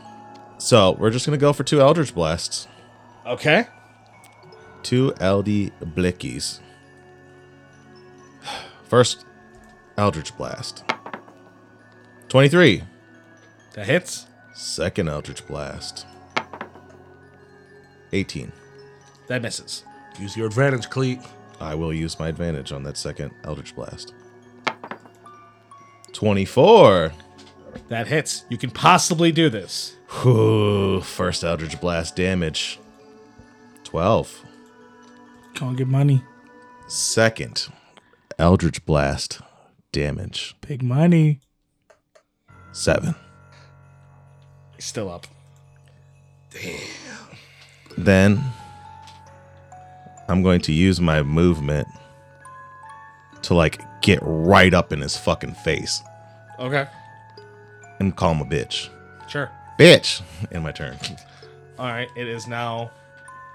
C: So we're just gonna go for two Eldritch Blasts.
B: Okay.
C: Two LD Blickies. First Eldritch Blast. 23.
B: That hits.
C: Second Eldritch Blast. 18.
B: That misses.
D: Use your advantage, Cleat.
C: I will use my advantage on that second Eldritch Blast. 24.
B: That hits. You can possibly do this.
C: Whew, first Eldritch Blast damage. 12.
E: Can't get money.
C: Second Eldritch Blast damage.
E: Big money.
C: 7.
B: He's still up.
C: Then I'm going to use my movement to like get right up in his fucking face
B: Okay.
C: and call him a bitch.
B: Sure.
C: Bitch! *laughs* In my turn.
B: All right. It is now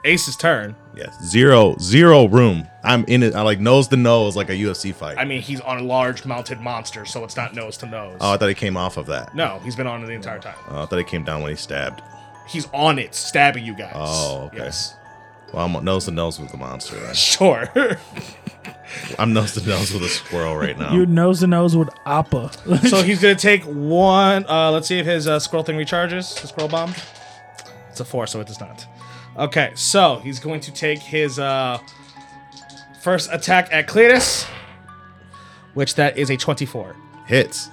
B: Ace's turn.
C: Yes. Zero, zero room. I'm in it. I like nose to nose like a UFC fight.
B: I mean, he's on a large mounted monster, so it's not nose to nose.
C: oh, I thought he came off of that.
B: no, he's been on it the entire time.
C: Oh, I thought he came down when he stabbed.
B: He's on it, stabbing you guys.
C: Oh, okay.
B: Yes. *laughs*
C: Well, I'm nose to nose with the monster. Then.
B: Sure.
C: I'm nose to nose with a squirrel right now.
E: You're nose to nose with Appa. *laughs*
B: so he's gonna take one. Uh, let's see if his uh, squirrel thing recharges. The squirrel bomb. It's a four, so it does not. Okay, so he's going to take his uh, first attack at Cletus, which that is a twenty-four.
C: Hits.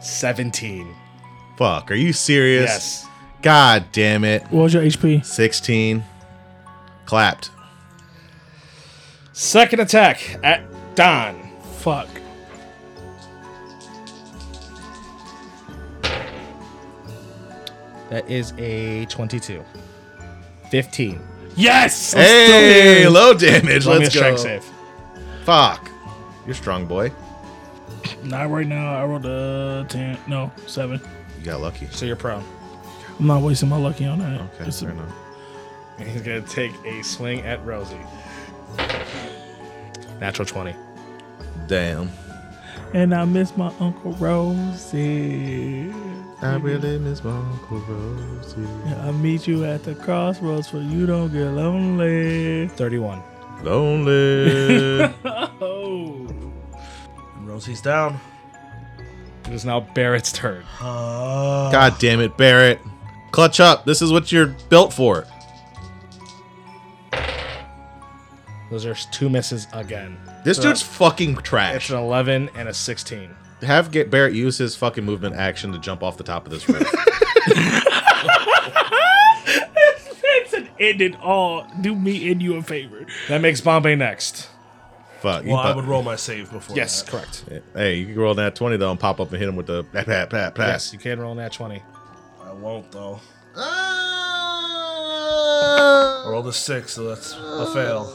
B: 17.
C: Fuck. Are you serious?
B: Yes.
C: God damn it.
E: what was your HP?
C: 16. Clapped.
B: Second attack at Don.
E: Fuck.
B: That is a 22. 15.
E: Yes. I'm still
C: Hey,
E: here.
C: low damage.
B: Roll me a
C: Let's go.
B: strength save.
C: Fuck. You're strong, boy.
E: Not right now. I rolled a ten. No, seven.
C: You got lucky.
B: So you're prone.
E: I'm not wasting my lucky on that.
C: Okay,
E: It's a-
C: fair enough.
B: And he's going to take a swing at Rosie. Natural 20.
C: Damn.
E: and I miss my Uncle Rosie.
C: I really miss my Uncle Rosie.
E: I meet you at the crossroads for you don't get lonely.
B: 31.
C: Lonely.
E: Oh.
D: And Rosie's down.
B: It is now Barrett's turn.
C: God damn it, Barrett. Clutch up. This is what you're built for.
B: Those are two misses again.
C: This dude's fucking trash.
B: It's an 11 and a 16.
C: Have get Barrett use his fucking movement action to jump off the top of this roof.
E: That's an end it all. Do me and you a favor.
B: That makes Bombay next. Uh,
C: Fuck. you
D: Well, I
C: thought-
D: would roll my save before.
B: Yes,
D: that.
B: correct.
C: Hey, you can roll that 20 though and pop up and hit him with the pat, pat, pat, pat.
B: Yes, you can roll that 20.
D: I won't though. I rolled a six, so that's a fail.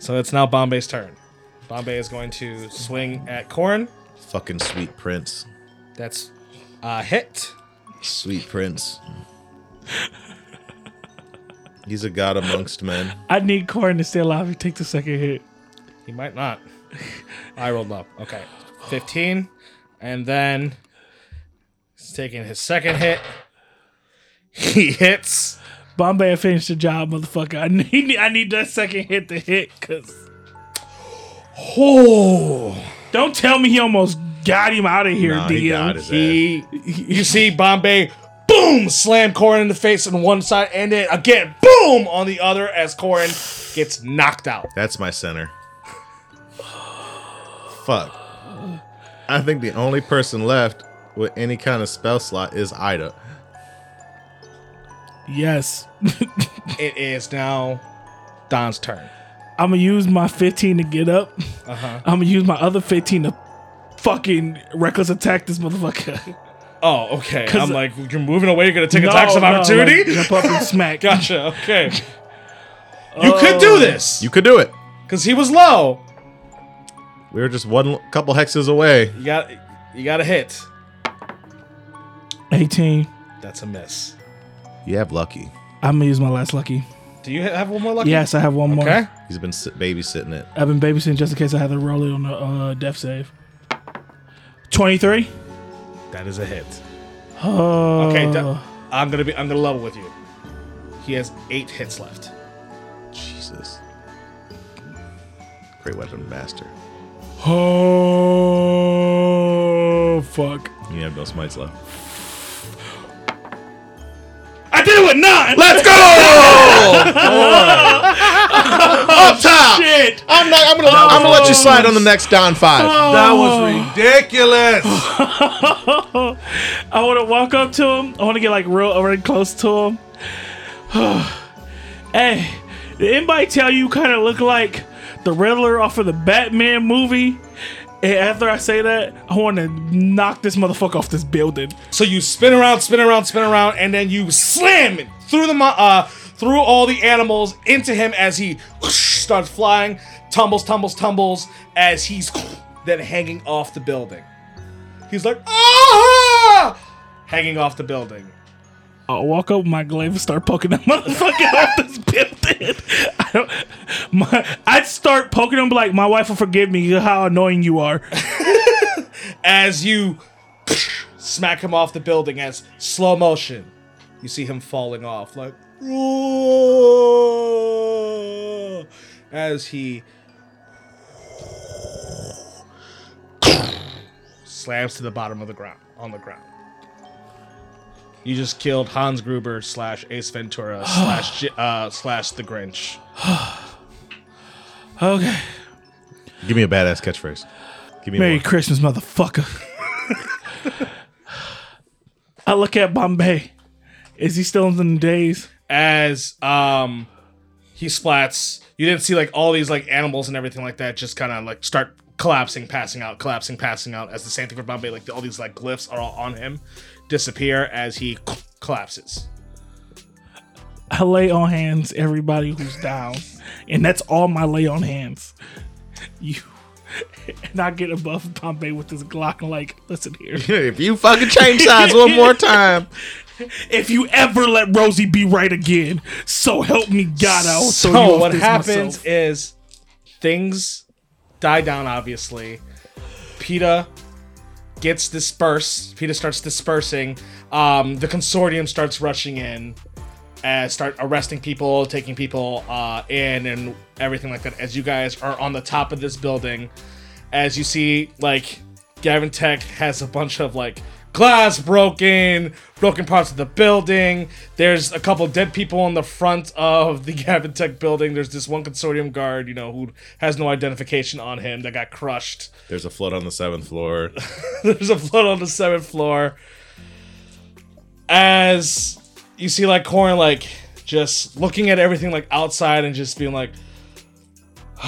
B: So it's now Bombay's turn. Bombay is going to swing at Corn.
C: Fucking sweet prince.
B: That's a hit.
C: Sweet prince. He's a god amongst men.
E: I need Corn to stay alive and take the second hit.
B: He might *laughs* not. I rolled up. Okay. 15. And then he's taking his second hit. He hits.
E: Bombay finished the job, motherfucker. I *laughs* need I need that second hit to hit, cause
B: Oh.
E: don't tell me he almost got him out of here,
C: Nah,
E: DM.
C: he got his ass.
B: He, you see Bombay, boom, slam Corin in the face on one side, and then again, boom, on the other as Corin gets knocked out.
C: That's my center. Fuck. I think the only person left with any kind of spell slot is Ida.
E: Yes. *laughs*
B: It is now Don's turn.
E: I'ma use my 15 to get up.
B: Uh-huh.
E: I'ma use my other 15 to fucking reckless attack this motherfucker.
B: Oh, okay.
E: 'Cause-
B: I'm like, you're moving away, you're going to *laughs* take
E: No,
B: attacks of
E: no, like,
B: opportunity?
E: jump up and smack.
B: Gotcha. *laughs* Okay. Oh. You could do this
C: You could do it.
B: because he was low.
C: We were just one couple hexes away.
B: You got you got a hit.
E: 18.
B: That's a miss.
C: You have lucky.
E: I'm gonna use my last lucky.
B: Do you have one more lucky?
E: Yes, I have one more.
B: Okay.
C: He's been sit- babysitting it.
E: I've been babysitting just in case I had to roll it on the uh, death save. 23.
B: That is a hit.
E: Oh.
B: Okay. Don- I'm gonna be. I'm gonna level with you. He has eight hits left.
C: Jesus. Great weapon master.
E: oh. Fuck.
C: You have no smites left.
E: I did it with nine.
C: Let's go! Up top!
E: Shit.
C: I'm not. I'm gonna. I'm gonna let you slide on the next Don Five.
B: Oh.
D: That
E: Oh.
D: was ridiculous.
E: I want to walk up to him. I want to get like real, already close to him. *sighs* hey, did anybody tell you kind of look like the Riddler off of the Batman movie? And after I say that, I want to knock this motherfucker off this building.
B: So you spin around, spin around, spin around, and then you slam it through the mo- uh, through all the animals into him as he starts flying, tumbles, tumbles, tumbles, as he's then hanging off the building. He's like, ah, hanging off the building.
E: I'll walk up with my glaive and start poking that *laughs* motherfucker off this building. *laughs* I don't, my, I'd start poking him like, my wife will forgive me how annoying you are.
B: As you *sniffs* smack him off the building, as slow motion, you see him falling off, like, "Ah," as he *sniffs* slams to the bottom of the ground on the ground. You just killed Hans Gruber slash Ace Ventura slash J- uh, slash the Grinch.
E: Okay.
C: Give me a badass catchphrase. Give me
E: Merry
C: one.
E: Christmas, motherfucker. *laughs* I look at Bombay. Is he still in the days?
B: as um he splats you didn't see like all these like animals and everything like that just kind of like start collapsing passing out collapsing passing out as the same thing for bombay like all these like glyphs are all on him disappear as he collapses
E: I lay on hands everybody who's down, and that's all my lay on hands. You *laughs* and I get above Bombay with this Glock and like, listen here.
C: if you fucking change sides one
B: *laughs*
C: more time,
E: If you ever let Rosie be right again, so help me God, I will
B: so
E: throw you off
B: what
E: this
B: happens
E: myself.
B: is things die down obviously peta gets dispersed peta starts dispersing um the consortium starts rushing in uh, start arresting people, taking people uh, in, and everything like that. As you guys are on the top of this building, as you see, like Gavin Tech has a bunch of like glass broken, broken parts of the building. There's a couple dead people on the front of the *laughs* Gavin Tech building. There's this one consortium guard, you know, who has no identification on him that got crushed.
C: there's a flood on the seventh floor.
B: There's a flood on the seventh floor. As you see, like Corin, like just looking at everything, like outside, and just being like, *sighs*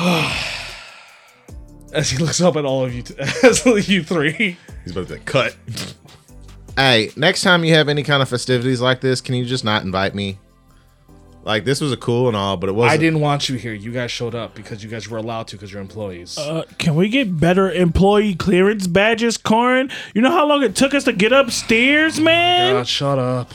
B: as he looks up at all of you, t- *laughs* as you three.
C: He's about to be like, cut. Hey, next time you have any kind of festivities like this, can you just not invite me? Like this was a cool and all, but it wasn't.
B: I didn't want you here. You guys showed up because you guys were allowed to because you're employees.
E: Uh, can we get better employee clearance badges, Corin? You know how long it took us to get
B: Oh
E: upstairs, man?
B: God, Uh, shut up.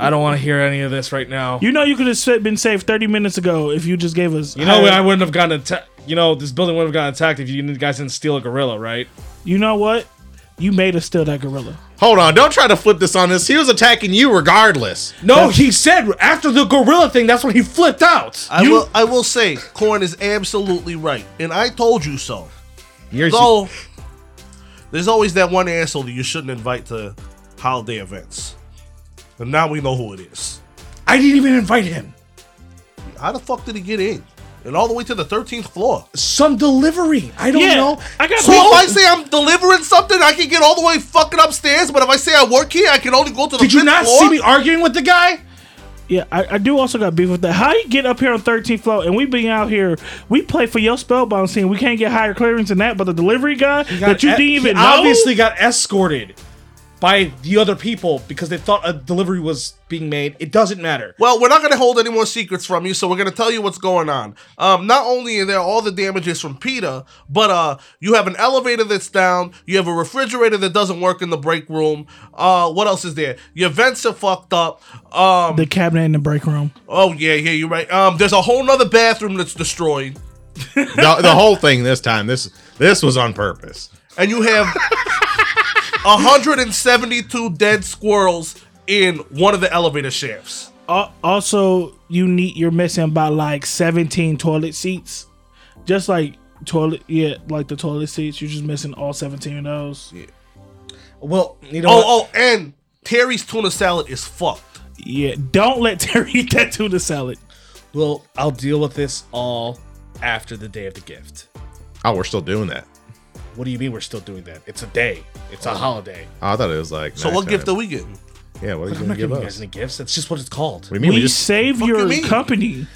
B: I don't want to hear any of this right now.
E: You know you could have sa- been saved 30 minutes ago if you just gave us.
B: You know, I wouldn't have gotten attacked. You know, this building wouldn't have gotten attacked if you guys didn't steal a gorilla, right?
E: You know what? You made us steal that gorilla.
C: Hold on, don't try to flip this on us. He was attacking you regardless.
B: No, he said after the gorilla thing, that's when he flipped out.
D: *sighs* I will. I will say, Corn is absolutely right, and I told you so.
C: You're
D: Though, there's always that one asshole that you shouldn't invite to holiday events, and now we know who it is.
B: I didn't even invite him.
D: How the fuck did he get in? And all the way to the 13th floor.
B: Some delivery. I don't
E: yeah,
B: know.
E: I got
D: So if I say I'm delivering something, I can get all the way fucking upstairs. But if I say I work here, I can only go to the.
B: Did you
D: fifth
B: not
D: floor?
B: see me arguing with the guy?
E: Yeah, I, I do also got beef with that. How you get up here on 13th floor and we been out here, we play for your spellbound scene. We can't get higher clearance than that, but the delivery guy that you
B: Got- e-
E: didn't
B: he
E: even know?
B: obviously got escorted by the other people because they thought a delivery was being made. It doesn't matter.
D: Well, we're not going to hold any more secrets from you, so we're going to tell you what's going on. Um, not only are there all the damages from PETA, but uh, you have an elevator that's down. You have a refrigerator that doesn't work in the break room. Uh, what else is there? Your vents are fucked up. Um,
E: the cabinet in the break room.
D: oh yeah, yeah, you're right. Um, there's a whole nother bathroom that's destroyed,
C: the, the whole thing this time. This this was on purpose.
D: and
B: *laughs*
D: you have 172 dead squirrels in one of the elevator shafts.
E: Al- Uh, also, you need you're missing about like 17 toilet seats. Just like toilet yeah, like the toilet seats, you're just missing all 17 of those. Yeah,
B: Well, you know. what?
D: Oh, oh, and Terry's tuna salad is fucked.
E: don't let *laughs* Terry eat that tuna salad.
B: Well, I'll deal with this all after the day of the gift.
C: Oh, we're still doing that.
B: What do you mean we're still doing that? It's a day. It's a holiday.
C: Oh, I thought it was like.
D: So what gift are
C: do
D: we getting?
C: Yeah, what are
B: I'm
C: you gonna
B: not
C: give
B: giving you
C: us?
B: guys any gifts. That's just what it's called.
C: What do you mean?
E: We,
C: We just
E: save
D: Fuck you
E: your
D: mean?
E: company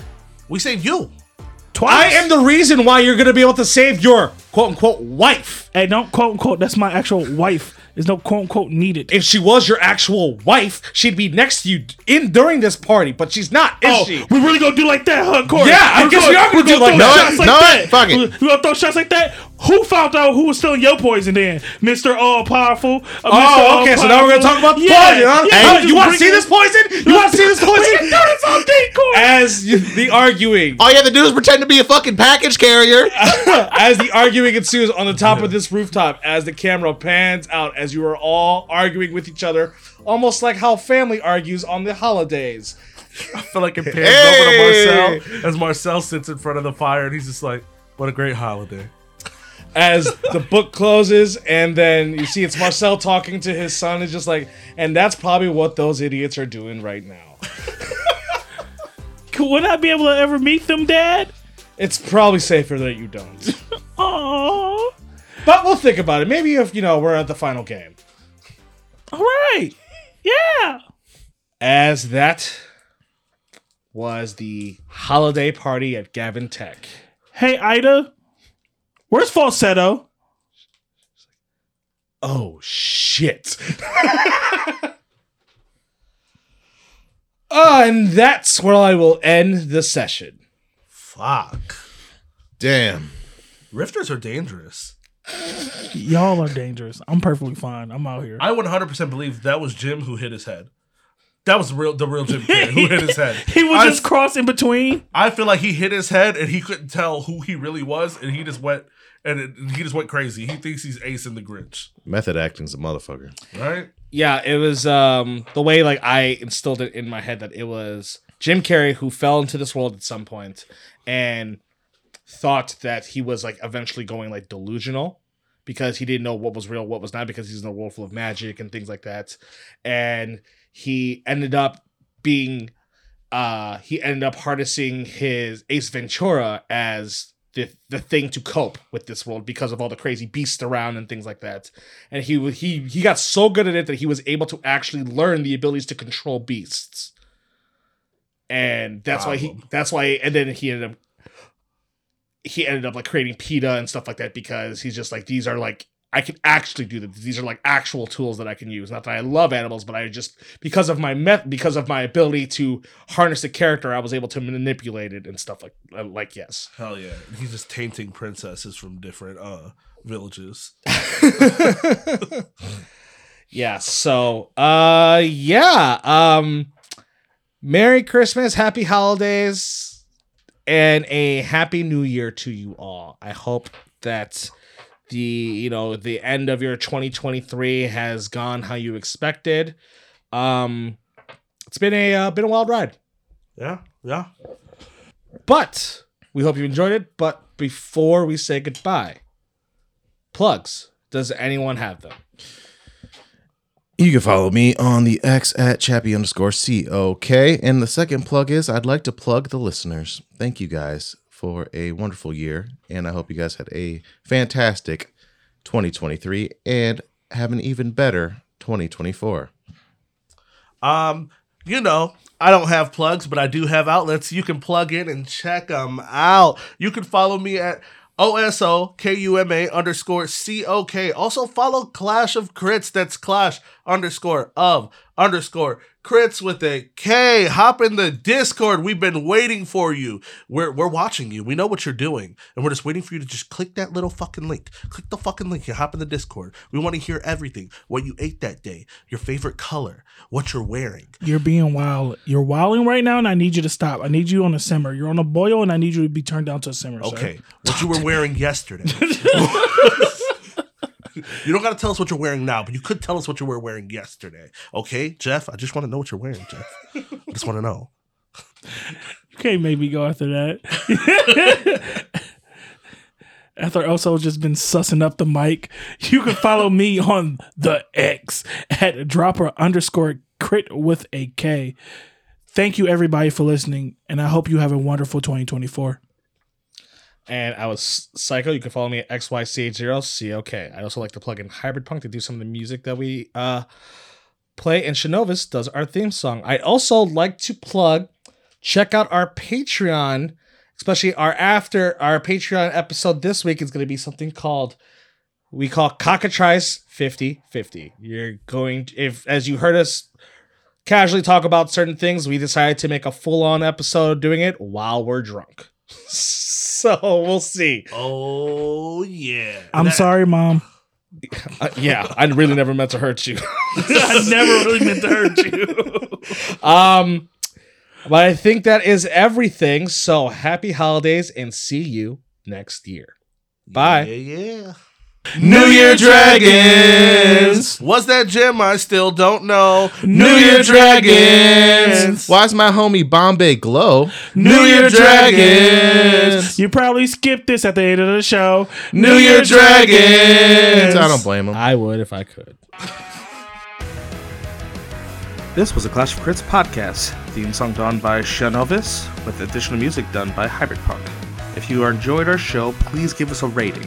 D: We saved you.
B: I
E: twice.
B: am the reason why you're going to be able to save your quote unquote wife.
E: Hey, don't quote unquote. That's my actual wife. There's no quote unquote needed.
B: If she was your actual wife, she'd be next to you in during this party, but she's not, is
E: Oh,
B: she?
E: we really gonna do like that, huh, Corey?
B: Yeah, I
E: We're
B: guess we are gonna
E: we're
B: do like
E: throw
B: that.
E: shots
C: No, no, fuck it.
E: We gonna throw shots like that. Who found out who was stealing your poison? Then, Mister Uh, All Powerful.
B: Oh, okay. So now we're gonna talk about the poison. Huh? Huh? you want to see this poison? You want to see
E: *laughs*
B: this
E: We can
B: poison?
E: do this all day, Corey.
B: As you- the arguing,
C: All you have to do is pretend to be a fucking package carrier.
B: as the arguing ensues on the top of this rooftop, as the camera pans out, as you are all arguing with each other, almost like how family argues on the holidays.
D: I feel like it pans
C: Hey!
D: over to Marcel as Marcel sits in front of the fire and he's just like, "What a great holiday."
B: as the book closes and then you see it's Marcel talking to his son is just like and that's probably what those idiots are doing right now.
E: Would I be able to ever meet them, Dad?
B: It's probably safer that you don't.
E: Aww.
B: But we'll think about it. Maybe if, you know, we're at the final game.
E: All right. Yeah.
B: As that was the holiday party at Gavin Tech.
E: Hey, Ida. Where's falsetto?
B: Oh shit. *laughs* Uh, and that's where I will end the session.
D: Fuck.
C: Damn.
D: Rifters are dangerous.
E: Y'all are dangerous. I'm perfectly fine. I'm out here.
D: I 100% believe that was Jim who hit his head. That was real, the real Jim Carrey who hit his *laughs* head.
E: He was
D: I,
E: just cross in between.
D: I feel like he hit his head and he couldn't tell who he really was, and he just went and it, he just went crazy. He thinks he's Ace in the Grinch,
C: Method acting's a motherfucker.
D: right?
B: Yeah, it was um the way like I instilled it in my head that it was Jim Carrey who fell into this world at some point and thought that he was like eventually going like delusional because he didn't know what was real, what was not, because he's in a world full of magic and things like that. And he ended up being uh he ended up harnessing his Ace Ventura as the the thing to cope with this world because of all the crazy beasts around and things like that. And he wa- he he got so good at it that he was able to actually learn the abilities to control beasts. And that's why he
D: Problem.
B: that's why and then he ended up he ended up like creating PETA and stuff like that because he's just like these are like I can actually do this. These are like actual tools that I can use. Not that I love animals, but I just because of my meth because of my ability to harness the character, I was able to manipulate it and stuff like uh, like yes.
D: Hell yeah. He's just tainting princesses from different uh villages.
B: *laughs* Yeah, so uh yeah, um Merry Christmas, happy holidays, and a happy new year to you all. I hope that the you know the end of your 2023 has gone how you expected. Um it's been a uh, been a wild ride.
D: Yeah, yeah.
B: But we hope you enjoyed it. But before we say goodbye, plugs. Does anyone have them?
C: You can follow me on the X at Chappie underscore COK. And the second plug is I'd like to plug the listeners. Thank you guys for a wonderful year. And I hope you guys had a fantastic 2023 and have an even better 2024.
D: Um, you know, I don't have plugs, but I do have outlets. You can plug in and check them out. You can follow me at O-S-O-K-U-M-A underscore C-O-K. Also follow Clash of Crits. That's Clash underscore of underscore crits with a K. Hop in the Discord. We've been waiting for you. We're we're watching you. We know what you're doing. And we're just waiting for you to just click that little fucking link. Click the fucking link. You hop in the Discord. We want to hear everything. What you ate that day, your favorite color, what you're wearing.
E: You're being wild. You're wilding right now, and I need you to stop. I need you on a simmer. You're on a boil, and I need you to be turned down to a simmer. sir.
D: Okay. What you were wearing *laughs* yesterday. you don't got to tell us what you're wearing now, but you could tell us what you were wearing yesterday. Okay, Jeff? I just want to know what you're wearing, Jeff. I just want to know.
E: You can't make me go after that. *laughs* after Elso's just been sussing up the mic, you can follow me on the X at dropper underscore crit with a K. Thank you everybody for listening, and I hope you have a wonderful 2024.
B: And I was Psycho. You can follow me at XYCH0COK. I'd also like to plug in Hybrid Punk to do some of the music that we uh, play, and Shinovis does our theme song. I'd also like to plug, check out our Patreon especially our after our Patreon episode this week is going to be something called we call cockatrice 50-50. You're going if as you heard us casually talk about certain things, we decided to make a full-on episode doing it while we're drunk. *laughs* so we'll see.
D: Oh yeah.
E: I'm
D: That-
E: sorry, mom.
B: Uh, yeah, I really never meant to hurt *laughs* you.
D: I never really meant to hurt you.
B: *laughs* Um, but I think that is everything. So happy holidays and see you next year. Bye.
D: Yeah, yeah.
C: New Year Dragons!
D: What's that gem? I still don't know.
E: New Year Dragons!
C: Why is my homie Bombay Glow?
E: New
C: Year Dragons!
E: You probably skipped this at the end of the show.
C: New Year Dragons! I don't blame him.
B: I would if I could.
G: This was a Clash of Crits podcast, theme song done by Shanovis, with additional music done by Hybrid Punk. If you enjoyed our show, please give us a rating.